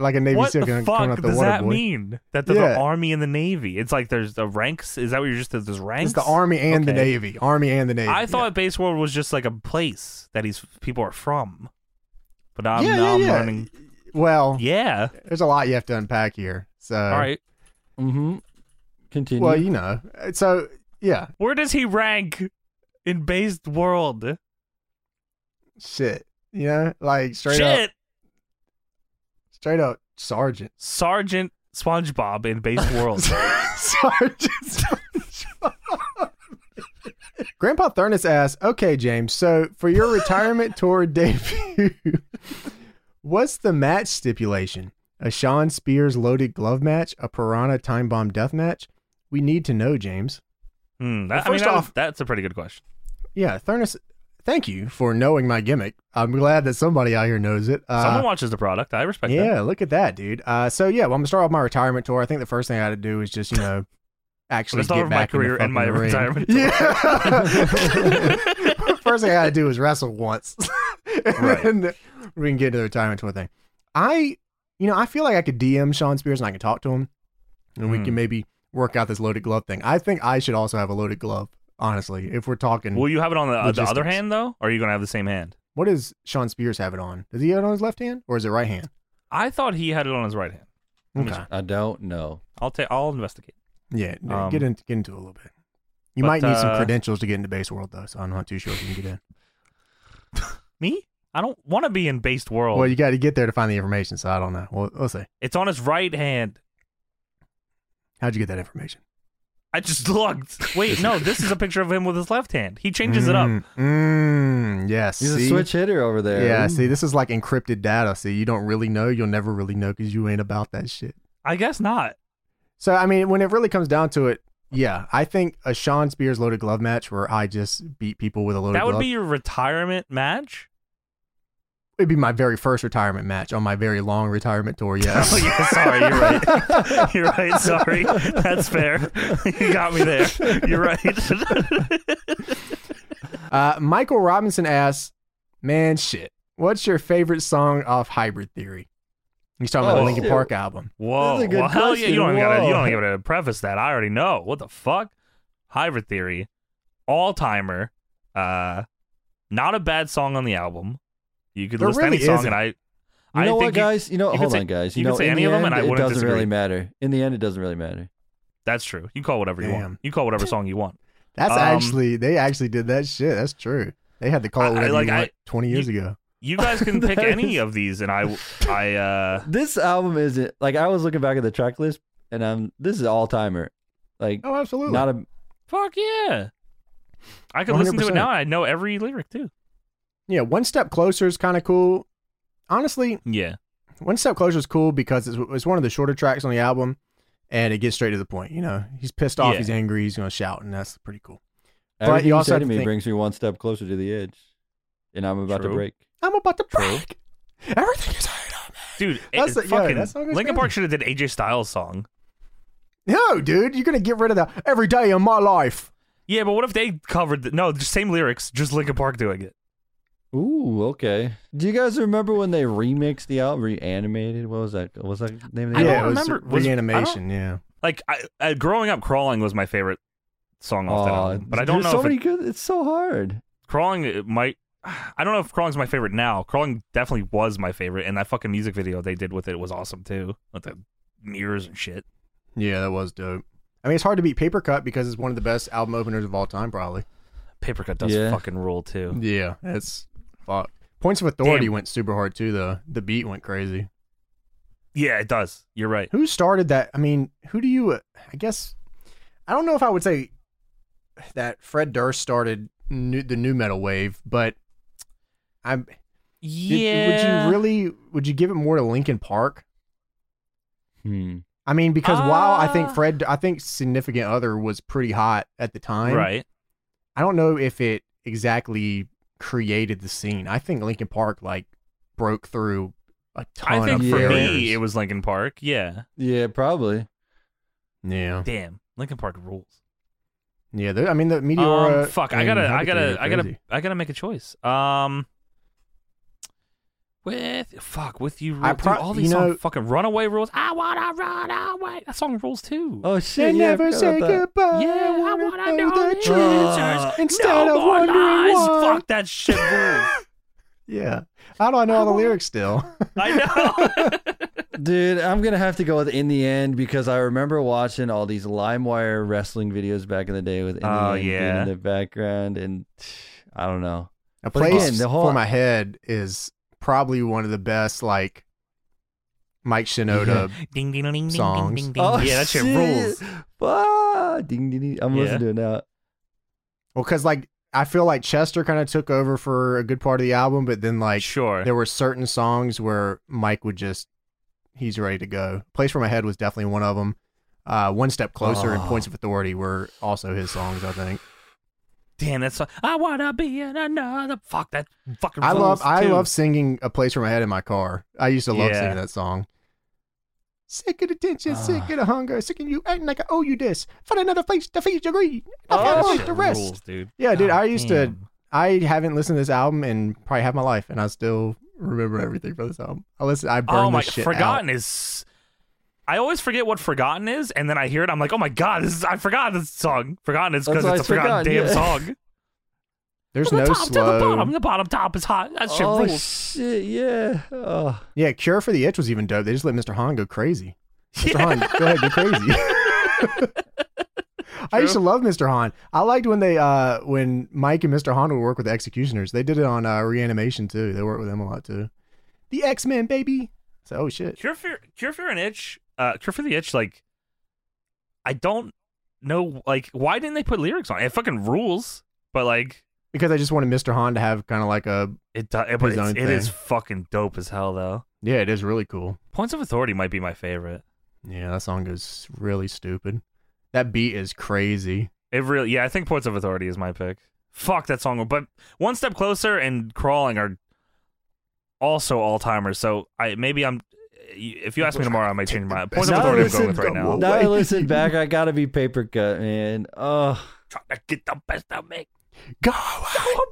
Like a Navy what SEAL the coming coming fuck out the does water that boy. mean? That there's Yeah. the army and the navy. It's like there's the ranks. Is that what you're just there's ranks? It's the Army and the Okay. Navy. Army and the Navy. I thought base world was just like a place that these people are from. But I'm, Yeah, yeah, now yeah. I'm learning. Well, Yeah. there's a lot you have to unpack here. So, All right. Mm-hmm. Continue. well, you know, so yeah, Where does he rank in based world? shit. You know, like straight up, Shit. straight up, Sergeant. Sergeant SpongeBob in based world. Sergeant. Grandpa Thurnis asks, "Okay, James. So for your retirement tour debut, what's the match stipulation? A Sean Spears loaded glove match? A Piranha time bomb death match? We need to know, James. Hmm, that- I mean, first that- off- that's a pretty good question. Yeah, Thurnis. Thank you for knowing my gimmick. I'm glad that somebody out here knows it. Uh, Someone watches the product. I respect yeah, that. look at that, dude. Uh, so yeah, well, I'm gonna start off my retirement tour. I think the first thing I got to do is just you know actually Let's start get with my back in the career and my fucking ring. retirement tour. Yeah. first thing I got to do is wrestle once, and Right. then we can get to the retirement tour thing. I, you know, I feel like I could DM Sean Spears and I can talk to him, and we Hmm. can maybe work out this loaded glove thing. I think I should also have a loaded glove. Honestly, if we're talking, Will you have it on the, uh, the other Logistics. hand though, or are you gonna have the same hand? what does Sean Spears have it on? Does he have it on his left hand or is it right hand? I thought he had it on his right hand. Let me Okay. I don't know. I'll take. I'll investigate. Yeah, no, Um, get into get into it a little bit. You but, might need some uh, credentials to get into base world though, so I'm not too sure if you can get in. Me? I don't want to be in based world. Well, you got to get there to find the information, so I don't know. Well, we'll see. it's on his right hand. How'd you get that information? I just looked. Wait, no, this is a picture of him with his left hand. He changes it up. Mm, Mm, yes. He's see? a switch hitter over there. Yeah, Ooh. see, this is like encrypted data. See, you don't really know. You'll never really know because you ain't about that shit. I guess not. So, I mean, when it really comes down to it, yeah, I think a Sean Spears loaded glove match where I just beat people with a Oh, loaded That would glove be your retirement match. it'd be my very first retirement match on my very long retirement tour. Yeah. Oh yeah, sorry, you're right. You're right, sorry. That's fair. You got me there. You're right. Uh, Michael Robinson asks, "Man, shit, what's your favorite song off Hybrid Theory?" He's talking about Oh, the Linkin shit. Park album. Whoa. That's a good well, hell yeah, you don't even gotta you don't question. even gotta preface that. I already know. What the fuck? Hybrid theory. All timer. Uh not a bad song on the album. You could There list any really song isn't. and I You I know think what, you- guys? You, know, you can hold say- on, guys. you You, can know, say in any the of them, and end, I it wouldn't doesn't disagree. really matter. In the end, it doesn't really matter. that's true. You call it whatever you Damn. want. You call it whatever song you want. That's Um, actually they actually did that shit. That's true. They had to call I- it I whatever like- you want I- twenty years ago. You guys can pick That any is- of these, and I, I, uh, This album isn't like I was looking back at the track list, and I'm this is all timer. Like Oh, absolutely. not a fuck yeah. I could listen to it 100%. now. and I know every lyric too. yeah, one step closer is kind of cool. Honestly, Yeah, one step closer is cool because it's, it's one of the shorter tracks on the album, and it gets straight to the point. You know, he's pissed off, Yeah. he's angry, he's gonna shout, and that's pretty cool. But you everything you also say have to to me think- brings me one step closer to the edge, and I'm about True. to break. I'm about to True. break. Everything is hard on me. dude. That's it, the- yeah, fucking that song is Linkin crazy. Park should have did AJ Styles song. No, dude, you're gonna get rid of that every day of my life. Yeah, but what if they covered the, no, the same lyrics, just Linkin Park doing it? Ooh, okay. Do you guys remember when they remixed the album, reanimated? What was that? What was that the name of the I yeah, don't it album? was remember- was- I don't- reanimation. yeah, Like, I, I growing up, crawling was my favorite song off that Aw, album. But I don't there's know So if it- many good. It's so hard. crawling it might. I don't know if crawling's my favorite now. Crawling definitely was my favorite, and that fucking music video they did with it was awesome too, with the mirrors and shit. yeah, that was dope. I mean, it's hard to beat Paper Cut because it's one of the best album openers of all time, probably. Papercut does Yeah. fucking rule too. Yeah, it's fuck. Points of Authority Damn. went super hard too. though. the beat went crazy. Yeah, it does. You're right. Who started that? I mean, who do you? I guess I don't know if I would say that Fred Durst started new, the new metal wave, but I'm. did- Would you really? Would you give it more to Linkin Park? Hmm. I mean, because while I Ah. think Fred, I think Significant Other was pretty hot at the time. right? I don't know if it exactly created the scene. I think Linkin Park like broke through a ton I think of for barriers. me it was Linkin Park. Yeah. Yeah, probably. yeah, Damn, Linkin Park rules. yeah. the- I mean, the Meteora. Um, fuck, I and gotta, I Habitary gotta, are I gotta, crazy. I gotta make a choice. Um, with fuck with you, I rule- pro- dude, all these you songs know- fucking runaway rules. I wanna run away. That song rules too. Oh They shit! Yeah, I never forgot say about that. goodbye. yeah, I I wanna wanna know the the truth. Uh, answers. instead no of more wondering lies. why. Fuck that shit rules. Yeah. How do I know all the lyrics still? I know. Dude, I'm gonna have to go with "In the End" because I remember watching all these LimeWire wrestling videos back in the day with "In the Oh, End" being yeah. in the background, and I don't know. A But again, place the whole- for my head is probably one of the best, like Mike Shinoda. ding ding ding ding Songs. ding ding ding. Oh, yeah, that shit, shit. rules. Ah, ding ding ding! I'm Yeah. listening to it now. well, because like I feel like Chester kind of took over for a good part of the album, but then like sure. there were certain songs where Mike would just he's ready to go. Place for my head was definitely one of them. Uh, one step closer and Oh. points of authority were also his songs. I think Damn, that's I wanna be in another. Fuck that fucking. I love rules, I too. love singing a place for my head in my car. I used to love Yeah. Ah. singing that song. Sick of the tension, sick of the hunger, sick of you acting like I owe you this. Find another place to feed your greed. I've got Oh, That a place Oh, shit to rest. rules, dude. Yeah, dude, God I used to- damn. I haven't listened to this album in probably half my life, and I still remember everything from this album. I listen, I burned Oh my, this shit out. forgotten is. I always forget what forgotten is, and then I hear it. I'm like, oh my god, this is I forgot this song. Forgotten is because That's why it's a it's forgotten, forgotten, damn yeah. song. There's From the no top to the bottom, slow. the bottom top is hot. That shit oh rules. shit! Yeah. Oh. Yeah, Cure for the Itch was even dope. They just let Mr. Han go crazy. Mr. Yeah. Han, go ahead, go crazy. I used to love Mr. Han. I liked when they uh when Mike and Mr. Han would work with the Executioners. They did it on uh, Reanimation too. They worked with them a lot too. The X Men, baby. So oh shit. Cure for Cure for an itch. Uh, Cure for the itch. Like, I don't know. Like, why didn't they put lyrics on it? It fucking rules. But like, Because I just wanted Mr. Han to have kind of like a it do- it, but His it's- own it is thing. fucking dope as hell though. yeah. It is really cool. Points of Authority might be my favorite. Yeah, that song goes really stupid. That beat is crazy. It really, yeah, I think Points of Authority is my pick. Fuck that song, but One Step Closer and Crawling are also all timers. So I maybe I'm. If you ask me tomorrow, I might change my Points of Now Authority. I'm going listen, with right now. Whoa. Now I Wait. listen back. I gotta be paper cut, man. Oh. Trying to get the best of me. Go All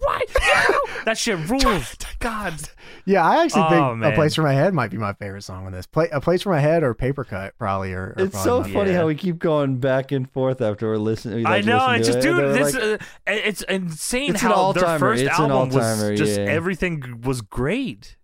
right, now. that shit rules. God, Yeah, I actually Oh, think man. "A Place for My Head" might be my favorite song on this. Play, "A Place for My Head" or "Paper Cut" probably. Or, It's so my funny favorite. how we keep going back and forth after we're listening. we, I like, know. listen It's to just, it, and dude, then we're this like, uh, it- it's insane It's an how their all-timer, first it's an album all-timer, was just yeah. everything was great.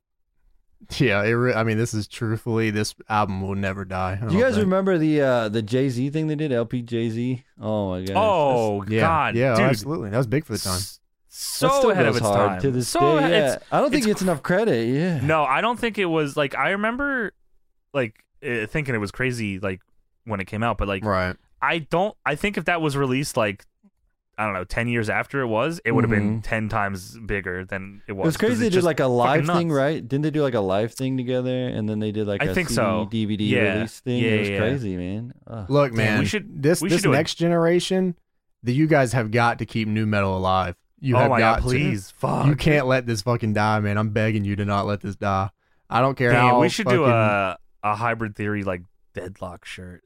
yeah. It re- I mean, this is truthfully this album will never die. I Do you don't guys think. remember the uh, the Jay Z thing they did? LP Jay Z. Oh my god. Oh Yeah, God, yeah, dude, absolutely. That was big for the time. S- That so still ahead of goes its hard time. To this so day, ahe- yeah. it's- I don't think it's it gets enough credit. Yeah. no, I don't think it was like I remember like eh, thinking it was crazy like when it came out, but like Right. I don't. I think if that was released like I don't know, ten years after it was, it would have Mm-hmm. been ten times bigger than it was. It was 'cause crazy. They did just like a live fucking thing, nuts. right? Didn't they do like a live thing together, and then they did like I a think CD, so. DVD Yeah. release thing? Yeah, it was yeah, yeah. crazy, man. Ugh. Look, Damn, man. we should- this we should this do a- next generation that you guys have got to keep new metal alive. You oh have my got god! to. Please, fuck. You can't let this fucking die, man. I'm begging you to not let this die. I don't care Damn, how. we should do fucking- a a hybrid theory like deadlock shirt.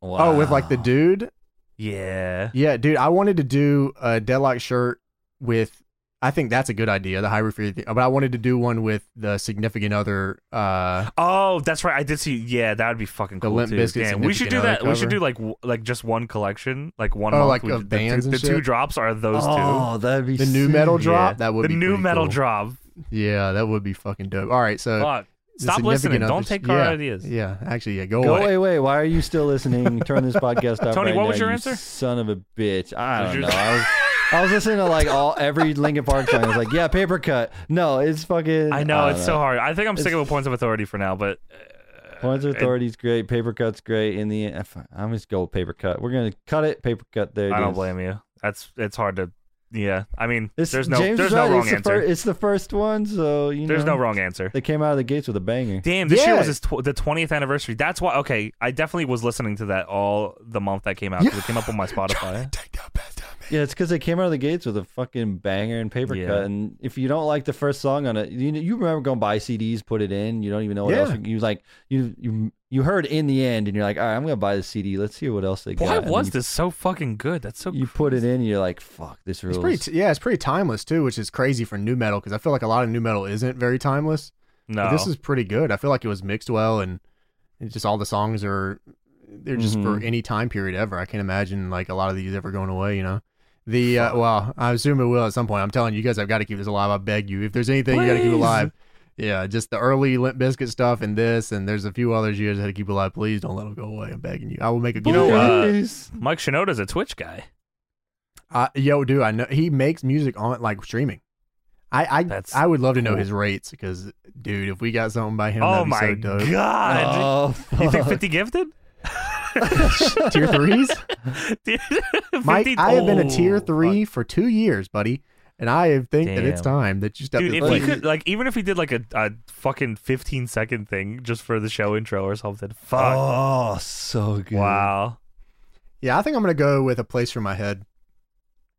Oh, with like the Wow. dude. Yeah. Yeah, dude. I wanted to do a deadlock shirt with. I think that's a good idea. The hybrid theory, thing, but I wanted to do one with the significant other. Uh, Oh, that's right. I did see. Yeah, that would be fucking The cool Limp too. Bizkit Damn, we should do that. significant We should undercover. do like w- like just one collection, like one Oh, month. like we, of the, bands two, and the two shit? drops are those Oh, that'd be the new metal two. drop. Yeah. That would the be new pretty metal cool. drop. Yeah, that would be fucking dope. All right, so Fuck. the Stop listening. significant Don't others- take our yeah, ideas. Yeah, actually, yeah. Go, Go away. away, Oh, wait. Why are you still listening? Turn this podcast off. Tony, right what was now, your you answer? Son of a bitch. I Was don't know. your- I was, I was listening to like all every Linkin Park song. I was like, yeah, paper cut. No, it's fucking. I know don't it's so hard. I think I'm sticking Uh, It's- with points of authority for now, but uh, Points of it- authority's great. Paper cut's great. In the end, fine, I'm just go with paper cut. We're gonna cut it. Paper cut. There. it I don't is. blame you. That's it's hard to. Yeah, I mean, It's, there's no James there's was no right. wrong it's the answer. fir- it's the first one, so you there's know no wrong answer. They came out of the gates with a banger. Damn, this year Yeah. was his tw- the 20th anniversary. That's why. Okay, I definitely was listening to that all the month that came out. 'cause It came up on my Spotify. Yeah, it's because they came out of the gates with a fucking banger and paper Yeah. cut. And if you don't like the first song on it, you you remember going buy CDs, put it in. You don't even know what Yeah. else you like. You you you heard in the end, and you're like, all right, I'm gonna buy the CD. Let's hear what else they got. Why And was you, this so fucking good? That's so. You put it in, and you're like, fuck, this rules. It's pretty, t- yeah, it's pretty timeless too, which is crazy for new metal because I feel like a lot of new metal isn't very timeless. no. But This is pretty good. I feel like it was mixed well, and it's just all the songs are they're just Mhm. Mm-hmm. for any time period ever. I can't imagine like a lot of these ever going away. You know, the uh, well, I assume it will at some point. I'm telling you guys, I've got to keep this alive. I beg you, if there's anything you got to keep Please. alive, yeah, just the early Limp Biscuit stuff and this, and there's a few others you guys had to keep alive. Please don't let them go away. I'm begging you. I will make a You know, good- uh, Please. Mike Shinoda's a Twitch guy. I, yo, dude, I know he makes music on like streaming. I I, That's I would love to know cool. his rates because, dude, if we got something by him, oh that'd be my so dope. god! oh, you think fuck. Fifty gifted? tier threes, Dude, 50 Mike. I have been a tier oh, three fuck. for two years, buddy, and I think that it's Damn. time that you step. Dude, to if the we plate. like- could, like, even if we did like a, a fucking 15 second thing just for the show intro or something, fuck. Oh, so good. wow. yeah, I think I'm gonna go with a place for my head.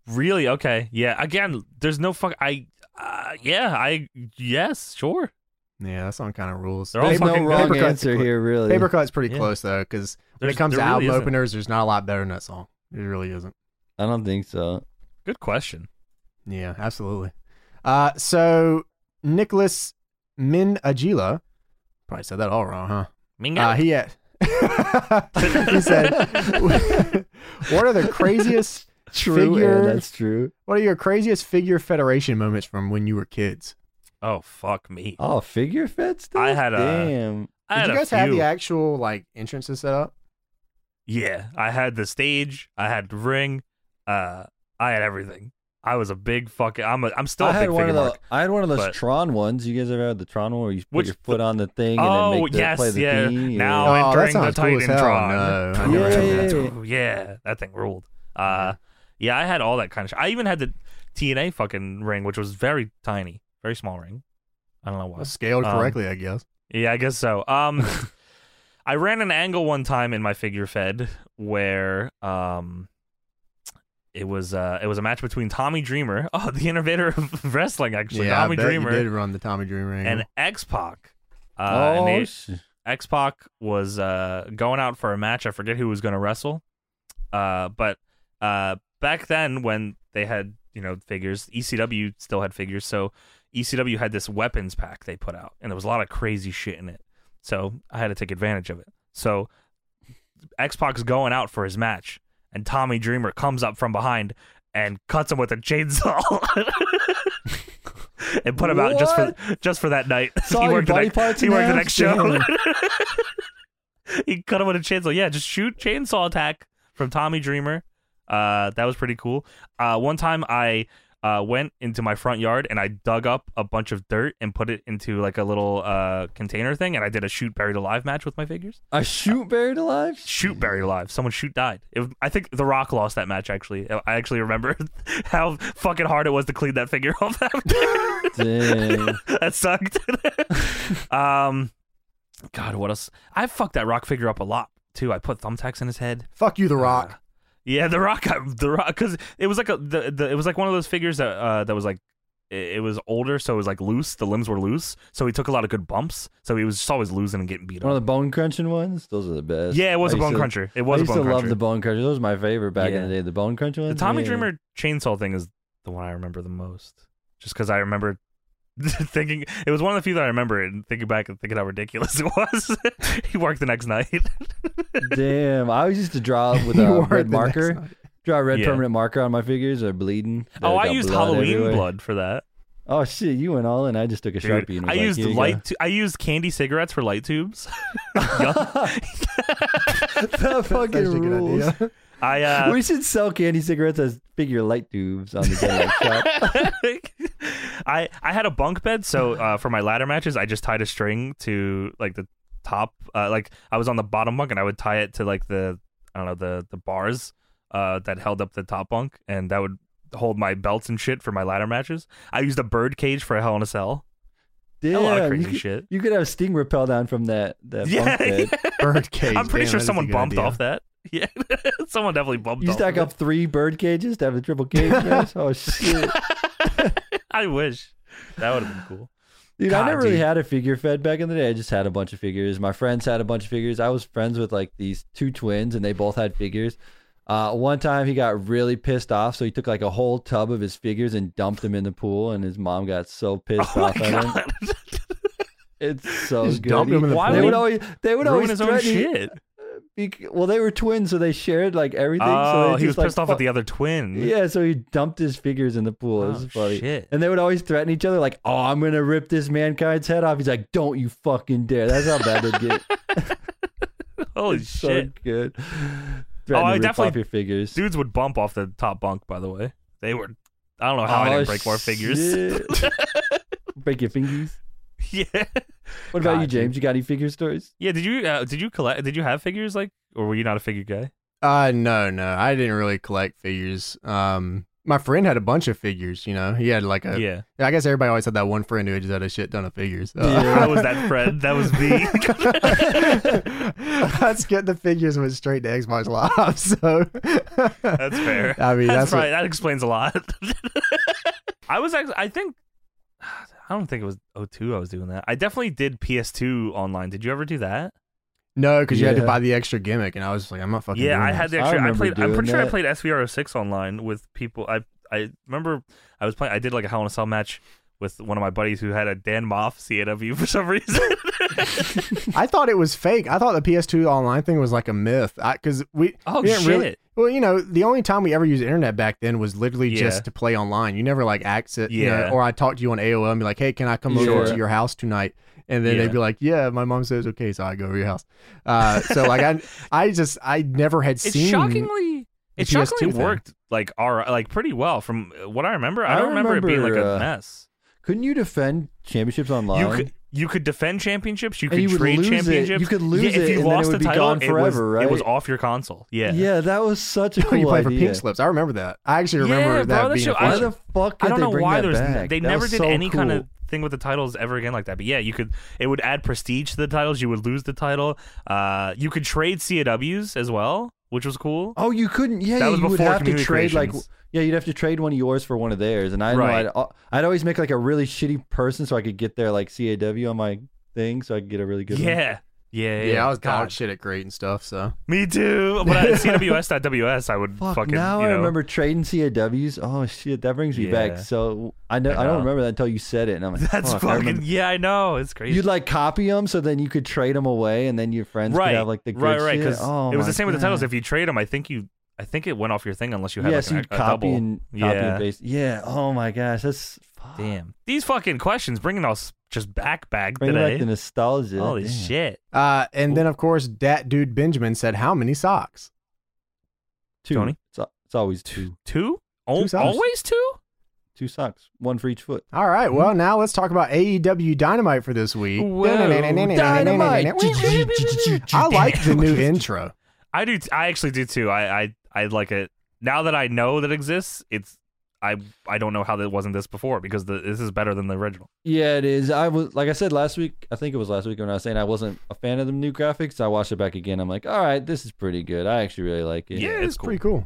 Really? Okay. Yeah. Again, there's no fuck. I. Uh, yeah. I. Yes. Sure. Yeah, that song kind of rules. They're all There's no fucking wrong paper cut's answer cl- here, really. Paper cut's pretty Yeah. close though, because when There's- it comes to there really album isn't. openers, there's not a lot better than that song. It really isn't. I don't think so. Good question. Yeah, absolutely. Uh, so Nicholas Minajila, probably said that all wrong, huh? Minga. Uh, he had, he said, "What are the craziest? True, yeah, Figure- that's true. What are your craziest figure federation moments from when you were kids? oh fuck me. Oh, figure fits. I had a- damn. Did I had you a guys have few. the actual like entrances set up? Yeah, I had the stage. I had the ring. Uh, I had everything. I was a big fucking. I'm a. I'm still I a had big one figure of those. mark. I had one of those but- Tron ones. You guys ever had the Tron one where you put Which- your foot on the thing and then Oh make the, yes, play the yeah. theme? Now uh, Oh, that entering the sounds cool as Titan hell. Tron. No, I never heard of that. Ooh, yeah, that thing ruled. Uh, yeah, I had all that kind of. Sh- I even had the TNA fucking ring, which was very tiny, very small ring. I don't know why. Well, scaled Um, correctly, I guess. Yeah, I guess so. Um, I ran an angle one time in my figure fed where um, it was uh, it was a match between Tommy Dreamer, oh, the innovator of wrestling, actually, yeah, Tommy I bet Dreamer, you did run the Tommy Dreamer angle. and X Pac. Uh, and oh, they- sh- X Pac was uh, going out for a match. I forget who was going to wrestle. Uh, but uh, back then, when they had you know figures, ECW still had figures. So ECW had this weapons pack they put out, and there was a lot of crazy shit in it. So I had to take advantage of it. So X Pac's going out for his match, and Tommy Dreamer comes up from behind and cuts him with a chainsaw. And put him out just for just for that night. Saw your worked the body next- parts he in worked the half? next show. Damn. he cut him with a chainsaw. Yeah, just shoot chainsaw attack from Tommy Dreamer. Uh, that was pretty cool. Uh, one time I uh, went into my front yard and I dug up a bunch of dirt and put it into like a little uh, container thing, and I did a shoot buried alive match with my figures. A shoot buried alive? Shoot buried alive. Someone shoot died. It, I think The Rock lost that match. Actually, I actually remember how fucking hard it was to clean that figure off. After. Dang. that sucked. um, God, what else? I fucked that Rock figure up a lot too. I put thumbtacks in his head. Uh, Fuck you, The Rock. Yeah, the Rock, got- the Rock, because it was like a the, the it was like one of those figures that uh, that was like it, it was older, so it was like loose. The limbs were loose, so he took a lot of good bumps. So he was just always losing and getting beat One of up. the bone crunching ones? Those are the best. Yeah, it was I a used bone to- cruncher. It I was a used bone to cruncher. love the bone cruncher. Those were my favorite back Yeah. in the day. The bone cruncher The ones. Tommy yeah. Dreamer chainsaw thing is the one I remember the most, just because I remember thinking it was one of the few that I remember and thinking back and thinking how ridiculous it was. he worked the next night. Damn, I always used to draw with You a are red the next marker. one. Draw a red Yeah. permanent marker on my figures. They're bleeding. They oh, I got used blood Halloween everywhere. blood for that. Oh shit, you went all in. I just took a Dude, sharpie and was I like, used "Here you go." light. tu- I used candy cigarettes for light tubes. that That's actually a fucking good rules. idea. I uh, we should sell candy cigarettes as figure light tubes on the deadlight shop. I I had a bunk bed, so uh, for my ladder matches, I just tied a string to like the top. Uh, like I was on the bottom bunk, and I would tie it to like the I don't know the the bars uh, that held up the top bunk, and that would hold my belts and shit for my ladder matches. I used a bird cage for a hell in a cell. Damn, a lot of you crazy could, shit. you could have sting repel down from that that Yeah, bunk bed. Birdcage. I'm pretty Damn, sure that is a someone good bumped idea. off that. Yeah, someone definitely bumped. You off stack of it. up three bird cages to have a triple cage match. Oh shit, I wish that would have been cool. dude! God, I never really dude. had a figure fed back in the day. I just had a bunch of figures. My friends had a bunch of figures. I was friends with like these two twins, and they both had figures. Uh, one time he got really pissed off, so he took like a whole tub of his figures and dumped them in the pool, and his mom got so pissed Oh off my at him. god! It's so Just good. dumped him in the Why they would would he always they would Ruin always his own threaten you- shit. bec- well, they were twins, so they shared like everything. so Oh, they he was just, like, pissed off at the other twin. fu- Yeah, so he dumped his figures in the pool. it was Oh, funny. shit. And they would always threaten each other, like, "Oh, I'm gonna rip this mankind's head off." He's like, "Don't you fucking dare!" That's how bad they get. Holy It's so shit! good. Oh, Threaten I to rip definitely- off your figures. Dudes would bump off the top bunk. By the way, they were. I don't know how I didn't Oh, break more figures. shit. break your fingers. yeah. What about God, you, dude. James? You got any figure stories? Yeah. Did you uh, did you collect? Did you have figures like, or were you not a figure guy? Uh, no, no, I didn't really collect figures. Um, my friend had a bunch of figures. You know, he had like a. yeah. I guess everybody always had that one friend who just had a shit ton of figures. Yeah. I was that friend. That was me. Let's get the figures went straight to Xbox Live. So That's fair. I mean, That's, that's, right. That explains a lot. I was actually, I think, I don't think it was 02 I was doing that. I definitely did PS2 online. Did you ever do that? What, no, because you had to Yeah. buy the extra gimmick, and I was just like, I'm not fucking. yeah, doing I this. had the I extra. I, remember played. I'm doing pretty sure I that. played SVR06 online with people. I I remember I was playing. I did like a Hell in a Cell match with one of my buddies who had a Dan Moff CNW for some reason. I thought it was fake. I thought the PS2 online thing was like a myth. Because we. Oh, we didn't Really, shit. well, you know, the only time we ever used internet back then was literally Yeah. just to play online. You never like access. You know, Yeah. or I talk to you on AOL and be like, hey, can I come over Sure. to your house tonight? And then Yeah. they'd be like, yeah, my mom says, okay, so I go over to your house. Uh, so, like, I I just, I never had it's seen. shockingly. It PS2 shockingly thing. worked like our like pretty well from what I remember. I I don't remember, it being like remember, a uh, mess. Couldn't you defend championships online? You could you could defend championships. You And could you would trade lose it. championships. You could lose yeah, it, if you and then it lost would the be title. gone forever, it was, right? it was off your console. Yeah. Yeah, that was such a cool you play for idea. pink slips. I remember that. I actually Yeah, remember that bro, that being shit- a I- Why feature. the fuck did I don't they know bring why that there's back? they That never was did so any kind cool. of thing with the titles ever again like that. But yeah, you could it would add prestige to the titles. You would lose the title. Uh, you could trade CAWs as well, which was cool. Oh, you couldn't. Yeah, That yeah, was you would before have to Community trade like. Creations. Yeah, you'd have to trade one of yours for one of theirs, and I know Right. I'd, al- I'd always make like a really shitty person so I could get their like CAW on my thing so I could get a really good one. yeah. yeah, yeah, yeah, I was God. dog shit at great and stuff. So Me too. But at CWS.WS, I would Fuck, fucking. now you I know, remember trading CAWs. Oh shit, that brings me Yeah. back. So I know, I I, don't know. remember that until you said it, and I'm like, That's fuck, I fucking. remember. yeah, I know. It's crazy. You'd like copy them, so then you could trade them away, and then your friends right. could have like the good right, right. shit. Oh, it was my the same with the God. titles. If you trade them, I think you. I think it went off your thing unless you had yeah, like so an- you'd a copy double. and copy Yeah. and paste. Yeah. Oh my gosh, that's fuck. Damn. These fucking questions bringing us just back back Bring today. back the nostalgia. Holy Damn. shit. Uh, and then of course, that dude Benjamin said, "How many socks?" Two. Tony? It's, al- it's always two. Two? Al- Two sides. always two? two socks, one for each foot. All right. Well, now let's talk about AEW Dynamite for this week. Dynamite. I like the new intro. I do. T- I actually do too. I, I I like it now that I know that it exists. It's I I don't know how that wasn't this before because the, this is better than the original. Yeah, it is. I was like I said last week. I think it was last week when I was saying I wasn't a fan of the new graphics. I watched it back again. I'm like, all right, this is pretty good. I actually really like it. Yeah. it's, it's cool. pretty cool.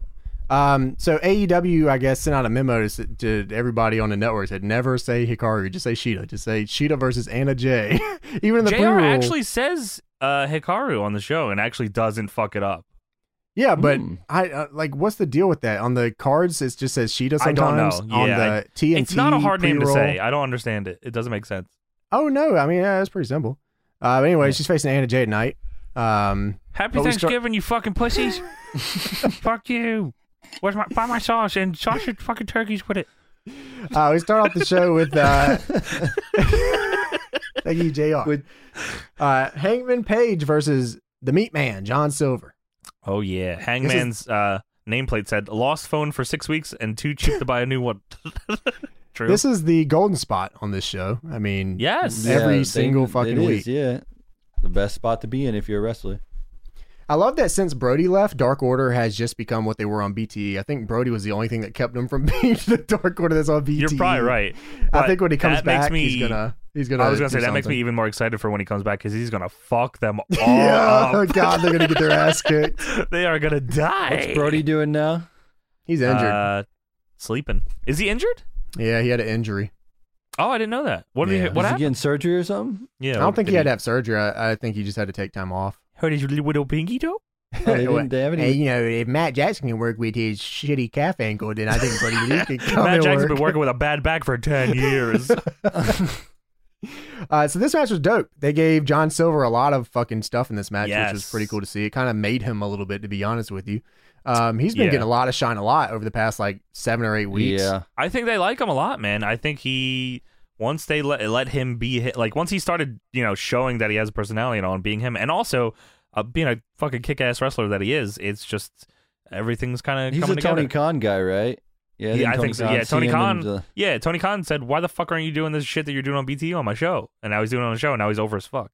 Um, so AEW, I guess, sent out a memo to, s- to everybody on the network said never say Hikaru, just say Sheeta, just say Sheeta versus Anna J. Even in the Jr. pre-roll, actually says uh, Hikaru on the show and actually doesn't fuck it up. yeah, but Hmm. I uh, like what's the deal with that on the cards? It just says Sheeta I don't know. sometimes on Yeah, I- the TNT. it's not a hard name to pre-roll. say. I don't understand it. It doesn't make sense. Oh no, I mean yeah, it's pretty simple. Uh, but anyway, she's facing Anna J tonight. Um, Happy But we start- Thanksgiving, you fucking pussies. Fuck you. Where's my buy my sauce and sausage fucking turkeys with it? uh, we start off the show with uh, thank you, Jr. With- uh, Hangman Page versus the Meat Man, John Silver. Oh yeah. Hangman's uh nameplate said lost phone for six weeks and too cheap to buy a new one. True. This is the golden spot on this show. I mean, yes. Yeah. Every they- single it fucking is, week. yeah, the best spot to be in if you're a wrestler. I love that since Brody left, Dark Order has just become what they were on BTE. I think Brody was the only thing that kept them from being the Dark Order that's on BTE. You're probably right. I But think when he comes that makes back, he's me- gonna he's gonna. I was gonna do say that makes me something. even more excited for when he comes back because he's gonna fuck them all Yeah, oh up. God, they're gonna get their ass kicked. they are gonna die. What's Brody doing now? He's injured. Uh, sleeping. Is he injured? yeah, he had an injury. Oh, I didn't know that. What did Yeah. he? What is he happened? getting surgery or something? Yeah. I don't think he had to That. have surgery. I, I think he just had to take time off. Hurt his little pinky toe. Oh, they didn't, they haven't even- you know, if Matt Jackson can work with his shitty calf ankle, then I think Brody Lee can come Matt and Jackson's work. been working with a bad back for ten years. Uh, so this match was dope. They gave John Silver a lot of fucking stuff in this match, which was Yes. pretty cool to see. It kind of made him a little bit, to be honest with you. Um, he's been Yeah. getting a lot of shine a lot over the past like seven or eight weeks. Yeah, I think they like him a lot, man. I think he once they let let him be hi- like once he started, you know, showing that he has a personality and all, and being him, and also uh, being a fucking kick ass wrestler that he is. It's just everything's kind of he's a coming together. Tony Khan guy, right? Yeah, Yeah, didn't I think so. Yeah, see Tony him in Khan- the- yeah, Tony Khan said, "Why the fuck aren't you doing this shit that you're doing on BT on my show?" And now he's doing it on the show, and now he's over as fuck.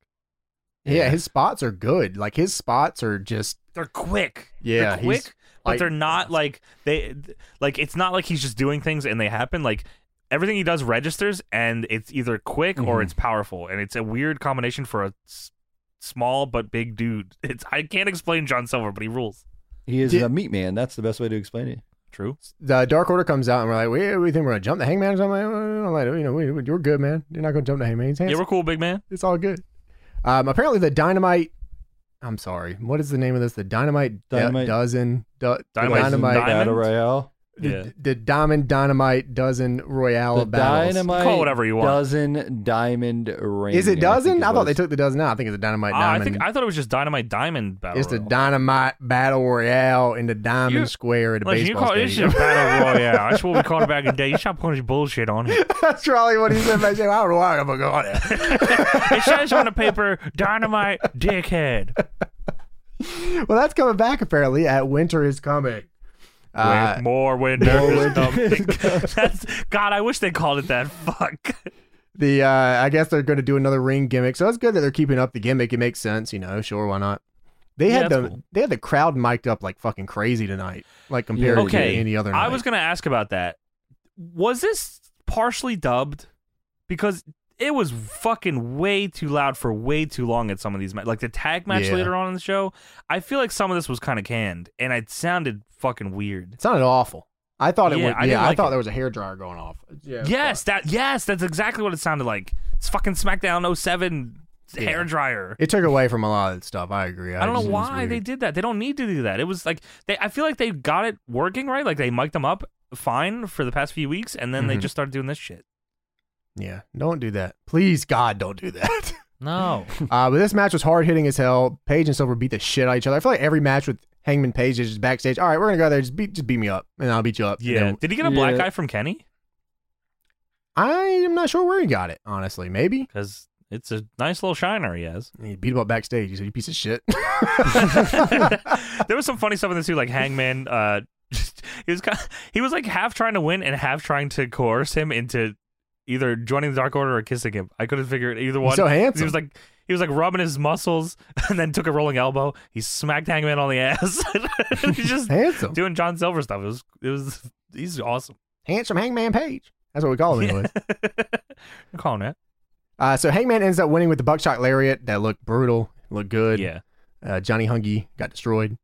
Yeah, his spots are good. Like his spots are just They're quick. Yeah, they're he's- quick, but like- they're not like they like. It's not like he's just doing things and they happen. Like everything he does registers, and it's either quick Mm-hmm. or Mhm. it's powerful, and it's a weird combination for a s- small but big dude. It's I can't explain John Silver, but he rules. He is Did- a meat man. That's the best way to explain it. True. the Dark Order comes out and we're like, we, we think we're gonna jump the Hangman or something. I'm like, you know, we, we- you're good, man. You're not gonna jump the Hangman. He's Yeah, handsome. we're cool, big man. it's all good. Um, apparently the Dynamite. I'm sorry. What is the name of this? The Dynamite, Do- Dynamite- dozen. Do- the Dynamite- Dynamite battle Diamond? royale. The, Yeah. the Diamond Dynamite dozen Royale The battles. dynamite. Call it whatever you want. Dozen diamond ring. Is it I think dozen? I, thought they was. took the dozen out. I think it's a Dynamite Ah, I Diamond. think I thought it was just Dynamite Diamond Battle. it's the Royale. Dynamite Battle Royale in the Diamond You- Square at a Listen, you baseball call this stadium. a battle royale. That's what we called it back in the day. You stop putting this bullshit on here. That's probably what he said. back then. I don't know why I'm going there. It says on the paper, "Dynamite Dickhead." Well, that's coming back apparently at Winter is Coming. Uh, With more windows. windows. That's, God, I wish they called it that. Fuck. the uh, I guess they're going to do another ring gimmick, so it's good that they're keeping up the gimmick. It makes sense, you know. Sure, why not? They Yeah, had that's the cool. they had the crowd mic'd up like fucking crazy tonight, like compared Yeah, Okay, to any other. I night. was gonna ask about that. Was this partially dubbed? Because it was fucking way too loud for way too long at some of these matches. Like the tag match Yeah. later on in the show, I feel like some of this was kind of canned, and it sounded fucking weird. It sounded awful. I thought it Yeah, would. I didn't yeah, I like thought it. there was a hair dryer going off. Yeah. Yes, that yes, that's exactly what it sounded like. It's fucking SmackDown 07 hair dryer. It took away from a lot of that stuff. I agree. I don't know just- it was why they weird. did that. They don't need to do that. It was like they. I feel like they got it working right. Like they mic'd them up fine for the past few weeks, and then they Mhm. just started doing this shit. Yeah, don't do that. Please, God, don't do that. No, uh, but this match was hard hitting as hell. Paige and Silver beat the shit out of each other. I feel like every match with Hangman Page is just backstage. All right, we're gonna go out there. Just beat, just beat me up, and I'll beat you up. And yeah. then- Did he get a black Yeah. eye from Kenny? I am not sure where he got it. Honestly, maybe Because it's a nice little shiner he has. he beat him up backstage. He said, "You piece of shit." there was some funny stuff in this too, like Hangman. Uh, just he was kind he was like half trying to win and half trying to coerce him into either joining the Dark Order or kissing him. I couldn't figure it either one. so handsome. he was like he was like rubbing his muscles and then took a rolling elbow. He smacked Hangman on the ass. He's just handsome, doing John Silver stuff. It was it was he's awesome. handsome Hangman Page. That's what we call him, anyways. Call him that. Uh, so Hangman ends up winning with the buckshot lariat that looked brutal, looked good. Yeah. Uh, Johnny Hungy got destroyed.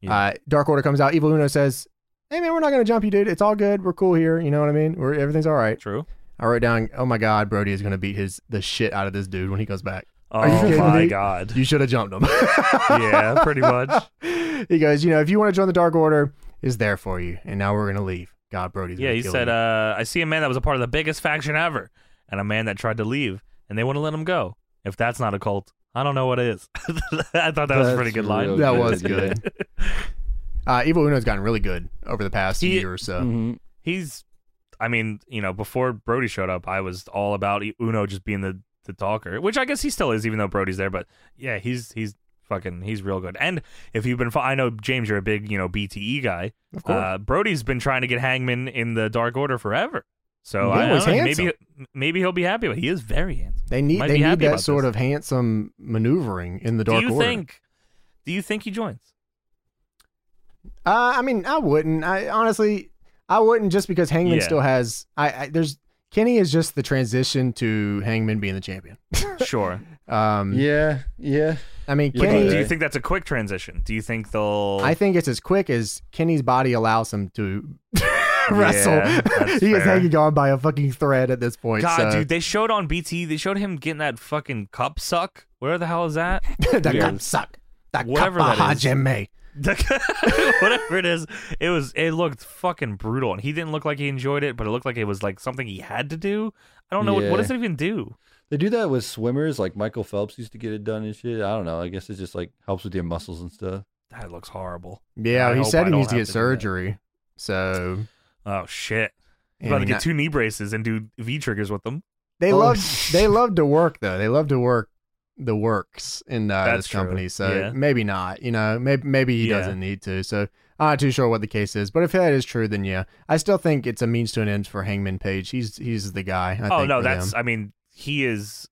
Yeah. Uh, Dark Order comes out. Evil Uno says, "Hey man, we're not gonna jump you, dude. It's all good. We're cool here. You know what I mean? We're everything's all right." True. I wrote down, "Oh my God, Brody is gonna beat his the shit out of this dude when he comes back. Oh you kidding my me? god. You should have jumped him." yeah, pretty much. he goes, "You know, if you want to join the Dark Order, it's there for you." And now we're gonna leave. God, Brody's. Yeah, gonna he kill said, you. uh, I see a man that was a part of the biggest faction ever, and a man that tried to leave, and they wouldn't let him go. If that's not a cult, I don't know what is. I thought that was a pretty That's good line. real "That good, was yeah. good." uh, Evil Uno's gotten really good over the past He- year or so. Mhm. He's, I mean, you know, before Brody showed up, I was all about E- Uno just being the, the talker, which I guess he still is, even though Brody's there. But yeah, he's he's fucking he's real good. And if you've been, fo- I know James, you're a big you know BTE guy. Of course. Uh, Brody's been trying to get Hangman in the Dark Order forever. So Yeah, I, I he's don't know, maybe maybe he'll be happy. But he is very handsome. They need Might they be need happy that about sort this. of handsome maneuvering in the do dark you order. think do you think he joins Uh, I mean, I wouldn't. I honestly, I wouldn't just because Hangman Yeah. still has. I, I there's Kenny is just the transition to Hangman being the champion. sure Um, Yeah, yeah. I mean Yeah, Kenny. do you Okay. think that's a quick transition do you think they'll I think it's as quick as Kenny's body allows him to wrestle. Yeah, that's he is fair. hanging on by a fucking thread at this point. god so- dude they showed on bt they showed him getting that fucking cup suck where the hell is that that Yeah. cup suck. That Whatever cup that is. Hajime. The- whatever it is it was it looked fucking brutal and he didn't look like he enjoyed it but it looked like it was like something he had to do i don't know what, what Yeah. does it even do They do that with swimmers, like Michael Phelps used to get it done and shit. I don't know. I guess it just like helps with your muscles and stuff. that looks horrible Yeah, I he hope I said he don't needs to have get to do that. surgery. So oh shit I about to mean, get I- two knee braces and do v triggers with them They Oh, love shit. they love to work though. They love to work the works in uh, That's this true. company. So Yeah. maybe not. You know, maybe maybe he Yeah. doesn't need to. So I'm not too sure what the case is. But if that is true, then yeah, I still think it's a means to an end for Hangman Page. He's he's the guy. I oh think, no, for that's. them. I mean, he is.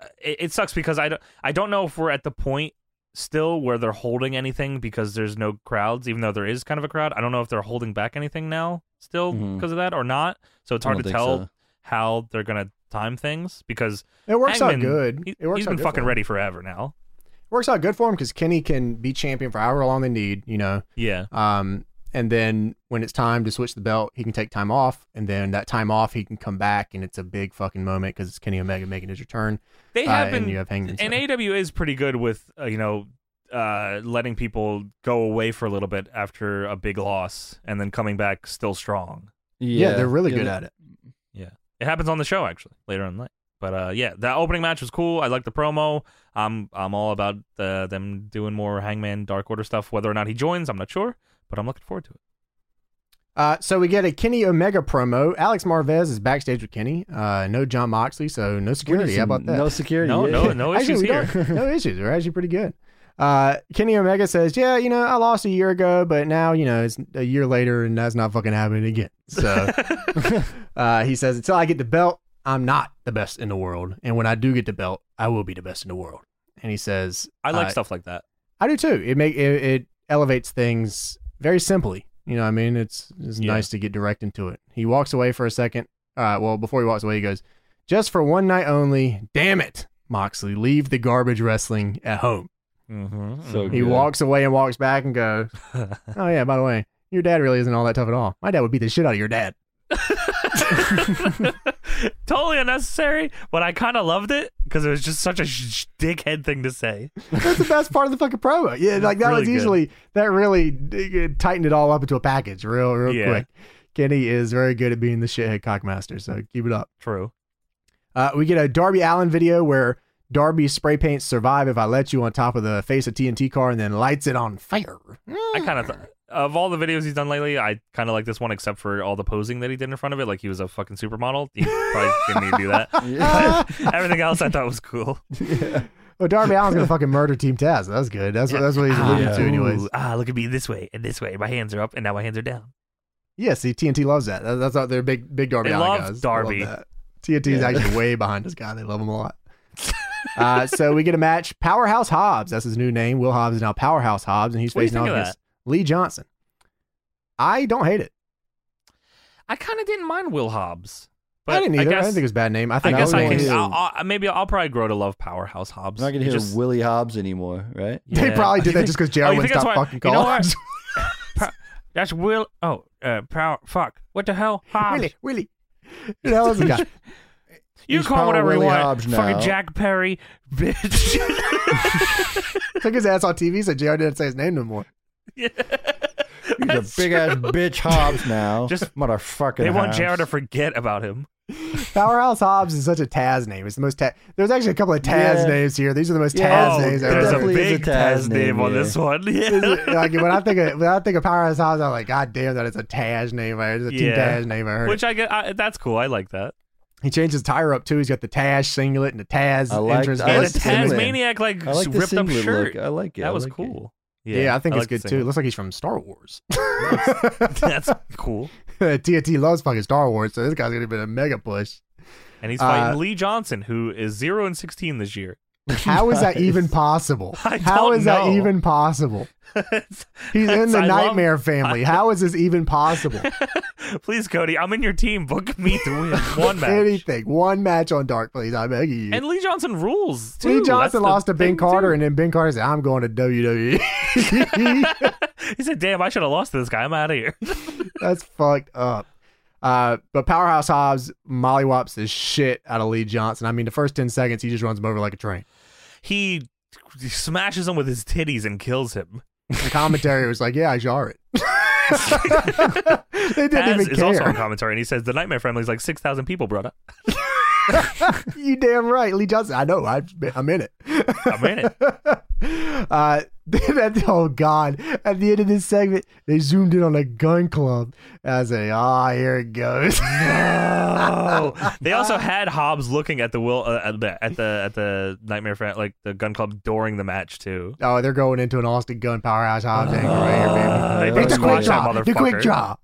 uh, It, it sucks because I don't. I don't know if we're at the point still where they're holding anything because there's no crowds, even though there is kind of a crowd. I don't know if they're holding back anything now still because Mm-hmm. Mhm. of that or not. So it's I hard don't to think tell so. how they're gonna time things because it works Hangman, out good. He, it works has out been good fucking for him. ready forever now. Works out good for him because Kenny can be champion for however long they need. You know, Yeah, Um, and then when it's time to switch the belt, he can take time off, and then that time off he can come back, and it's a big fucking moment because it's Kenny Omega making his return. they uh, have been. and you have Hangman. and so. AW is pretty good with uh, you know uh, letting people go away for a little bit after a big loss and then coming back still strong. yeah, they're really Yeah, good they- at it. It happens on the show actually later on the night. But uh, yeah, that opening match was cool. I like the promo. I'm I'm all about uh, them doing more Hangman Dark Order stuff. Whether or not he joins, I'm not sure, but I'm looking forward to it. Uh, so we get a Kenny Omega promo. Alex Marvez is backstage with Kenny. Uh, no John Moxley, so no We need security. How some- about that? No security. No, yeah. no, no issues Actually, we here. don't- no issues. We're actually pretty good. Uh, Kenny Omega says, "Yeah, you know, I lost a year ago, but now you know it's a year later, and that's not fucking happening again." So uh, he says, "Until I get the belt, I'm not the best in the world, and when I do get the belt, I will be the best in the world." And he says, I like uh, stuff like that. I do too. It make it, it elevates things very simply. You know, what I mean, it's it's Yeah. nice to get direct into it. He walks away for a second. Uh, well, before he walks away, he goes, "Just for one night only." Damn it, Moxley, leave the garbage wrestling at home. Mm-hmm. So He Yeah. walks away and walks back and goes, "Oh yeah, by the way, your dad really isn't all that tough at all. My dad would beat the shit out of your dad." Mm-hmm. totally unnecessary, but I kind of loved it because it was just such a sh- sh- dickhead thing to say. That's the best part of the fucking promo. Yeah, like that Really was good. usually that really it tightened it all up into a package, real real Yeah. quick. Kenny is very good at being the shithead cockmaster, so keep it up. True. Uh, we get a Darby Allen video where Darby spray paints "Survive If I Let You" on top of the face of TNT car and then lights it on fire. I kind of th- of all the videos he's done lately, I kind of like this one, except for all the posing that he did in front of it. Like he was a fucking supermodel. He probably didn't need to do that. Yeah. Everything else I thought was cool. Oh, Darby Allen's gonna fucking murder Team Taz. That was good. That's that's what he's alluding Yeah. to, anyways. Ooh, ah, look at me this way and this way. My hands are up and now my hands are down. Yeah, see, TNT loves that. That- That's out there. Big, big Darby They Allin love guys. Darby. Love that. TNT is Yeah. actually way behind this guy. They love him a lot. uh, so we get a match. Powerhouse Hobbs. That's his new name. Will Hobbs is now Powerhouse Hobbs, and he's What do you facing think off of against Lee Johnson. I don't hate it. I kind of didn't mind Will Hobbs. But I didn't either. I, guess, didn't think it was a bad name. I I think guess I I was can. gonna- I'll, I'll, maybe I'll probably grow to love Powerhouse Hobbs. I'm not gonna It hear just- Willie Hobbs anymore, right? they Yeah. probably did that just because JR Oh, you wouldn't think that's stop why- fucking you know calling. what? That's Will. Oh, uh, power. Fuck. What the hell? Hobbs. Willie, Willie. Who the hell is the guy? You He's call Power whatever Willie you want. Hobbs Fucking now. Jack Perry, bitch. Took his ass off TV, so JR didn't say his name no more. He's a big ass bitch Hobbs now. Just- motherfucking. they want Hobbs. Jared to forget about him. Powerhouse Hobbs is such a Taz name. It's the most Taz. There's actually a couple of Taz Yeah. names here. These are the most Yeah. Taz oh, names there ever. there's a definitely is a big Taz Taz name name, on yeah. this one. Is Yeah. it- like when I think of when I think of Powerhouse Hobbs, I'm like, God damn, that is a Taz name. Right? It's a Team Yeah. Taz name. I heard. Which I get. I, that's cool. I like that. it. He changed his tire up too. He's got the Taz singlet and the Taz I like- entrance. I And vest. the like the singlet. Tasmaniac like, I like the ripped up singlet shirt. look. I like it. I that was like it. cool. yeah, I think I it's like good too. It the singlet. looks like he's from Star Wars. That's cool. TNT loves fucking Star Wars, so this guy's gonna be a mega push. And he's Uh, fighting Lee Johnson, who is zero and sixteen this year. How is that Nice. even possible? I How don't is that know. even possible? He's in the I love- nightmare family. How is this even possible? Please, Cody, I'm in your team. Book me to win one match. Anything. One match on Dark, please. I beg you. And Lee Johnson rules. Too. Lee That's the Johnson lost to Ben thing, Carter, too. and then Ben Carter said, "I'm going to E." WWE." He said, "Damn, I should have lost to this guy. I'm out of here." That's fucked up. Uh, but Powerhouse Hobbs mollywops the shit out of Lee Johnson. I mean, the first ten seconds, he just runs him over like a train. he smashes him with his titties and kills him. The commentary was like, "Yeah, I jar it." they didn't Taz even is also on care. commentary, and he says, "The Nightmare Family is like six thousand people, brother. you damn right, Lee Johnson. I know. I've been- I'm in it. I'm in it." uh, that, oh God! At the end of this segment, they zoomed in on a gun club. And I say, "Ah, here it goes." Oh, they also had Hobbs looking at the will uh, at the at the at the Nightmare Family, like the Gun Club during the match too. Oh, they're going into an Austin Gun Powerhouse Hobbs angle right They here, Uh, baby. better It's a quick squash that draw. The quick motherfucker. draw.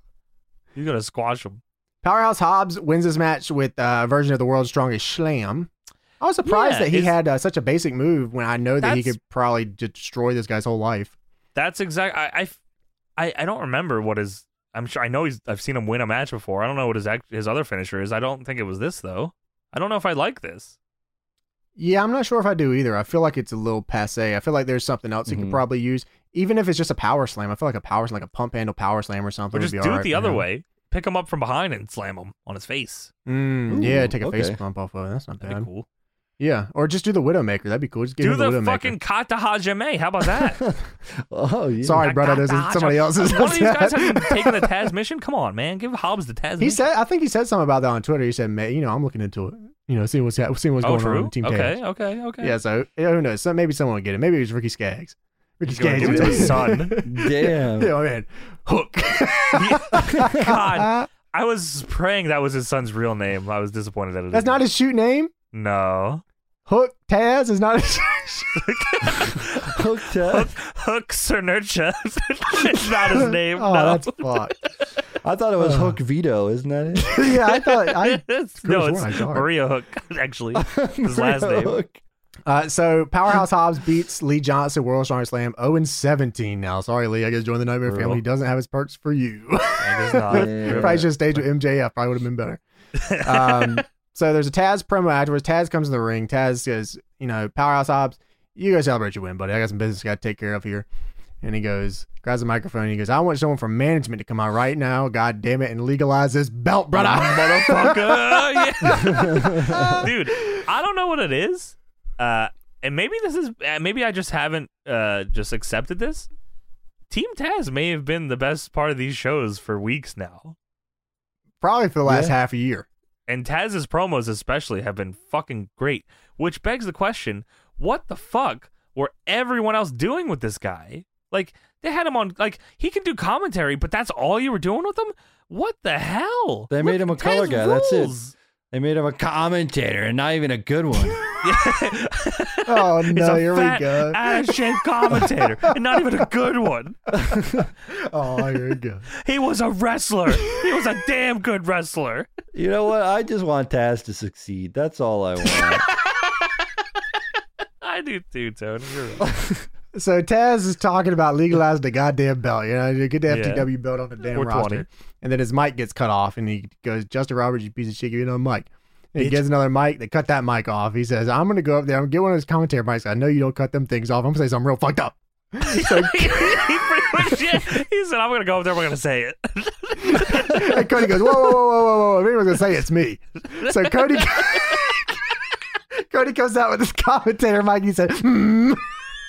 You're gonna squash him. Powerhouse Hobbs wins this match with uh, a version of the world's strongest slam. I was surprised Yeah, that he it's- had uh, such a basic move when I know that he That's- could probably destroy this guy's whole life. That's exact. I, I f- I I don't remember what his. I'm sure I know he's. I've seen him win a match before. I don't know what his act, his other finisher is. I don't think it was this though. I don't know if I like this. Yeah, I'm not sure if I do either. I feel like it's a little passe. I feel like there's something else he could Mm-hmm. Mhm. probably use, even if it's just a power slam. I feel like a power slam, like a pump handle power slam or something. Or would just be do all it right the for other him. way. Pick him up from behind and slam him on his face. Mm, yeah, Ooh, take a okay. face pump off of it. That's not That'd bad. be cool. Yeah, or just do the Widowmaker. That'd be cool. Just give Do him the, the Widowmaker. fucking kata hajime. How about that? oh yeah. Sorry, brother. There's Kata somebody Hajime. else's. One of these guys hasn't taken the Taz mission. Come on, man. Give Hobbs the Taz. He mission. said, I think he said something about that on Twitter. He said, "Man, you know, I'm looking into it. You know, seeing what's ha- seeing what's "Oh, going on true. with Team okay, Taz." okay, okay. Yeah, so yeah, who knows? So maybe someone will get it. Maybe it was Ricky Skaggs. Ricky He's gonna Skaggs give it to his son. Damn. yeah, man. Hook. God, I was praying that was his son's real name. I was disappointed that it. That's not his shoot name. No. Hook Taz is not his. Hooked up. Hooks or nurture. it's not his name. oh, no. that's fucked. I thought it was Hook Vito, isn't that it? yeah, I thought I. It's- Screw no, this one, I it's saw it. Maria Hook, actually. His last name. Hook. Uh, so Powerhouse Hobbs beats Lee Johnson World Strongest Slam 0 and 17 now. Sorry, Lee. I guess join the Nightmare Brutal. Family. He doesn't have his perks for you. I guess not. Uh, Yeah. Probably Right. should have stayed with MJF. Probably would have been better. Um, so there's a Taz promo afterwards. Taz comes in the ring. Taz says, you know, Powerhouse Hobbs, you go celebrate your win, buddy. I got some business I got to take care of here. And he goes, grabs the microphone. And he goes, I want someone from management to come out right now, god damn it, and legalize this belt, brother. Motherfucker. Yeah. Dude, I don't know what it is. Uh, and maybe this is uh, maybe I just haven't uh, just accepted this. Team Taz may have been the best part of these shows for weeks now. Probably for the last Yeah. half a year. And Taz's promos especially have been fucking great, which begs the question, what the fuck were everyone else doing with this guy? Like they had him on like he can do commentary, but that's all you were doing with him? What the hell? They made him a color guy, that's it. They made him a commentator and not even a good one. Oh He's no, a here fat, we go. ass-shaped commentator, and not even a good one. Oh, here we go. He was a wrestler. He was a damn good wrestler. you know what? I just want Taz to succeed. That's all I want. I do too, Tony. You're right. So Taz is talking about legalizing the goddamn belt. You know, you get the Yeah. FTW belt on the damn Or 20. roster, and then his mic gets cut off, and he goes, "Justin Roberts, you piece of shit, give me another mic." And he Bitch. gets another mic. They cut that mic off. He says, "I'm gonna go up there. I'm gonna get one of those commentary mics. I know you don't cut them things off. I'm gonna say something real fucked up." he, pretty much, yeah, he said, "I'm gonna go up there. We're gonna say it." And Cody goes, whoa, whoa, whoa, whoa, whoa, whoa. If anyone's going to say it, it's me. So Cody Cody comes out with his commentator mic. He said, hmm.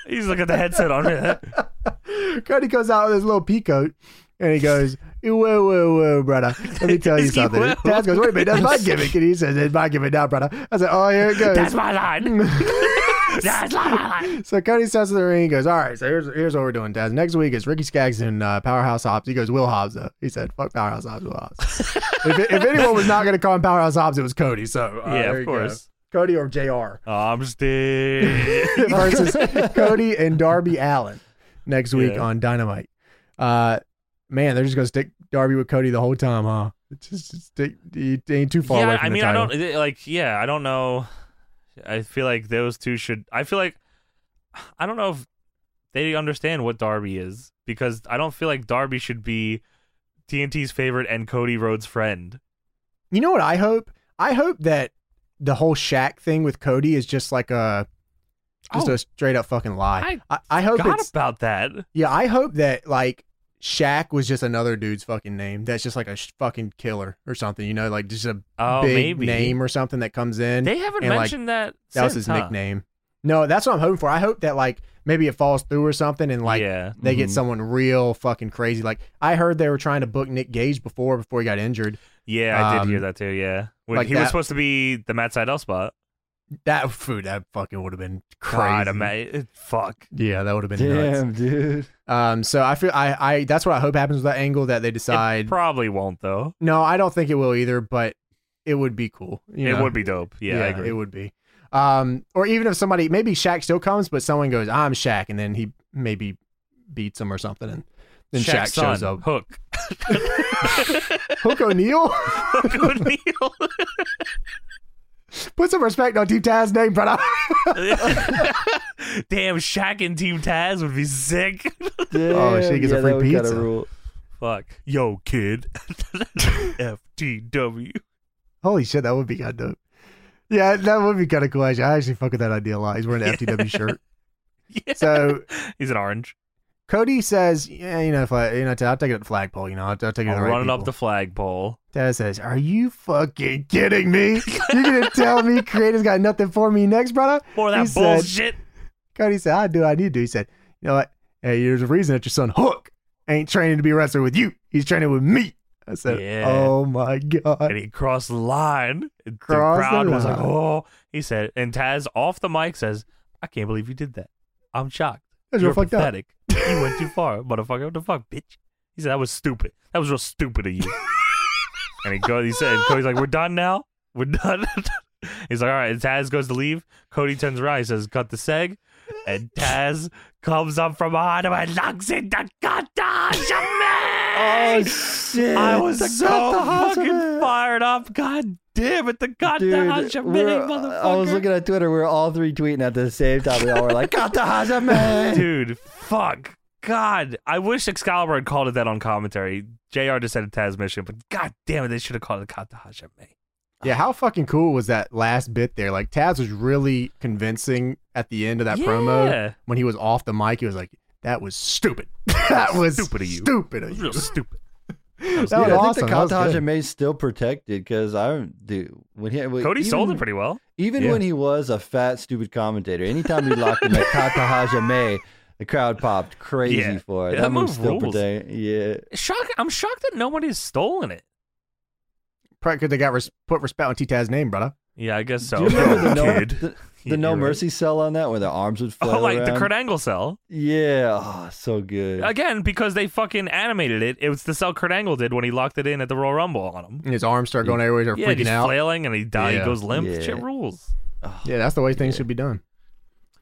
He's looking at the headset on it. Cody comes out with his little pea coat and he goes, whoa, whoa, whoa, brother. Let me tell you He's like, something. "Whoa." Taz goes, wait a minute, that's my gimmick. And he says, it's my gimmick now, brother. I said, oh, here it goes. That's my line. That's my line. So Cody steps to the ring. He goes, "All right, so here's here's what we're doing, Taz. Next week is Ricky Skaggs and uh, Powerhouse Hobbs." He goes, "Will Hobbs though." He said, "Fuck Powerhouse Hobbs, Will Hobbs." if, if anyone was not going to call him Powerhouse Hobbs, it was Cody. So uh, Yeah, there of you go. course. Cody or Jr. I'm still. versus Cody and Darby Allen next week Yeah. on Dynamite. Uh, man, they're just going to stick Darby with Cody the whole time, huh? It's Just, just stick, he ain't too far yeah, away from I the mean, title. I don't like. Yeah, I don't know. I feel like those two should. I feel like I don't know if they understand what Darby is because I don't feel like Darby should be TNT's favorite and Cody Rhodes' friend. You know what I hope? I hope that the whole Shaq thing with Cody is just like a just Oh. a straight up fucking lie. I, I, hope God it's about that. yeah. I hope that like Shaq was just another dude's fucking name. That's just like a sh- fucking killer or something. You know, like just a Oh, big maybe name or something that comes in. They haven't and, like, mentioned that. that was since, his huh? nickname. No, that's what I'm hoping for. I hope that like maybe it falls through or something and like yeah, Mm-hmm. they get Mhm. someone real fucking crazy. Like I heard they were trying to book Nick Gage before before he got injured. yeah, I did hear um, that too. Yeah, when like he that- was supposed to be the Matt Seidel spot. That food that fucking would have been crazy. God, ama- fuck. Yeah, that would have been nuts. Damn, dude. Um, so I feel I, I that's what I hope happens with that angle that they It decide. probably won't though. no, I don't think it will either, but it would be cool. you It know? would be dope. Yeah, I agree. it would be. Um, or even if somebody maybe Shaq still comes, but someone goes, "I'm Shaq," and then he maybe beats him or something, and then Shaq, Shaq's shows son, up. Hook. Hook O'Neal, O'Neal. put some respect on Team Taz's name, brother. Damn, Shaq and Team Taz would be sick. Oh, she Damn, gets a yeah, free that would kinda pizza. rule. Fuck. Yo, kid. FTW. Holy shit, that would be kind of dope. Yeah, that would be kind of cool. Actually, I actually fuck with that idea a lot. He's wearing an FTW shirt. Yeah. So He's an orange. yeah, you know, if I, you know, I'll take it at the flagpole. You know, I'll, I'll take it. to I'm the right running people. up the flagpole. Dad says, Are you fucking kidding me? You're gonna tell me creator's got nothing for me next, brother? More of He that said- bullshit. Cody said, I do, I need to. He said, You know what? Hey, there's a reason that your son Hook ain't training to be a wrestler with you. He's training with me. I said, Yeah. Oh my and god. he crossed the line. The Crossed the crowd was like, line. oh. He said, and Taz off the mic says, I can't believe you did that. I'm shocked. That's You're real fucked up. pathetic. you went too far, motherfucker. What the fuck, bitch? He said, that was stupid. That was real stupid of you. and he goes, he said, and Cody's like, we're done now. We're done. He's like, all right. And Taz goes to leave. Cody turns around. He says, cut the seg. And Taz comes up from behind him and knocks in the Oh Oh, kata. shit! I was The so Gotha fucking Hazard. fired up. God damn it, the Dude, goddamn we're- uh, Hajime, motherfucker. I was looking at Twitter. We were all three tweeting at the same time. We all were like, "Got the Hazame!" Dude, fuck. God, I wish Excalibur had called it that on commentary. JR just said a Taz mission, but god damn it, they should have called it Kata Hajime. Yeah, how fucking cool was that last bit there? Like Taz was really convincing at the end of that yeah. promo when he was off the mic. He was like, That was stupid. that was Stupid of you. Stupid of It was you. real stupid. That was Dude, I awesome. think the That was Kata good. Hajame's still protected because I do when he when, Cody even, sold it pretty well. even Yeah. when he was a fat stupid commentator. Anytime he locked in the Kata Hajime, the crowd popped crazy Yeah. for it. Yeah, that move's move still rules. protected. Yeah, Shock, I'm shocked that nobody's stolen it. Probably because they got res- put respect on T Taz's name, brother. Yeah, I guess so. Do you remember the no, Kid. the, Yeah, the no you're right. mercy cell on that where the arms would fly? Oh, like the around? Kurt Angle cell. Yeah, oh, so good. Again, because they fucking animated it. It was the cell Kurt Angle did when he locked it in at the Royal Rumble on him. And his arms start going everywhere. They're Yeah, freaking he's out. flailing and he dies. Yeah. He goes limp. Yeah. Shit rules. Yeah, that's the way things should be done.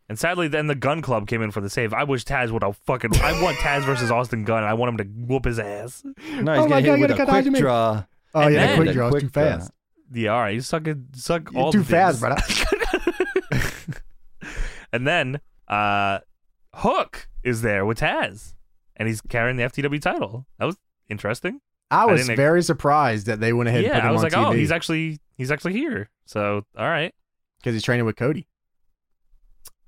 And sadly, then the Gun Club came in for the save. I wish Taz would have fucking. I want Taz versus Austin Gunn. I want him to whoop his ass. no, he's Oh my getting God, hit gotta with a cut out, you quick mean- draw. Oh And yeah, then- the quick draw is Quick too draw. fast. Yeah, all right, you suck it, suck You're all too the fast, dicks. brother. And then uh, Hook is there with Taz, and he's carrying the FTW title. That was interesting. I was didn't- very surprised that they went ahead and put yeah, him I was on like, TV oh, he's actually he's actually here. So all right, because he's training with Cody.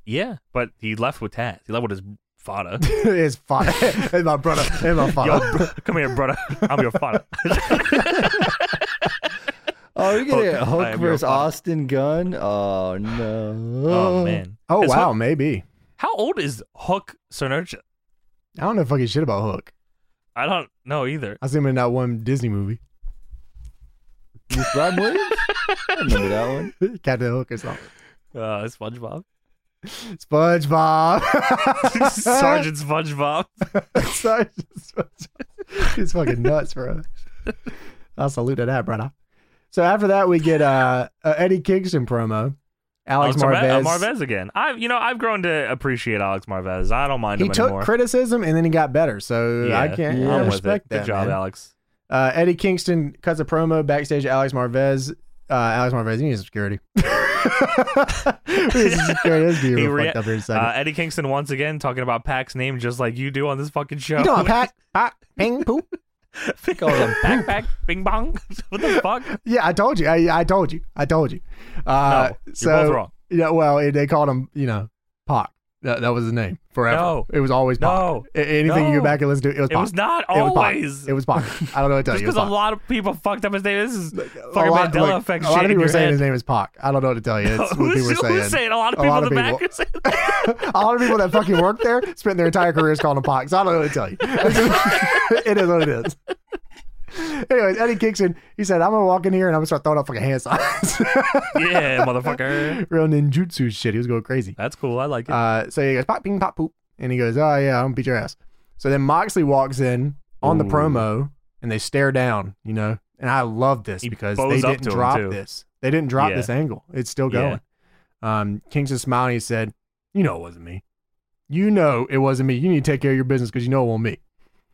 yeah, but he left with Taz. He left with his fada. his father, and my brother, and my Yo, father. bro, come here, brother. I'm your fada. Oh, you're gonna Hook. get I Hook am your versus father. Austin Gunn. Oh no. oh man. Oh Is wow, Hook- maybe. how old is Hook Sonercha? I don't know fucking shit about Hook. I don't know either. I seen him in that one Disney movie, With Rob Williams? I remember that one. Captain Hook or something. Uh, SpongeBob, SpongeBob. Sergeant SpongeBob. Sergeant SpongeBob. He's fucking nuts, bro. I'll salute to that, brother. So after that, we get uh, a Eddie Kingston promo. Alex Marve- uh, Marvez. Marvez again. I, you know, I've grown to appreciate Alex Marvez. I don't mind He him took anymore. criticism and then he got better. So I Yeah, can't I'm I I'm with respect it. Good that. job, man. Alex. Uh, Eddie Kingston cuts a promo backstage at Alex Marvez. Uh, Alex Marvez, you need some security. we need some security. This dude He real rea- fucked up here in a second. Uh, Eddie Kingston once again talking about Pac's name just like you do on this fucking show. you know, Pat, Pat, Ping, Poop. Call him Pac, Pac, Bing Bong. what the fuck? Yeah, I told you. I, I told you. I told you. Uh, no, you're so, both wrong. Yeah, well, it, they called him, you know, Pac. That, that was his name forever. No. It was always Pac. No. A- anything you No. go back and listen to, it was It Pac. was not It was Pac. always. It was Pac. I don't know what to tell just you. It was because a Pac. lot of people fucked up his name. This is fucking a lot, Mandela look, effect a lot shit of in people your are saying head. his name is Pac. I don't know what to tell you. It's what who's, people are saying. who's saying? A lot of A people lot in of the back people. are saying a lot of people that fucking work there spent their entire careers calling him Pox. I don't know what to tell you. it is what it is. Anyways, Eddie Kingston, he said, I'm gonna walk in here and I'm gonna start throwing up fucking hand signs. yeah, motherfucker. Real ninjutsu shit. He was going crazy. That's cool. I like it. Uh, so he goes, pop, ping, pop, poop. And he goes, oh, yeah, I'm gonna beat your ass. So then Moxley walks in on the Ooh. promo and they stare down, you know? And I love this He because bows they up didn't to him, drop too. this. They didn't drop Yeah. this angle. It's still Yeah. going. Um, Kingston smiled and he said, you know it wasn't me. You know it wasn't me. You need to take care of your business because you know it won't me.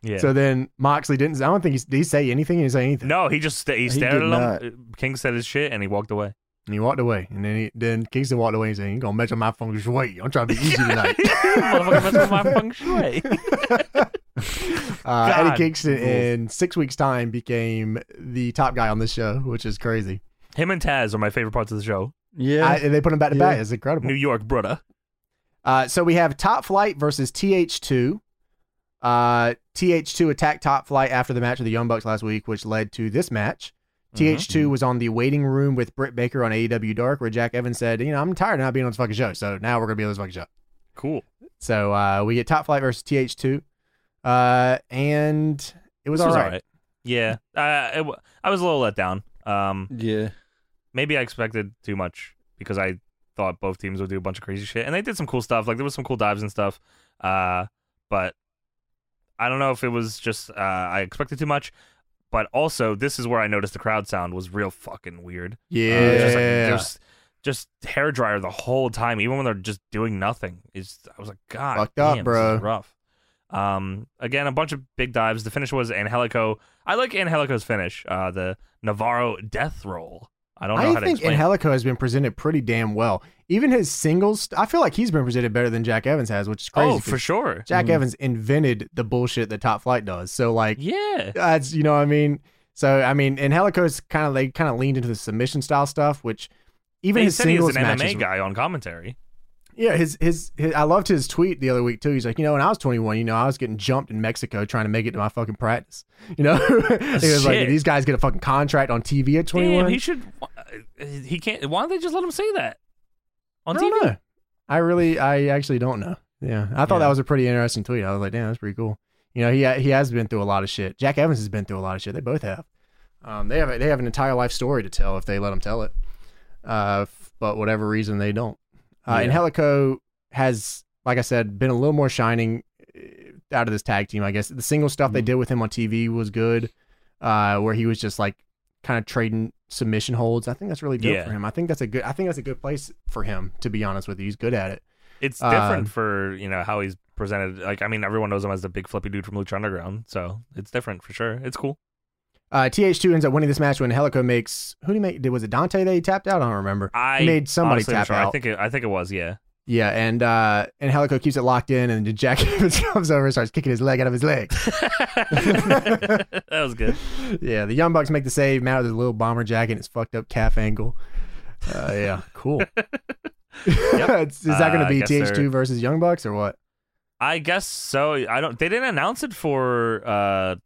yeah. So then Moxley didn't, I don't think he, did he say anything. He didn't say anything. no, he just sta- he stared did at him. uh, King said his shit and he walked away. And he walked away. And then he, then Kingston walked away and said, you going to mess up my feng shui. I'm trying to be easy tonight. Motherfucker messed with my feng shui. Uh, Eddie God, Kingston rules. in six weeks' time became the top guy on this show, which is crazy. Him and Taz are my favorite parts of the show. Yeah. I, and they put him back to Yeah. back. It's incredible. New York, brother. Uh, so we have Top Flight versus TH2. Uh, TH2 attacked Top Flight after the match with the Young Bucks last week, which led to this match. Mm-hmm. TH2 was on the waiting room with Britt Baker on AEW Dark, where Jack Evans said, "You know, I'm tired of not being on this fucking show, so now we're gonna be on this fucking show." Cool. So uh, we get Top Flight versus TH2, uh, and it was This all was right. alright. Yeah. I, I, w- I was a little let down. Um, yeah. maybe I expected too much because I thought both teams would do a bunch of crazy shit, and they did some cool stuff. Like there was some cool dives and stuff, uh, but I don't know if it was just uh, I expected too much. But also, this is where I noticed the crowd sound was real fucking weird. Uh, Yeah, it's just, like, just just hair dryer the whole time, even when they're just doing nothing. It's I was like, God, Fucked up, damn, bro. This is rough. Um, again, a bunch of big dives. The finish was Angelico. I like Angelico's finish. Uh, the Navarro death roll. I don't know I how to think explain. it. Angelico has been presented pretty damn well. Even his singles, st- I feel like he's been presented better than Jack Evans has, which is crazy. Oh, for 'cause sure. Jack Mhm. Evans invented the bullshit that Top Flight does. So like, Yeah. that's you know what I mean. So I mean, Angelico's kind of they kind of leaned into the submission style stuff, which even They his said he singles was an matches. MMA guy on commentary. Yeah, his, his his I loved his tweet the other week too. He's like, you know, when I was 21, you know, I was getting jumped in Mexico trying to make it to my fucking practice. You know, he was like, Shit. these guys get a fucking contract on TV at 21. Damn, he should. uh, He can't. Why don't they just let him say that on I TV? don't know. I really, I actually don't know. Yeah, I thought Yeah. that was a pretty interesting tweet. I was like, damn, that's pretty cool. You know, he he has been through a lot of shit. Jack Evans has been through a lot of shit. They both have. Um, they have they have an entire life story to tell if they let him tell it. uh, f- but whatever reason they don't. Uh, And Yeah. Helico has, like I said, been a little more shining uh, out of this tag team. I guess the single stuff they Mm-hmm. Mhm. did with him on TV was good, uh, where he was just like kind of trading submission holds. I think that's really good Yeah. for him. I think that's a good. I think that's a good place for him. To be honest with you, he's good at it. It's Um, different for you know how he's presented. Like I mean, everyone knows him as the big flippy dude from Lucha Underground, so it's different for sure. It's cool. Uh, TH2 ends up winning this match when Helico makes who did he make? Did was it Dante that he tapped out? I don't remember. I He made somebody honestly am tap sure. I out. think it, I think it was yeah. Yeah, and uh, and Helico keeps it locked in, and Jack Evans comes over and starts kicking his leg out of his leg. that was good. yeah, the Young Bucks make the save. Matt with his little bomber jacket and his fucked up calf angle. Uh, yeah, cool. Is that going to Uh, I be guess TH2 they're- versus Young Bucks or what? I guess so. I don't. They didn't announce it for uh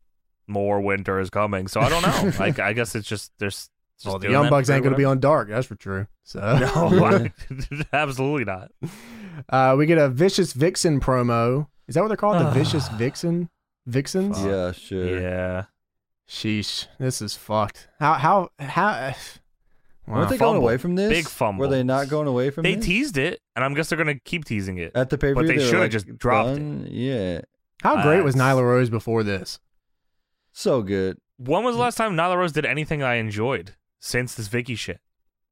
more winter is coming, so I don't know. like I guess it's just there's. Just Well, the doing Young that Bucks for ain't going to be whatever. on dark. That's for true. So No, I- absolutely not. uh, we get a vicious Vixen promo. Is that what they're called? The vicious Vixen Vixens? Yeah, sure. Yeah, Sheesh, this is fucked. How how how? Wow. Weren't they fumble. going away from this? Big fumble. Were they not going away from they this? teased it, and I'm guess they're gonna keep teasing it. at the pay per view. they shoulda have just dropped it. it. Yeah, How great was Uh, Nyla Rose before this? so good. When Mm. was the last time Nyla Rose did anything I enjoyed since this Vicky shit?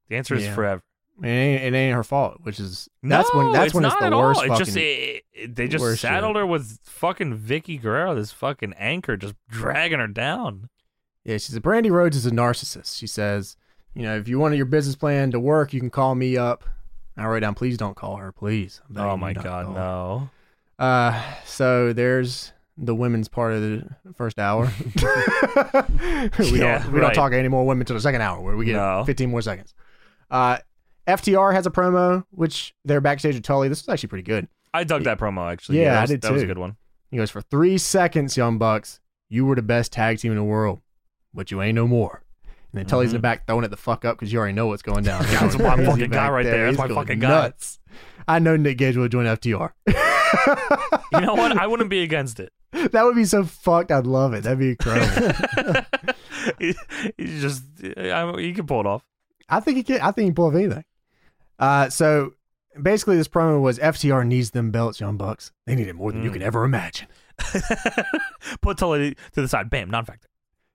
The answer is Yeah. forever. It ain't, it ain't her fault, which is that's no, when that's it's when not it's the at worst. all. It fucking, just it, it- they worst just shit. saddled her with fucking Vicky Guerrero, this fucking anchor, just dragging her down. yeah, she said Brandy Rhodes is a narcissist. She says, you know, if you wanted your business plan to work, you can call me up. I wrote down, please don't call her, please. I'm begging oh you my not to god, call her." no. Uh, so there's the women's part of the first hour. we Yeah, don't we don't right. talk any more women till the second hour where we get No. 15 more seconds. Uh, FTR has a promo which they're backstage with Tully. This was actually pretty good. I dug that promo actually. Yeah, that I was, did that was a too. good one. He goes, For three seconds, Young Bucks, you were the best tag team in the world, but you ain't no more. And then Tully's in the back throwing it the fuck up because you already know what's going down. Yeah, Mm-hmm. that's my He's fucking back guy right there. That's He's my going fucking guy. nuts. I know Nick Gage will join FTR. You know what? I wouldn't be against it. that would be so fucked. I'd love it. That'd be incredible. He- He's just I, you can pull it off. I think he can. I think he can pull off anything. Uh, so basically, this promo was FTR needs them belts, Young Bucks. They need it more than you Mm. can ever imagine. Put Tully to the side. Bam, non-factor.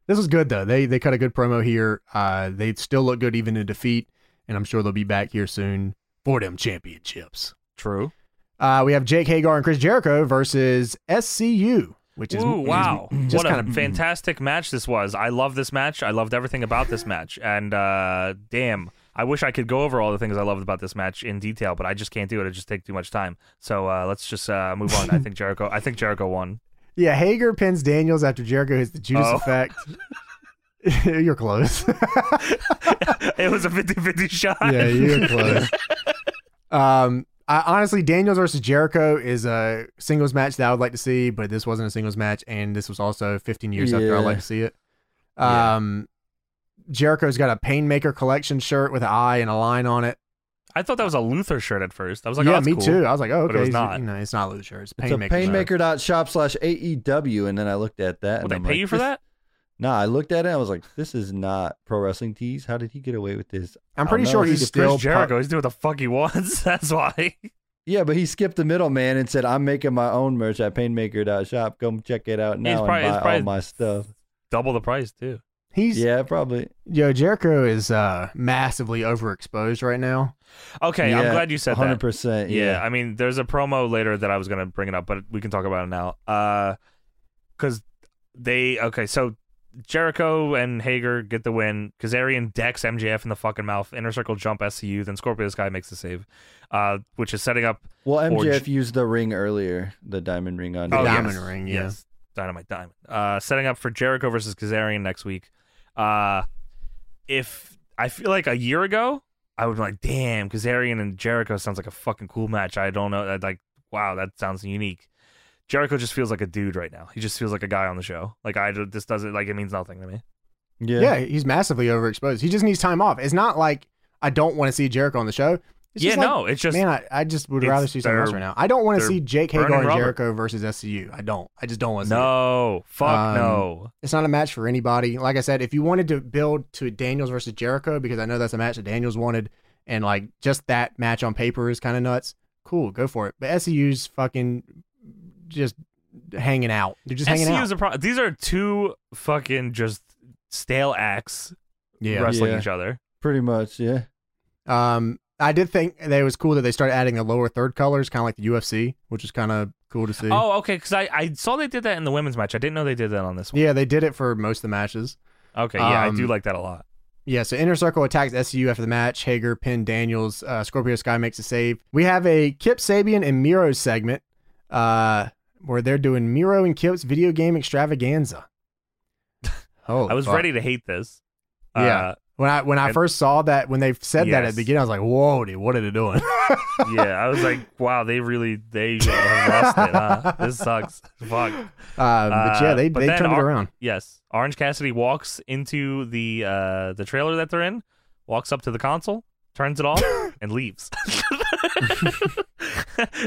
This was good though. They they cut a good promo here. Uh, they still look good even in defeat, and I'm sure they'll be back here soon for them championships. True. Uh, we have Jake Hagar and Chris Jericho versus SCU, which is Ooh, wow. just what a kinda- fantastic match this was. I loved this match. I loved everything about this match. And uh, damn, I wish I could go over all the things I loved about this match in detail, but I just can't do it. It just take too much time. So uh, let's just uh, move on. I think Jericho. I think Jericho won. yeah. Hager pins Daniels after Jericho hits the Judas Oh. effect. you're close. It was a 50-50 shot. yeah, you're close. um, I, honestly, Daniels versus Jericho is a singles match that I would like to see, but this wasn't a singles match, and this was also 15 years after I'd Yeah. like to see it. Yeah. Um, Jericho's got a Painmaker Collection shirt with an eye and a line on it. I thought that was a Luther shirt at first. I was like, yeah, oh, that's me cool. too. I was like, oh, But okay, it was so, not. you know, it's not Lucha shirt, it's It's a Painmaker. shirt. painmaker.shop slash AEW, and then I looked at Well, that. and they I'm pay like, you for this- that? Nah, I looked at it. I was like, this is not pro wrestling tees. How did he get away with this? I'm I pretty don't sure know. he's He's still Chris Jericho. part- Oh, He's doing what the fuck he wants. That's why. Yeah, but he skipped the middleman and said, "I'm making my own merch at painmaker.shop. Come check it out now probably- and he's buy all probably- my stuff." Double the price too. He's Yeah, probably. yo Jericho is uh, massively overexposed right now. Okay, I'm glad you said that. Hundred percent. Yeah. I mean, there's a promo later that I was gonna bring it up, but we can talk about it now. Uh, because they okay, so Jericho and Hager get the win. Kazarian decks MJF in the fucking mouth. Inner Circle jump SCU. Then Scorpio Sky makes the save, uh, which is setting up. Well, Or MJF j- used the ring earlier, the diamond ring on. The Oh, it. diamond yes. ring, yeah. Yes, dynamite diamond. Uh, setting up for Jericho versus Kazarian next week. Uh, if I feel like a year ago, I would be like, damn, Kazarian and Jericho sounds like a fucking cool match. I don't know, I'd like, wow, that sounds unique. Jericho just feels like a dude right now. He just feels like a guy on the show. Like I, this doesn't like it means nothing to me. Yeah. Yeah, he's massively overexposed. He just needs time off. It's not like I don't want to see Jericho on the show. It's yeah, just like, no, it's just man, I, I just would it's rather see something their- else right now. I don't want to their see Jake Hagar burning and rubber. Jericho versus SCU. I don't. I just don't want to see it. no, fuck Um, no. It's not a match for anybody. Like I said, if you wanted to build to Daniels versus Jericho, because I know that's a match that Daniels wanted, and like just that match on paper is kind of nuts. Cool, go for it. But SCU's fucking just hanging out. They're just hanging SCU out. is a pro- These are two fucking just stale acts yeah. wrestling Yeah. each other. Pretty much, yeah. Um, I did think that it was cool that they started adding the lower third colors, kind of like the UFC, which is kind of cool to see. Oh, okay. Because I, I saw they did that in the women's match. I didn't know they did that on this one. Yeah, they did it for most of the matches. Okay. Yeah, Um, I do like that a lot. Yeah, so Inner Circle attacks SCU after the match. Hager pinned Daniels. Uh, Scorpio Sky makes a save. We have a Kip Sabian and Miro segment uh, where they're doing Miro and Kip's video game extravaganza. Oh, I was fuck. ready to hate this. Yeah. when I when I and- first saw that when they said that at Yes. the beginning. I was like, "Whoa, dude, what are they doing?" Um, Uh, yeah. I was like, wow, they really they have lost it. Huh? This sucks. Fuck. Uh, but yeah, they but they then turned it our- around. Yes. Orange Cassidy walks into the uh, the trailer that they're in, walks up to the console, turns it off, and leaves.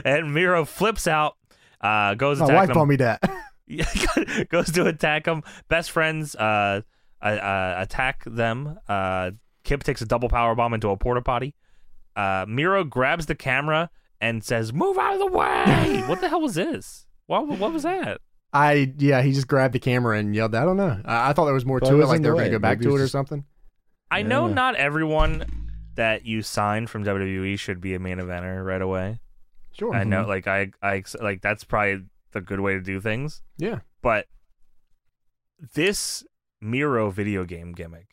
and Miro flips out, uh, goes My attacking wife him. told me that. Yeah, goes to attack him. Best friends uh, uh, uh, attack them. Uh, Kip takes a double power bomb into a porta potty. Uh, Miro grabs the camera and says, "Move out of the way!" what the hell was this? What what was that? I yeah, he just grabbed the camera and yelled. I don't know. I, I thought there was more But it to it, was like in they the were gonna way. go back Maybe to it it was or just- something. I know Yeah. not everyone that you sign from WWE should be a main eventer right away. Sure, Mm-hmm. I know, like I, I ex- like that's probably the good way to do things. Yeah. but this Miro video game gimmick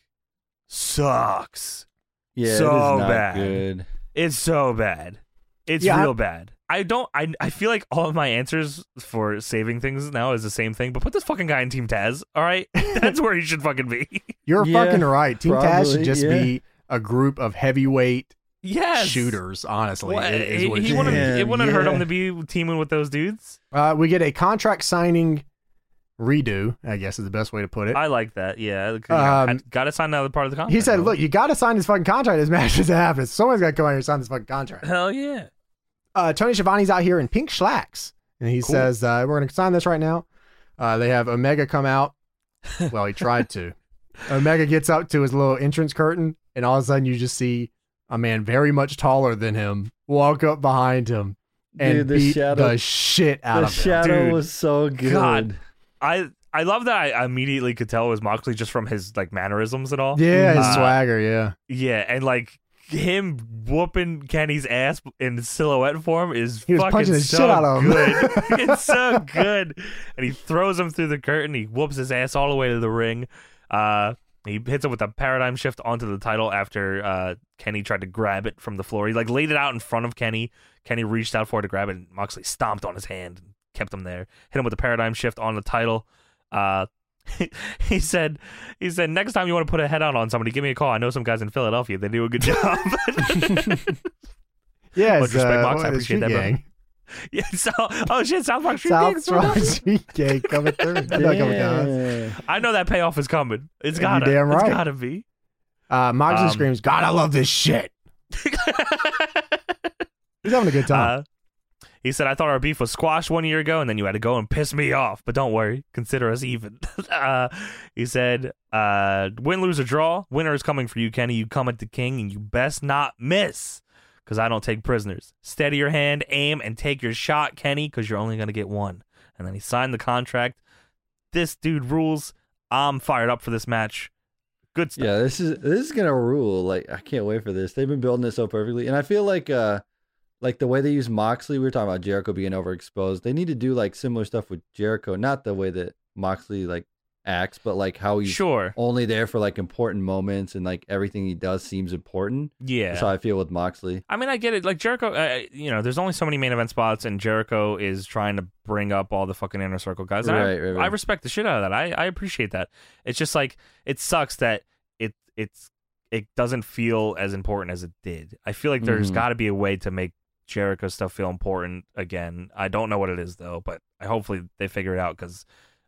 sucks. Yeah, So it is not bad. good. It's so bad. It's Yeah, I- real bad. I don't. I I feel like all of my answers for saving things now is the same thing. But put this fucking guy in Team Taz. All right, that's where he should fucking be. You're Yeah, fucking right. Team Taz should probably, just yeah. be a group of heavyweight yes, shooters. Honestly, What- it is eh, he what it he should wouldn't. be. wanted- it wouldn't hurt yeah. him to be teaming with those dudes. Uh, we get a contract signing redo. I guess is the best way to put it. I like that. Yeah, Um, got to sign another part of the contract. he said, bro. "Look, you got to sign this fucking contract. This match is happens. Someone's got to come out here and sign this fucking contract." hell yeah." Uh, Tony Schiavone's out here in pink slacks, and he Cool. says, uh, "We're going to sign this right now." Uh, they have Omega come out. Well, he tried to. Omega gets up to his little entrance curtain, and all of a sudden, you just see a man very much taller than him walk up behind him and Dude, the beat shadow- the shit out The of him. shadow Dude. was so good. God. I I love that. I immediately could tell it was Moxley just from his like mannerisms and all. Yeah, his Uh, swagger. Yeah, Yeah, and like him whooping Kenny's ass in silhouette form is He was fucking punching the so shit out of him. good. it's so good. And he throws him through the curtain. He whoops his ass all the way to the ring. Uh, he hits him with a paradigm shift onto the title after uh, Kenny tried to grab it from the floor. He like laid it out in front of Kenny. Kenny reached out for it to grab it, and Moxley stomped on his hand and kept him there. Hit him with a paradigm shift on the title. Uh, he said, he said, next time you want to put a head out on somebody, give me a call. I know some guys in Philadelphia. They do a good job. yeah. Much it's, respect, uh, Mox. I what- the appreciate Street that, bro. Gang. yeah, so, oh shit, South Park Street Gang. South Strong Street Gang coming through. They're not coming down. Damn. I know that payoff is coming. It's You gotta. damn right. It's gotta be. Uh, Moxley Um, screams, "God, I love this shit." He's having a good time. Uh, he said, "I thought our beef was squashed one year ago, and then you had to go and piss me off. But don't worry, consider us even." uh, he said, uh, "Win, lose or draw, winner is coming for you, Kenny. You come at the king, and you best not miss, because I don't take prisoners. Steady your hand, aim, and take your shot, Kenny, because you're only gonna get one." And then he signed the contract. This dude rules. I'm fired up for this match. Good stuff. Yeah, this is this is gonna rule. Like I can't wait for this. They've been building this so perfectly, and I feel like uh, like the way they use Moxley. We were talking about Jericho being overexposed. They need to do like similar stuff with Jericho, not the way that Moxley like acts, but like how he's Sure. only there for like important moments, and like everything he does seems important. Yeah. That's how I feel with Moxley. I mean, I get it. Like Jericho, uh, you know, there's only so many main event spots, and Jericho is trying to bring up all the fucking inner circle guys. And I, Right, right, right. I respect the shit out of that. I, I appreciate that. It's just like it sucks that it it's it doesn't feel as important as it did. I feel like there's Mhm. got to be a way to make Jericho stuff feel important again. I don't know what it is though, but I hopefully they figure it out because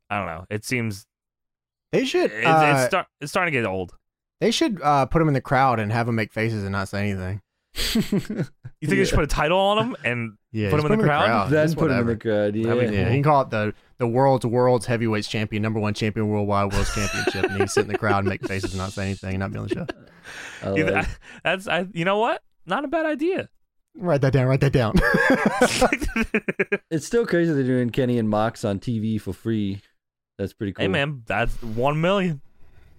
I don't know. It seems they should. it, uh, it's start, it's starting to get old. they should uh, put him in the crowd and have him make faces and not say anything. You think you should put a title on him and Yeah, Put just him in the crowd? Then just put him in whatever. the crowd. Yeah. That'd be Yeah, cool. he can call it the the world's world's heavyweights champion, number one champion worldwide, world's championship, and he can sit in the crowd and make faces and not say anything, and not be on the show. I You th- like- that's I, you know what? Not a bad idea. Write that down. Write that down. It's still crazy they're doing Kenny and Mox on TV for free. That's pretty cool. hey, man, that's one million.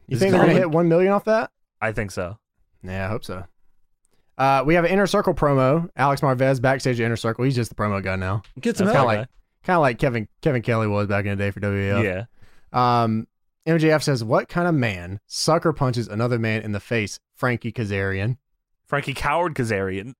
you This think is they're gonna going- hit one million off that? I think so. Yeah, I hope so. Uh, we have an inner circle promo. Alex Marvez backstage at inner circle. He's just the promo guy now. Get some That's That's kind of kinda help. like kind of like Kevin Kevin Kelly was back in the day for WEF. yeah. Um, MJF says, "What kind of man sucker punches another man in the face?" Frankie Kazarian. Frankie Coward Kazarian.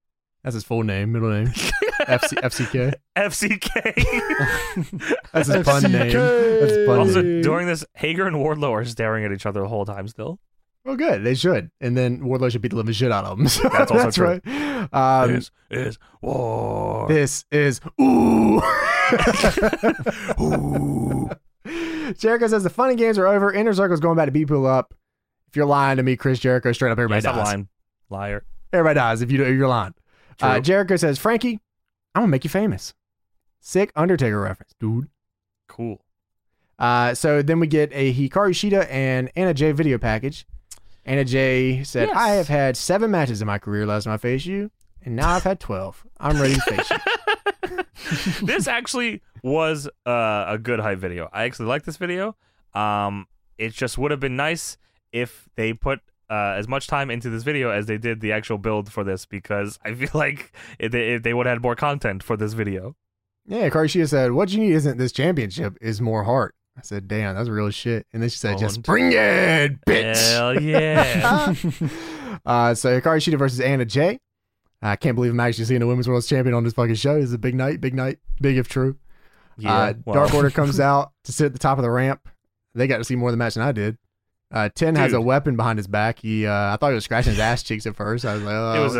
That's his full name, middle name. FC, FCK. FCK. That's his fun name. That's fun. also, name. during this, Hager and Wardlow are staring at each other the whole time still. Well, good. They should. And then Wardlow should beat the living shit out of him. So That's also true. Right. Um, this is war. This is ooh. Jericho says the funny games are over. Inner Circle's going back to beat people up. If you're lying to me, Chris Jericho, straight up Yeah, everybody stop dies. lying. Liar. Everybody dies if you if you're lying. Uh, True. Jericho says, Frankie, I'm gonna make you famous. Sick Undertaker reference, dude. Cool. Uh, so then we get a Hikaru Shida and Anna J video package. Anna J said, Yes. I have had seven matches in my career last time I faced you, and now I've had twelve. I'm ready to face you. this actually was uh, a good hype video. I actually like this video. Um, it just would have been nice if they put uh, as much time into this video as they did the actual build for this, because I feel like if they, if they would have had more content for this video. Yeah, Karishia said, What you need isn't this championship, is more heart. I said, Damn, that's real shit. And then she said, Just Und- bring it, bitch. Hell yeah! uh, so Hikaru Shida versus Anna Jay. I can't believe I'm actually seeing a women's world champion on this fucking show. This is a big night, big night, big if true. yeah uh, well, Dark Order comes out to sit at the top of the ramp. They got to see more of the match than I did. Uh, Ten has a Dude. weapon behind his back. He, uh, I thought he was scratching his ass cheeks at first. I was like, oh, It was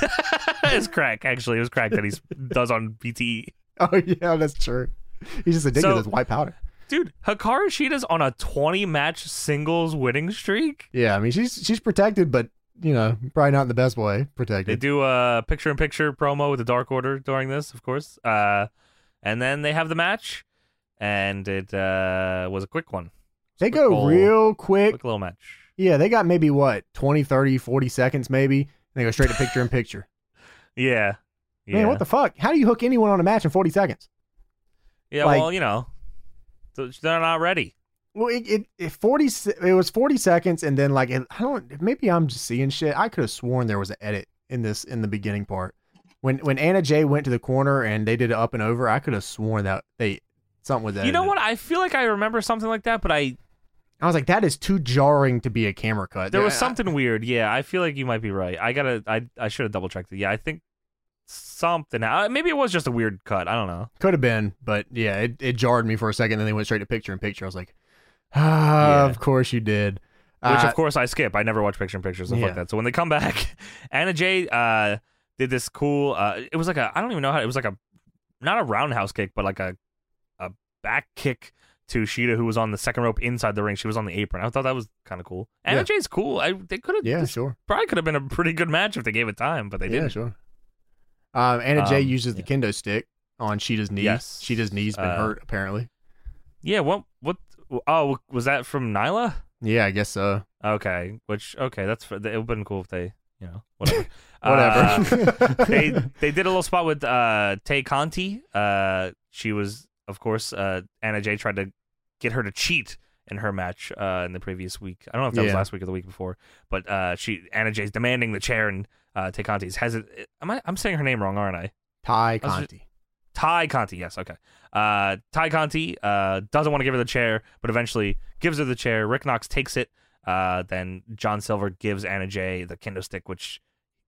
no. a. it's crack. Actually, it was crack that he does on E. BTE. oh yeah, that's true. He's just addicted So- to this white powder. Dude, Hikaru Shida's on a 20 match singles winning streak. Yeah, I mean she's she's protected, but you know probably not in the best way They protected. do a picture in picture promo with the Dark Order during this, of course. Uh, and then they have the match, and it uh, was a quick one. They go Quick little- real quick. quick little match. Yeah, they got maybe what 20, 30, 40 seconds maybe. And they go straight to picture in picture. Yeah. Yeah. Man, what the fuck? How do you hook anyone on a match in forty seconds? yeah, like- well, you know, th- they're not ready. Well, it, it, it forty se- it was forty seconds, and then like it, I don't maybe I'm just seeing shit. I could have sworn there was an edit in this in the beginning part when when Anna Jay went to the corner and they did it up and over. I could have sworn that they something was edited. You know what? I feel like I remember something like that, but I I was like, that is too jarring to be a camera cut. there was Yeah, I- something weird. Yeah, I feel like you might be right. I gotta. I I should have double checked it. Yeah, I think something. uh, Maybe it was just a weird cut. I don't know. Could have been, but yeah, it, it jarred me for a second. Then they went straight to picture in picture. I was like, ah, Yeah. of course you did. which Uh, of course I skip. I never watch picture in pictures and Yeah. fuck that. So when they come back, Anna Jay uh, did this cool. Uh, it was like a I don't even know how it was like a not a roundhouse kick, but like a a back kick to Sheeta, who was on the second rope inside the ring. She was on the apron. I thought that was kind of cool. Anna Yeah. Jay's cool. I they could have yeah, this sure. probably could have been a pretty good match if they gave it time, but they yeah, didn't. sure. Um, Anna Jay Um, uses the kendo stick on Sheeta's knee. Yes. Sheeta's knee's been Uh, hurt apparently. Yeah. What? What? Oh, was that from Nyla? Yeah, I guess so. Okay. Which okay, that's it. Would have been cool if they you know whatever Uh, Whatever. they they did a little spot with uh Tay Conti. Uh she was of course uh Anna Jay tried to get her to cheat in her match uh in the previous week. I don't know if that was Yeah. last week or the week before, but uh she Anna Jay's demanding the chair and uh Tay Conti's hesit am I I'm saying her name wrong, aren't I? Ty I was ju- Conti. Ty Conti, yes, okay. Uh Ty Conti uh doesn't want to give her the chair, but eventually gives her the chair. Rick Knox takes it. Uh then John Silver gives Anna Jay the kendo stick which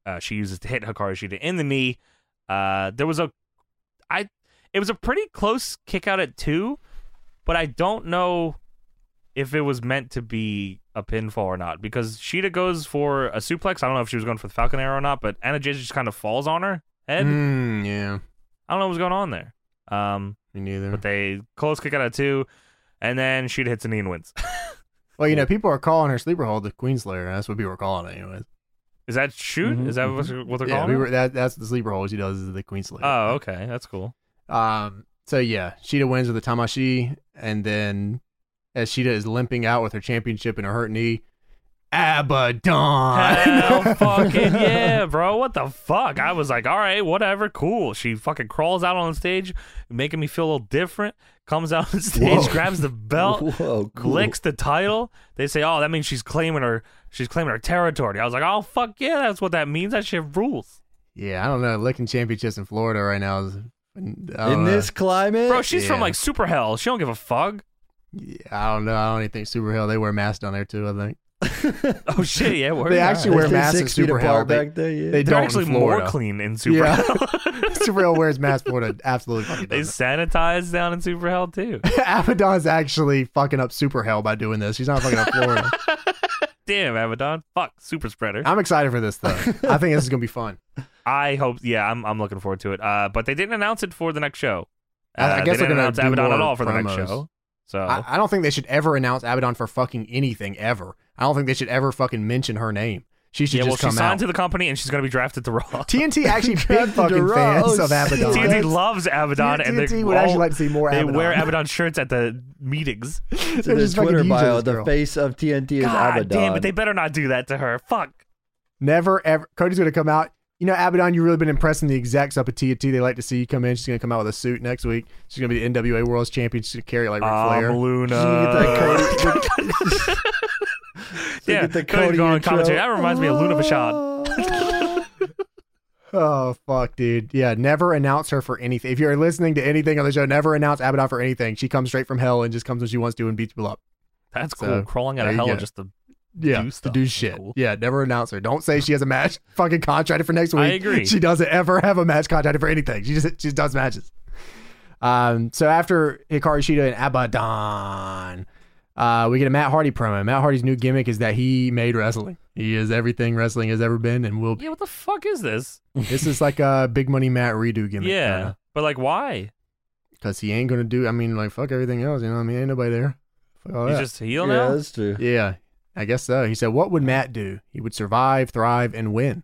uh, she uses to hit Hikaru Shida in the knee. Uh, there was a, I, it was a pretty close kick out at two, but I don't know if it was meant to be a pinfall or not because Shida goes for a suplex. I don't know if she was going for the Falcon Arrow or not, but Anna Jay just kind of falls on her head. Mm, yeah, I don't know what's going on there. Um, me neither. but they close kick out at two, and then Shida hits a knee and wins. well, you know, people are calling her sleeper hole the Queenslayer. That's what people are calling it, anyways. Is that shoot? Mhm, Is that mhm. what they're- what they're Mm-hmm. Yeah, calling? we it? were, that, that's the sleeper hole she does is the Queenslayer. Oh, okay, that's cool. Um, so yeah, Sheeta wins with the Tamashi, and then as Sheeta is limping out with her championship and her hurt knee, Abaddon. Hell fucking yeah, bro. What the fuck? I was like, all right, whatever, cool. She fucking crawls out on stage, making me feel a little different. Comes out on stage, Whoa. grabs the belt, Whoa, cool. clicks the title. They say, oh, that means she's claiming her she's claiming her territory. I was like, oh fuck yeah, that's what that means. That shit rules. yeah, I don't know. Licking championships in Florida right now is. I don't know. In this climate, Bro, she's from Yeah. like super hell. She don't give a fuck. Yeah, I don't know. I don't even think Super Hell. They wear masks down there too. I think Oh shit, yeah, word. they actually They wear stay masks in six feet Super Hell. apart They, back there. Yeah. they They're don't actually in more Florida. clean in super Yeah. hell. Super Hell wears masks more than absolutely fucking They does sanitize down in super hell too. that. Abaddon's actually fucking up Super Hell by doing this. She's not fucking up Florida. Damn, Abaddon. Fuck, super spreader. I'm excited for this though. I think this is gonna be fun. I hope. Yeah, I'm, I'm looking forward to it. Uh, but they didn't announce it for the next show. Uh, I- I guess they're they didn't gonna announce do Abaddon at more all for the next promos. show. So I, I don't think they should ever announce Abaddon for fucking anything ever. I don't think they should ever fucking mention her name. She should yeah, well, just she come signed out. to the company and she's gonna be drafted to Raw. TNT actually big Drafted to fucking Raw. fans Oh, of Abaddon. shit. TNT loves Abaddon, and TNT they're would all- actually like to see more they Abaddon. wear Abaddon shirts at the meetings. It's They're in their just fucking Twitter huge on bio. this The girl. face of TNT is God Abaddon. damn it! They better not do that to her. Fuck. Never ever. Cody's gonna come out. You know, Abaddon, you've really been impressing the execs up at TNT. They like to see you come in. She's gonna come out with a suit next week. She's gonna be the NWA World's Champion. She's gonna carry like Ric Flair. Um, Luna. She's gonna get that Cody- yeah, get the Cody's Cody going on intro. commentary. That reminds me of Luna Vachon. Oh fuck, dude. Yeah, never announce her for anything. If you're listening to anything on the show, never announce Abaddon for anything. She comes straight from hell and just comes when she wants to and beats people up. That's cool. So, Crawling out there of you hell go. just to. Yeah, Do to stuff. do shit. Cool. Yeah, never announce her. Don't say she has a match fucking contracted for next week. I agree. She doesn't ever have a match contracted for anything. She just she just does matches. Um. So after Hikaru Shida and Abaddon, uh, we get a Matt Hardy promo. Matt Hardy's new gimmick is that he made wrestling. He is everything wrestling has ever been and will be. Yeah, what the fuck is this? this is like a Big Money Matt redo gimmick. yeah, but like, why? Because he ain't gonna do. I mean, like fuck everything else. You know. what I mean, ain't nobody there. Fuck all He's that. just yeah, heel now. that's true. Yeah, I guess so. He said, "What would Matt do? He would survive, thrive, and win."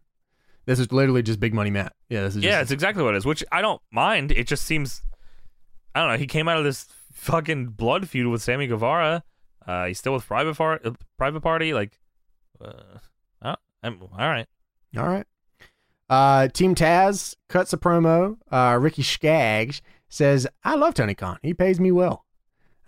This is literally just big money, Matt. Yeah, this is Yeah, it's Just, exactly what it is, which I don't mind. It just seems, I don't know. He came out of this fucking blood feud with Sammy Guevara. Uh, he's still with Private Far- uh, Private Party. Like, uh, I am all right. all right. Uh, Team Taz cuts a promo. Uh, Ricky Skaggs says, "I love Tony Khan. He pays me well."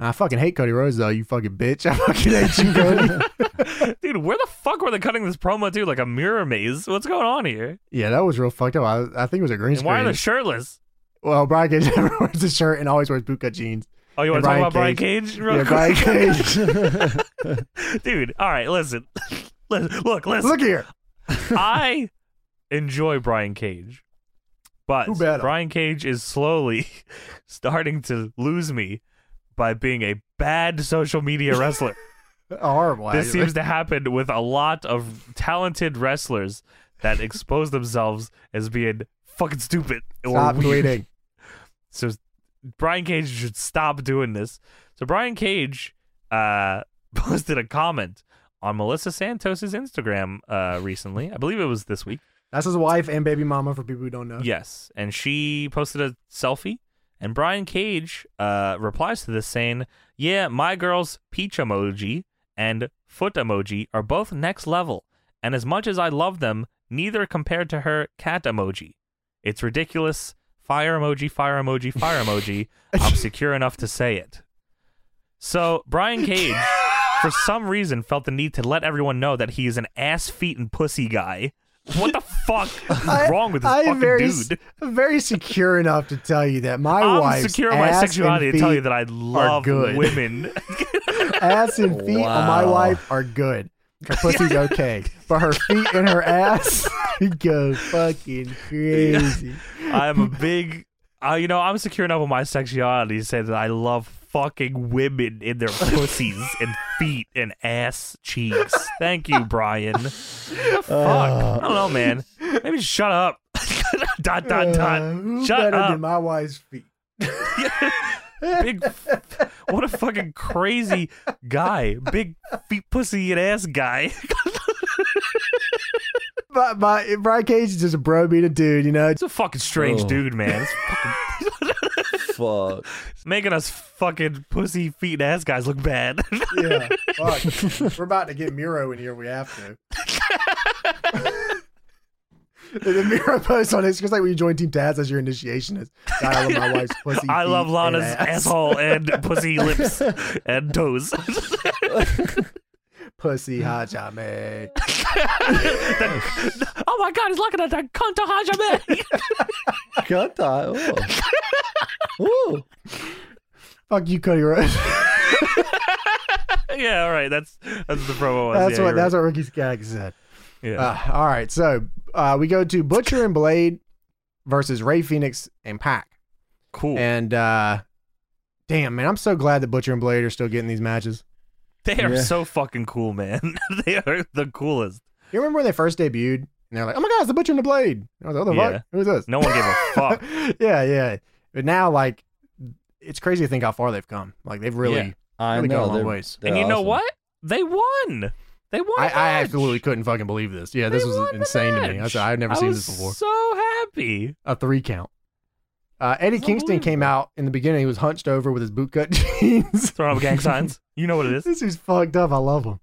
I fucking hate Cody Rhodes though. You fucking bitch. I fucking hate you, Cody. Dude, where the fuck were they cutting this promo to? Like a mirror maze? What's going on here? yeah, that was real fucked up. I, I think it was a green And why are screen. they shirtless? well, Brian Cage never wears a shirt and always wears bootcut jeans. Oh, you want And to talk Brian about Brian Cage? real Yeah, quick? Brian Cage. Dude, all right, listen. listen look, listen. Look here. I enjoy Brian Cage, but Who better? Brian Cage is slowly starting to lose me by being a bad social media wrestler. Horrible. this actually. seems to happen with a lot of talented wrestlers that expose themselves as being fucking stupid or Stop weird. tweeting. So Brian Cage should stop doing this. So Brian Cage uh, posted a comment on Melissa Santos's Instagram uh, recently. I believe it was this week. That's his wife and baby mama for people who don't know. Yes, and she posted a selfie, and Brian Cage uh, replies to this saying, "Yeah, my girl's peach emoji and foot emoji are both next level, and as much as I love them, neither compared to her cat emoji. It's ridiculous. Fire emoji, fire emoji, fire emoji. I'm secure enough to say it." So Brian Cage, for some reason, felt the need to let everyone know that he is an ass, feet, and pussy guy. What the fuck is wrong with this I'm fucking very, dude? I'm very secure enough to tell you that my I'm wife's secure in my ass sexuality and to feet, tell you that I love good. women. ass and feet on my Wow. wife are good. Her pussy's okay, but her feet and her ass go fucking crazy. I'm a big, uh, you know, I'm secure enough in my sexuality to say that I love fucking women in their pussies and feet and ass cheeks. Thank you, Brian. The fuck, I don't know, man. Maybe just shut up. dot dot Uh, dot. who Shut better up. than my wife's feet? big f- what a fucking crazy guy big feet pussy and ass guy My, my Brian Cage is just a bro being a dude, you know. it's a fucking strange Oh. dude man it's fucking fuck. It's making us fucking pussy feet and ass guys look bad. Yeah, fuck. We're about to get Miro in here. We have to. the Miro post on Instagram, just like when you join Team Taz as your initiation is. God, I love my wife's pussy. I feet, love and Lana's ass. asshole and pussy lips and toes. Pussy Hajame. oh my god, he's looking at that cunt of Hajime. Cut that. Ooh. Ooh. Fuck you, Cody Rhodes. yeah, all right. That's that's the promo. Was. that's yeah, what you're that's what Ricky Skaggs said. right. yeah. Uh, all right, so uh, we go to Butcher and Blade versus Ray Phoenix and Pac. cool. And uh, damn, man, I'm so glad that Butcher and Blade are still getting these matches. they are yeah. so fucking cool, man. they are the coolest. You remember when they first debuted? And they're like, "Oh my God, it's the Butcher and the Blade." And I was like, "What the Yeah. fuck? Who's this?" No one gave a fuck. yeah, yeah. But now, like, it's crazy to think how far they've come. Like, they've really, Yeah. I really gone a know. long They're, ways. they're and you know awesome. what? They won. They won. I, the I match. absolutely couldn't fucking believe this. Yeah, this They was won the insane to me. I match. said, I've never I seen was this before. So happy. A three count. Uh, Eddie It's Kingston came unbelievable. out in the beginning. He was hunched over with his bootcut jeans. Throwing up gang signs. You know what it is. This is fucked up. I love him.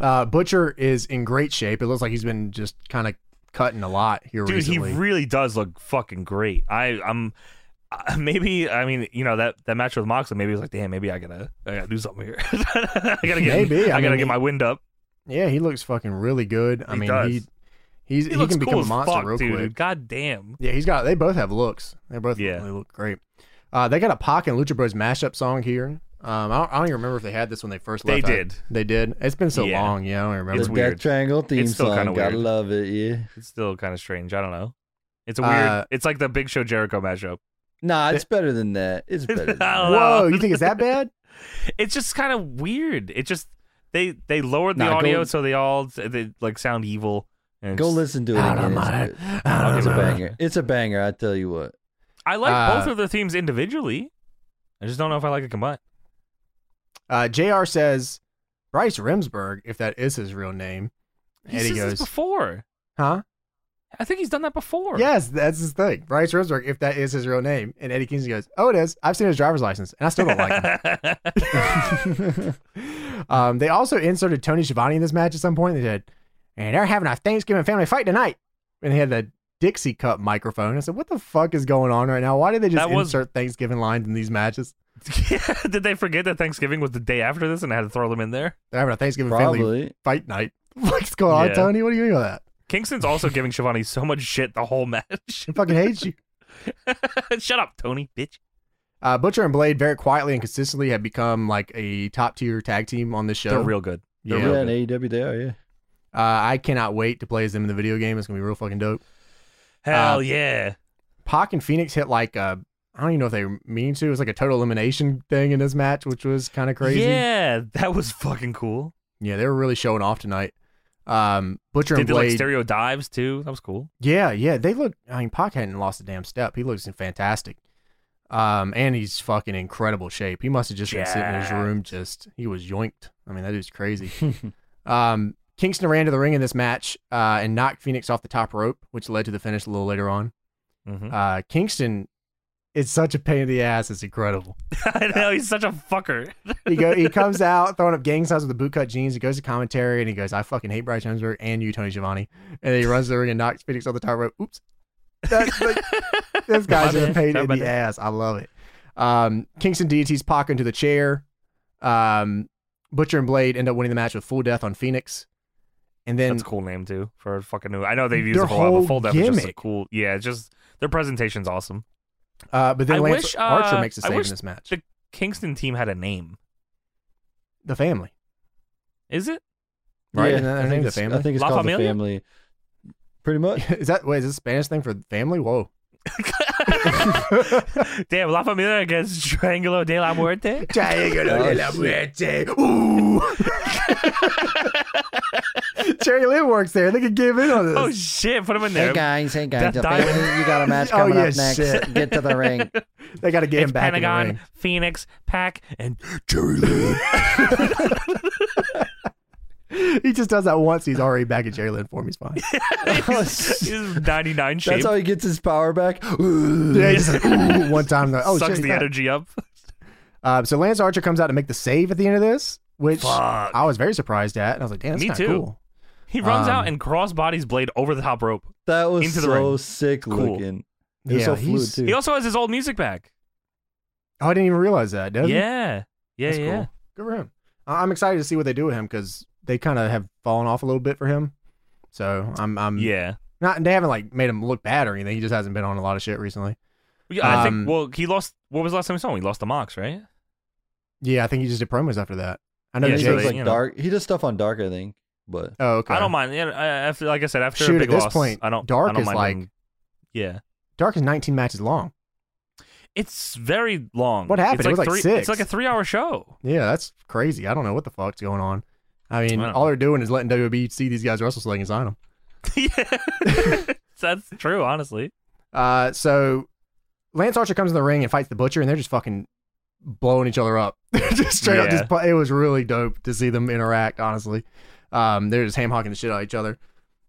Uh, Butcher is in great shape. It looks like he's been just kind of cutting a lot here Dude, recently. he really does look fucking great. I, I'm. I- Maybe I mean you know that, that match with Moxley. Maybe it was like, damn, maybe I gotta I gotta do something here. I gotta get Maybe. I I, gotta mean, get my wind up. yeah, he looks fucking really good. I He mean, does. he he's, he, He, looks can become cool a as monster fuck, real dude. quick. God damn. Yeah, he's got. They both have looks. They both Yeah. really look great. Uh, they got a Pac and Lucha Bros mashup song here. Um, I don't, I don't even remember if they had this when they first They left. I- did. they did. It's been so Yeah. long. Yeah, I don't even remember. It's The weird. Death Triangle theme It's still song. kinda Gotta weird. love it. Yeah. It's still kind of strange. I don't know. It's a weird. Uh, it's like the Big Show Jericho mashup. Nah, it's better than that. It's better. Than I that. don't know. Whoa, you think it's that bad? It's just kind of weird. It just they they lowered the Nah, go- audio so they all they like sound evil. And Go it's- listen to it. Out of Again. my- It's, good. it's a banger. It's a banger. I tell you what. I like both Uh, of their themes individually. I just don't know if I like it combined. Uh, Jr. says Bryce Remsburg, if that is his real name. He Eddie says goes, this before. huh? I think he's done that before. Yes, that's his thing. Bryce Remsburg, if that is his real name. And Eddie Kingston goes, Oh, it is. I've seen his driver's license, and I still don't like him. um, they also inserted Tony Schiavone in this match at some point. They said, And they're having a Thanksgiving family fight tonight. And they had the Dixie Cup microphone. I said, What the fuck is going on right now? Why did they just That was- insert Thanksgiving lines in these matches? Yeah, Did they forget that Thanksgiving was the day after this and I had to throw them in there? They're having a Thanksgiving family Probably. fight night. What's going on, Yeah. Tony? What do you mean by that? Kingston's also giving Shivani so much shit the whole match. He fucking hates you. Shut up, Tony, bitch. Uh, Butcher and Blade very quietly and consistently have become like a top tier tag team on this show. They're real good. Yeah, yeah. yeah in AEW they are. Yeah. Uh, I cannot wait to play as them in the video game. It's gonna be real fucking dope. Hell Uh, yeah. Pac and Phoenix hit like I I don't even know if they mean to. It was like a total elimination thing in this match, which was kind of crazy. Yeah, that was fucking cool. Yeah, they were really showing off tonight. Um, Butcher Did and the like Blade. stereo dives too. That was cool. yeah, yeah, they look. I mean, Pac hadn't lost a damn step. He looks fantastic. Um, and he's fucking incredible shape. He must have just been sitting in his Jacked. room, just he was yoinked. I mean, that dude's crazy. Um, Kingston ran to the ring in this match uh, and knocked Phoenix off the top rope, which led to the finish a little later on. hmm Uh, Kingston is such a pain in the ass; it's incredible. I know he's such a fucker. He go, he comes out throwing up gang signs with the bootcut jeans. He goes to commentary and he goes, "I fucking hate Bryce Hemsworth and you, Tony Giovanni." And then he runs to the ring and knocks Phoenix off the top rope. Oops, That's like- this guy's My just a bad. pain in Sorry about the ass. I love it. Um, Kingston DDT's Pac into the chair. Um, Butcher and Blade end up winning the match with full death on Phoenix, and then That's a cool name too for a fucking new. I know they've used Their a whole lot, whole but full def is just a gimmick. cool. Yeah, it's just their presentation's awesome. Uh, but then I Lance wish, uh, Archer makes a I save in wish this match. The, the- Kingston team had a name. family, Is it? right? Yeah, Isn't that I their think name, the it's- family. I think it's La called the Familia? family. Pretty much. is that wait? Is this a Spanish thing for family? Whoa. Damn, La Familia against Triangulo de la Muerte. Triangulo de la muerte. Ooh. Cherry Lynn works there. They could give in on this. Oh shit, put him in there. guys, hey That the diamond- family, you got a match Oh, yeah, shit. Get to the ring. they got to get him It's back in the Pentagon, ring. Phoenix, Pack, and he just does that once. He's already back in Jerry Lynn form. He's fine. he's, he's 99 shape. That's how he gets his power back. yeah, he's just like, ooh, one time. though. Oh, sucks shit, he's the not- energy up. Uh, so Lance Archer comes out to make the save at the end of this, which Fuck. I was very surprised at. And I was like, damn, that's Me not too. cool. He runs Um, out and crossbodies Blade over the top rope. That was Into the so ring. sick Cool. looking. It was Yeah, so fluid he's- too. He also has his old music back. Oh, I didn't even realize that. Does he? Yeah. Yeah, That's yeah. cool. Good for him. I- I'm excited to see what they do with him because they kind of have fallen off a little bit for him. So I'm, I'm Yeah. not. They haven't like made him look bad or anything. He just hasn't been on a lot of shit recently. Yeah, I Um, think well, he lost what was the last time we saw him? He lost the Mox, right? Yeah, I think he just did promos after that. I know. Yeah, And he so Jake- does they- like you know. dark. He does stuff on dark, I think. But oh, okay. I don't mind. Yeah, I- after like I said, after Shoot, a at big this loss, point, I don't Dark I don't is mind like- him- Yeah. Dark is 19 matches long. It's very long. What happened? It's It like was like three, six. It's like a three hour show. Yeah, that's crazy. I don't know what the fuck's going on. I mean, I don't all they're doing is letting WWE see these guys wrestle so they can sign them. yeah. That's true, honestly. Uh, so Lance Archer comes in the ring and fights the Butcher, and they're just fucking blowing each other up. just straight up, Yeah. just pu- it was really dope to see them interact. Honestly, um, they're just ham hocking the shit out of each other,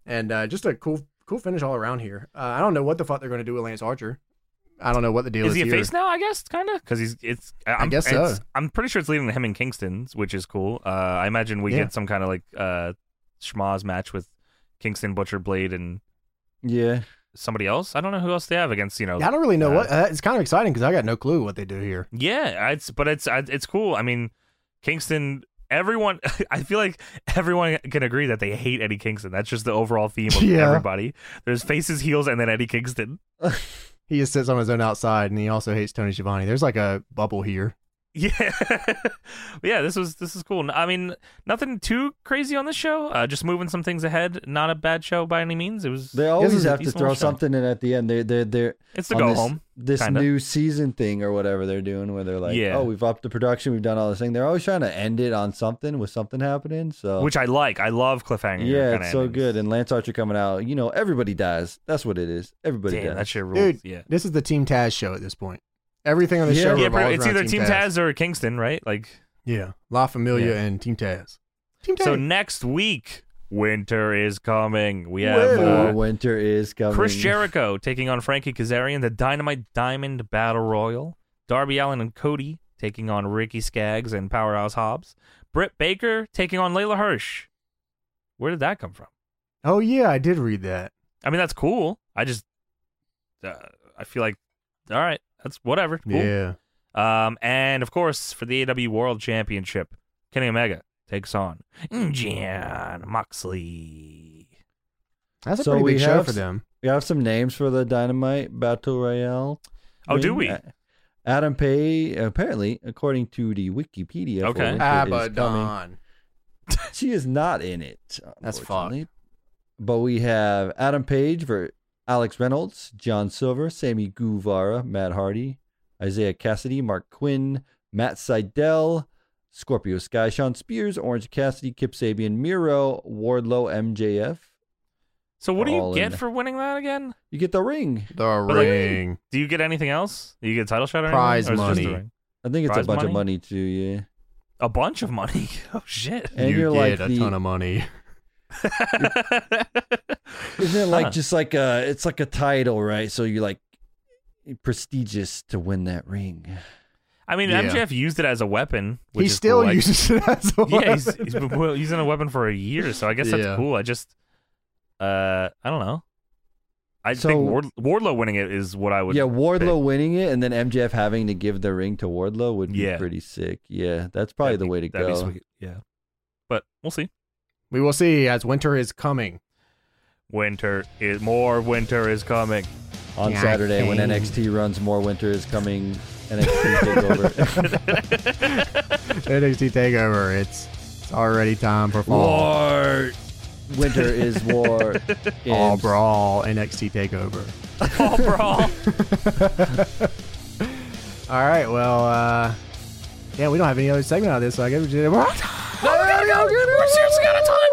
and uh, just a cool, cool finish all around here. Uh, I don't know what the fuck they're gonna do with Lance Archer. I don't know what the deal is. Is he a here. face now? I guess kind of because he's it's. I- I'm, guess so. it's- I'm pretty sure it's leaving him in Kingston's, which is cool. Uh, I imagine we Yeah. get some kind of like uh, schmaz match with Kingston, Butcher, Blade, and yeah, somebody else. I don't know who else they have against. You know, I don't really know Uh, what. Uh, it's kind of exciting because I got no clue what they do here. yeah. It's but it's I- it's cool. I mean, Kingston. Everyone, I feel like everyone can agree that they hate Eddie Kingston. That's just the overall theme of Yeah. everybody. There's faces, heels, and then Eddie Kingston. He just sits on his own outside, and he also hates Tony Schiavone. There's like a bubble here. Yeah, yeah. This was this is cool. I mean, nothing too crazy on this show. Uh, just moving some things ahead. Not a bad show by any means. It was. they always is a have to decent throw little show. something in at the end. They they they It's the on go this, home. This kinda. new season thing or whatever they're doing, where they're like, Yeah. "Oh, we've upped the production, we've done all this thing." They're always trying to end it on something with something happening. So which I like. I love cliffhanger. yeah, kinda it's so endings. good. And Lance Archer coming out, you know, everybody dies. That's what it is. Everybody Damn, that dies. shit rules. Dude, yeah, this is the Team Taz show at this point. Everything on the Yeah. show yeah. revolves But it's around either Team Taz or Kingston, right? Like, Yeah, La Familia Yeah. and Team Taz. Team Taz. so next week, winter is coming. We have Winter. Oh, uh, winter is coming. Chris Jericho taking on Frankie Kazarian, the Dynamite Diamond Battle Royal. Darby Allen and Cody taking on Ricky Skaggs and Powerhouse Hobbs. Britt Baker taking on Layla Hirsch. Where did that come from? oh yeah, I did read that. I mean, that's cool. I just, uh, I feel like, all right, that's whatever. Cool. Yeah. Um, and of course, for the AW World Championship, Kenny Omega takes on Jan Moxley. That's a So pretty we big show have for them. We have some names for the Dynamite Battle Royale. Oh, do ring. we? A- Adam Pay, apparently, according to the Wikipedia, for Okay. Winter is coming, she is not in it. That's unfortunately. But we have Adam Page for Alex Reynolds, John Silver, Sammy Guevara, Matt Hardy, Isaiah Cassidy, Mark Quinn, Matt Seidel, Scorpio Sky, Sean Spears, Orange Cassidy, Kip Sabian, Miro, Wardlow, MJF. So, what do you All in get there. for winning that again? You get the ring. The like, ring. Do you get anything else? Do you get a title shot or anything? Prize Or is it just the money. ring? I think it's Prize a bunch money? of money too, yeah. A bunch of money. Oh shit! And you you're get like a the- ton of money. Isn't it like Huh. just like a it's like a title, right? So you're like prestigious to win that ring. I mean, Yeah. MJF used it as a weapon. Which He is still cool. Like, uses it as a yeah, he's, weapon. he's been well, using a weapon for a year, so I guess that's Yeah. cool. I just, uh, I don't know. I So- think Ward, Wardlow winning it is what I would. yeah, Wardlow winning it and then MJF having to give the ring to Wardlow would be Yeah. pretty sick. Yeah, that's probably that'd the be- way to that'd go. Be sweet. Yeah, but we'll see. We will see as winter is coming. Winter is more. Winter is coming. On Yeah, I Saturday when think- NXT runs more winter is coming. NXT takeover. NXT Takeover. It's it's already time for fall. war. Winter is war. All And brawl. NXT Takeover. All brawl. All right. Well, uh, yeah, we don't have any other segment out of this, so I guess we just. We're out of time. We're seriously out of time.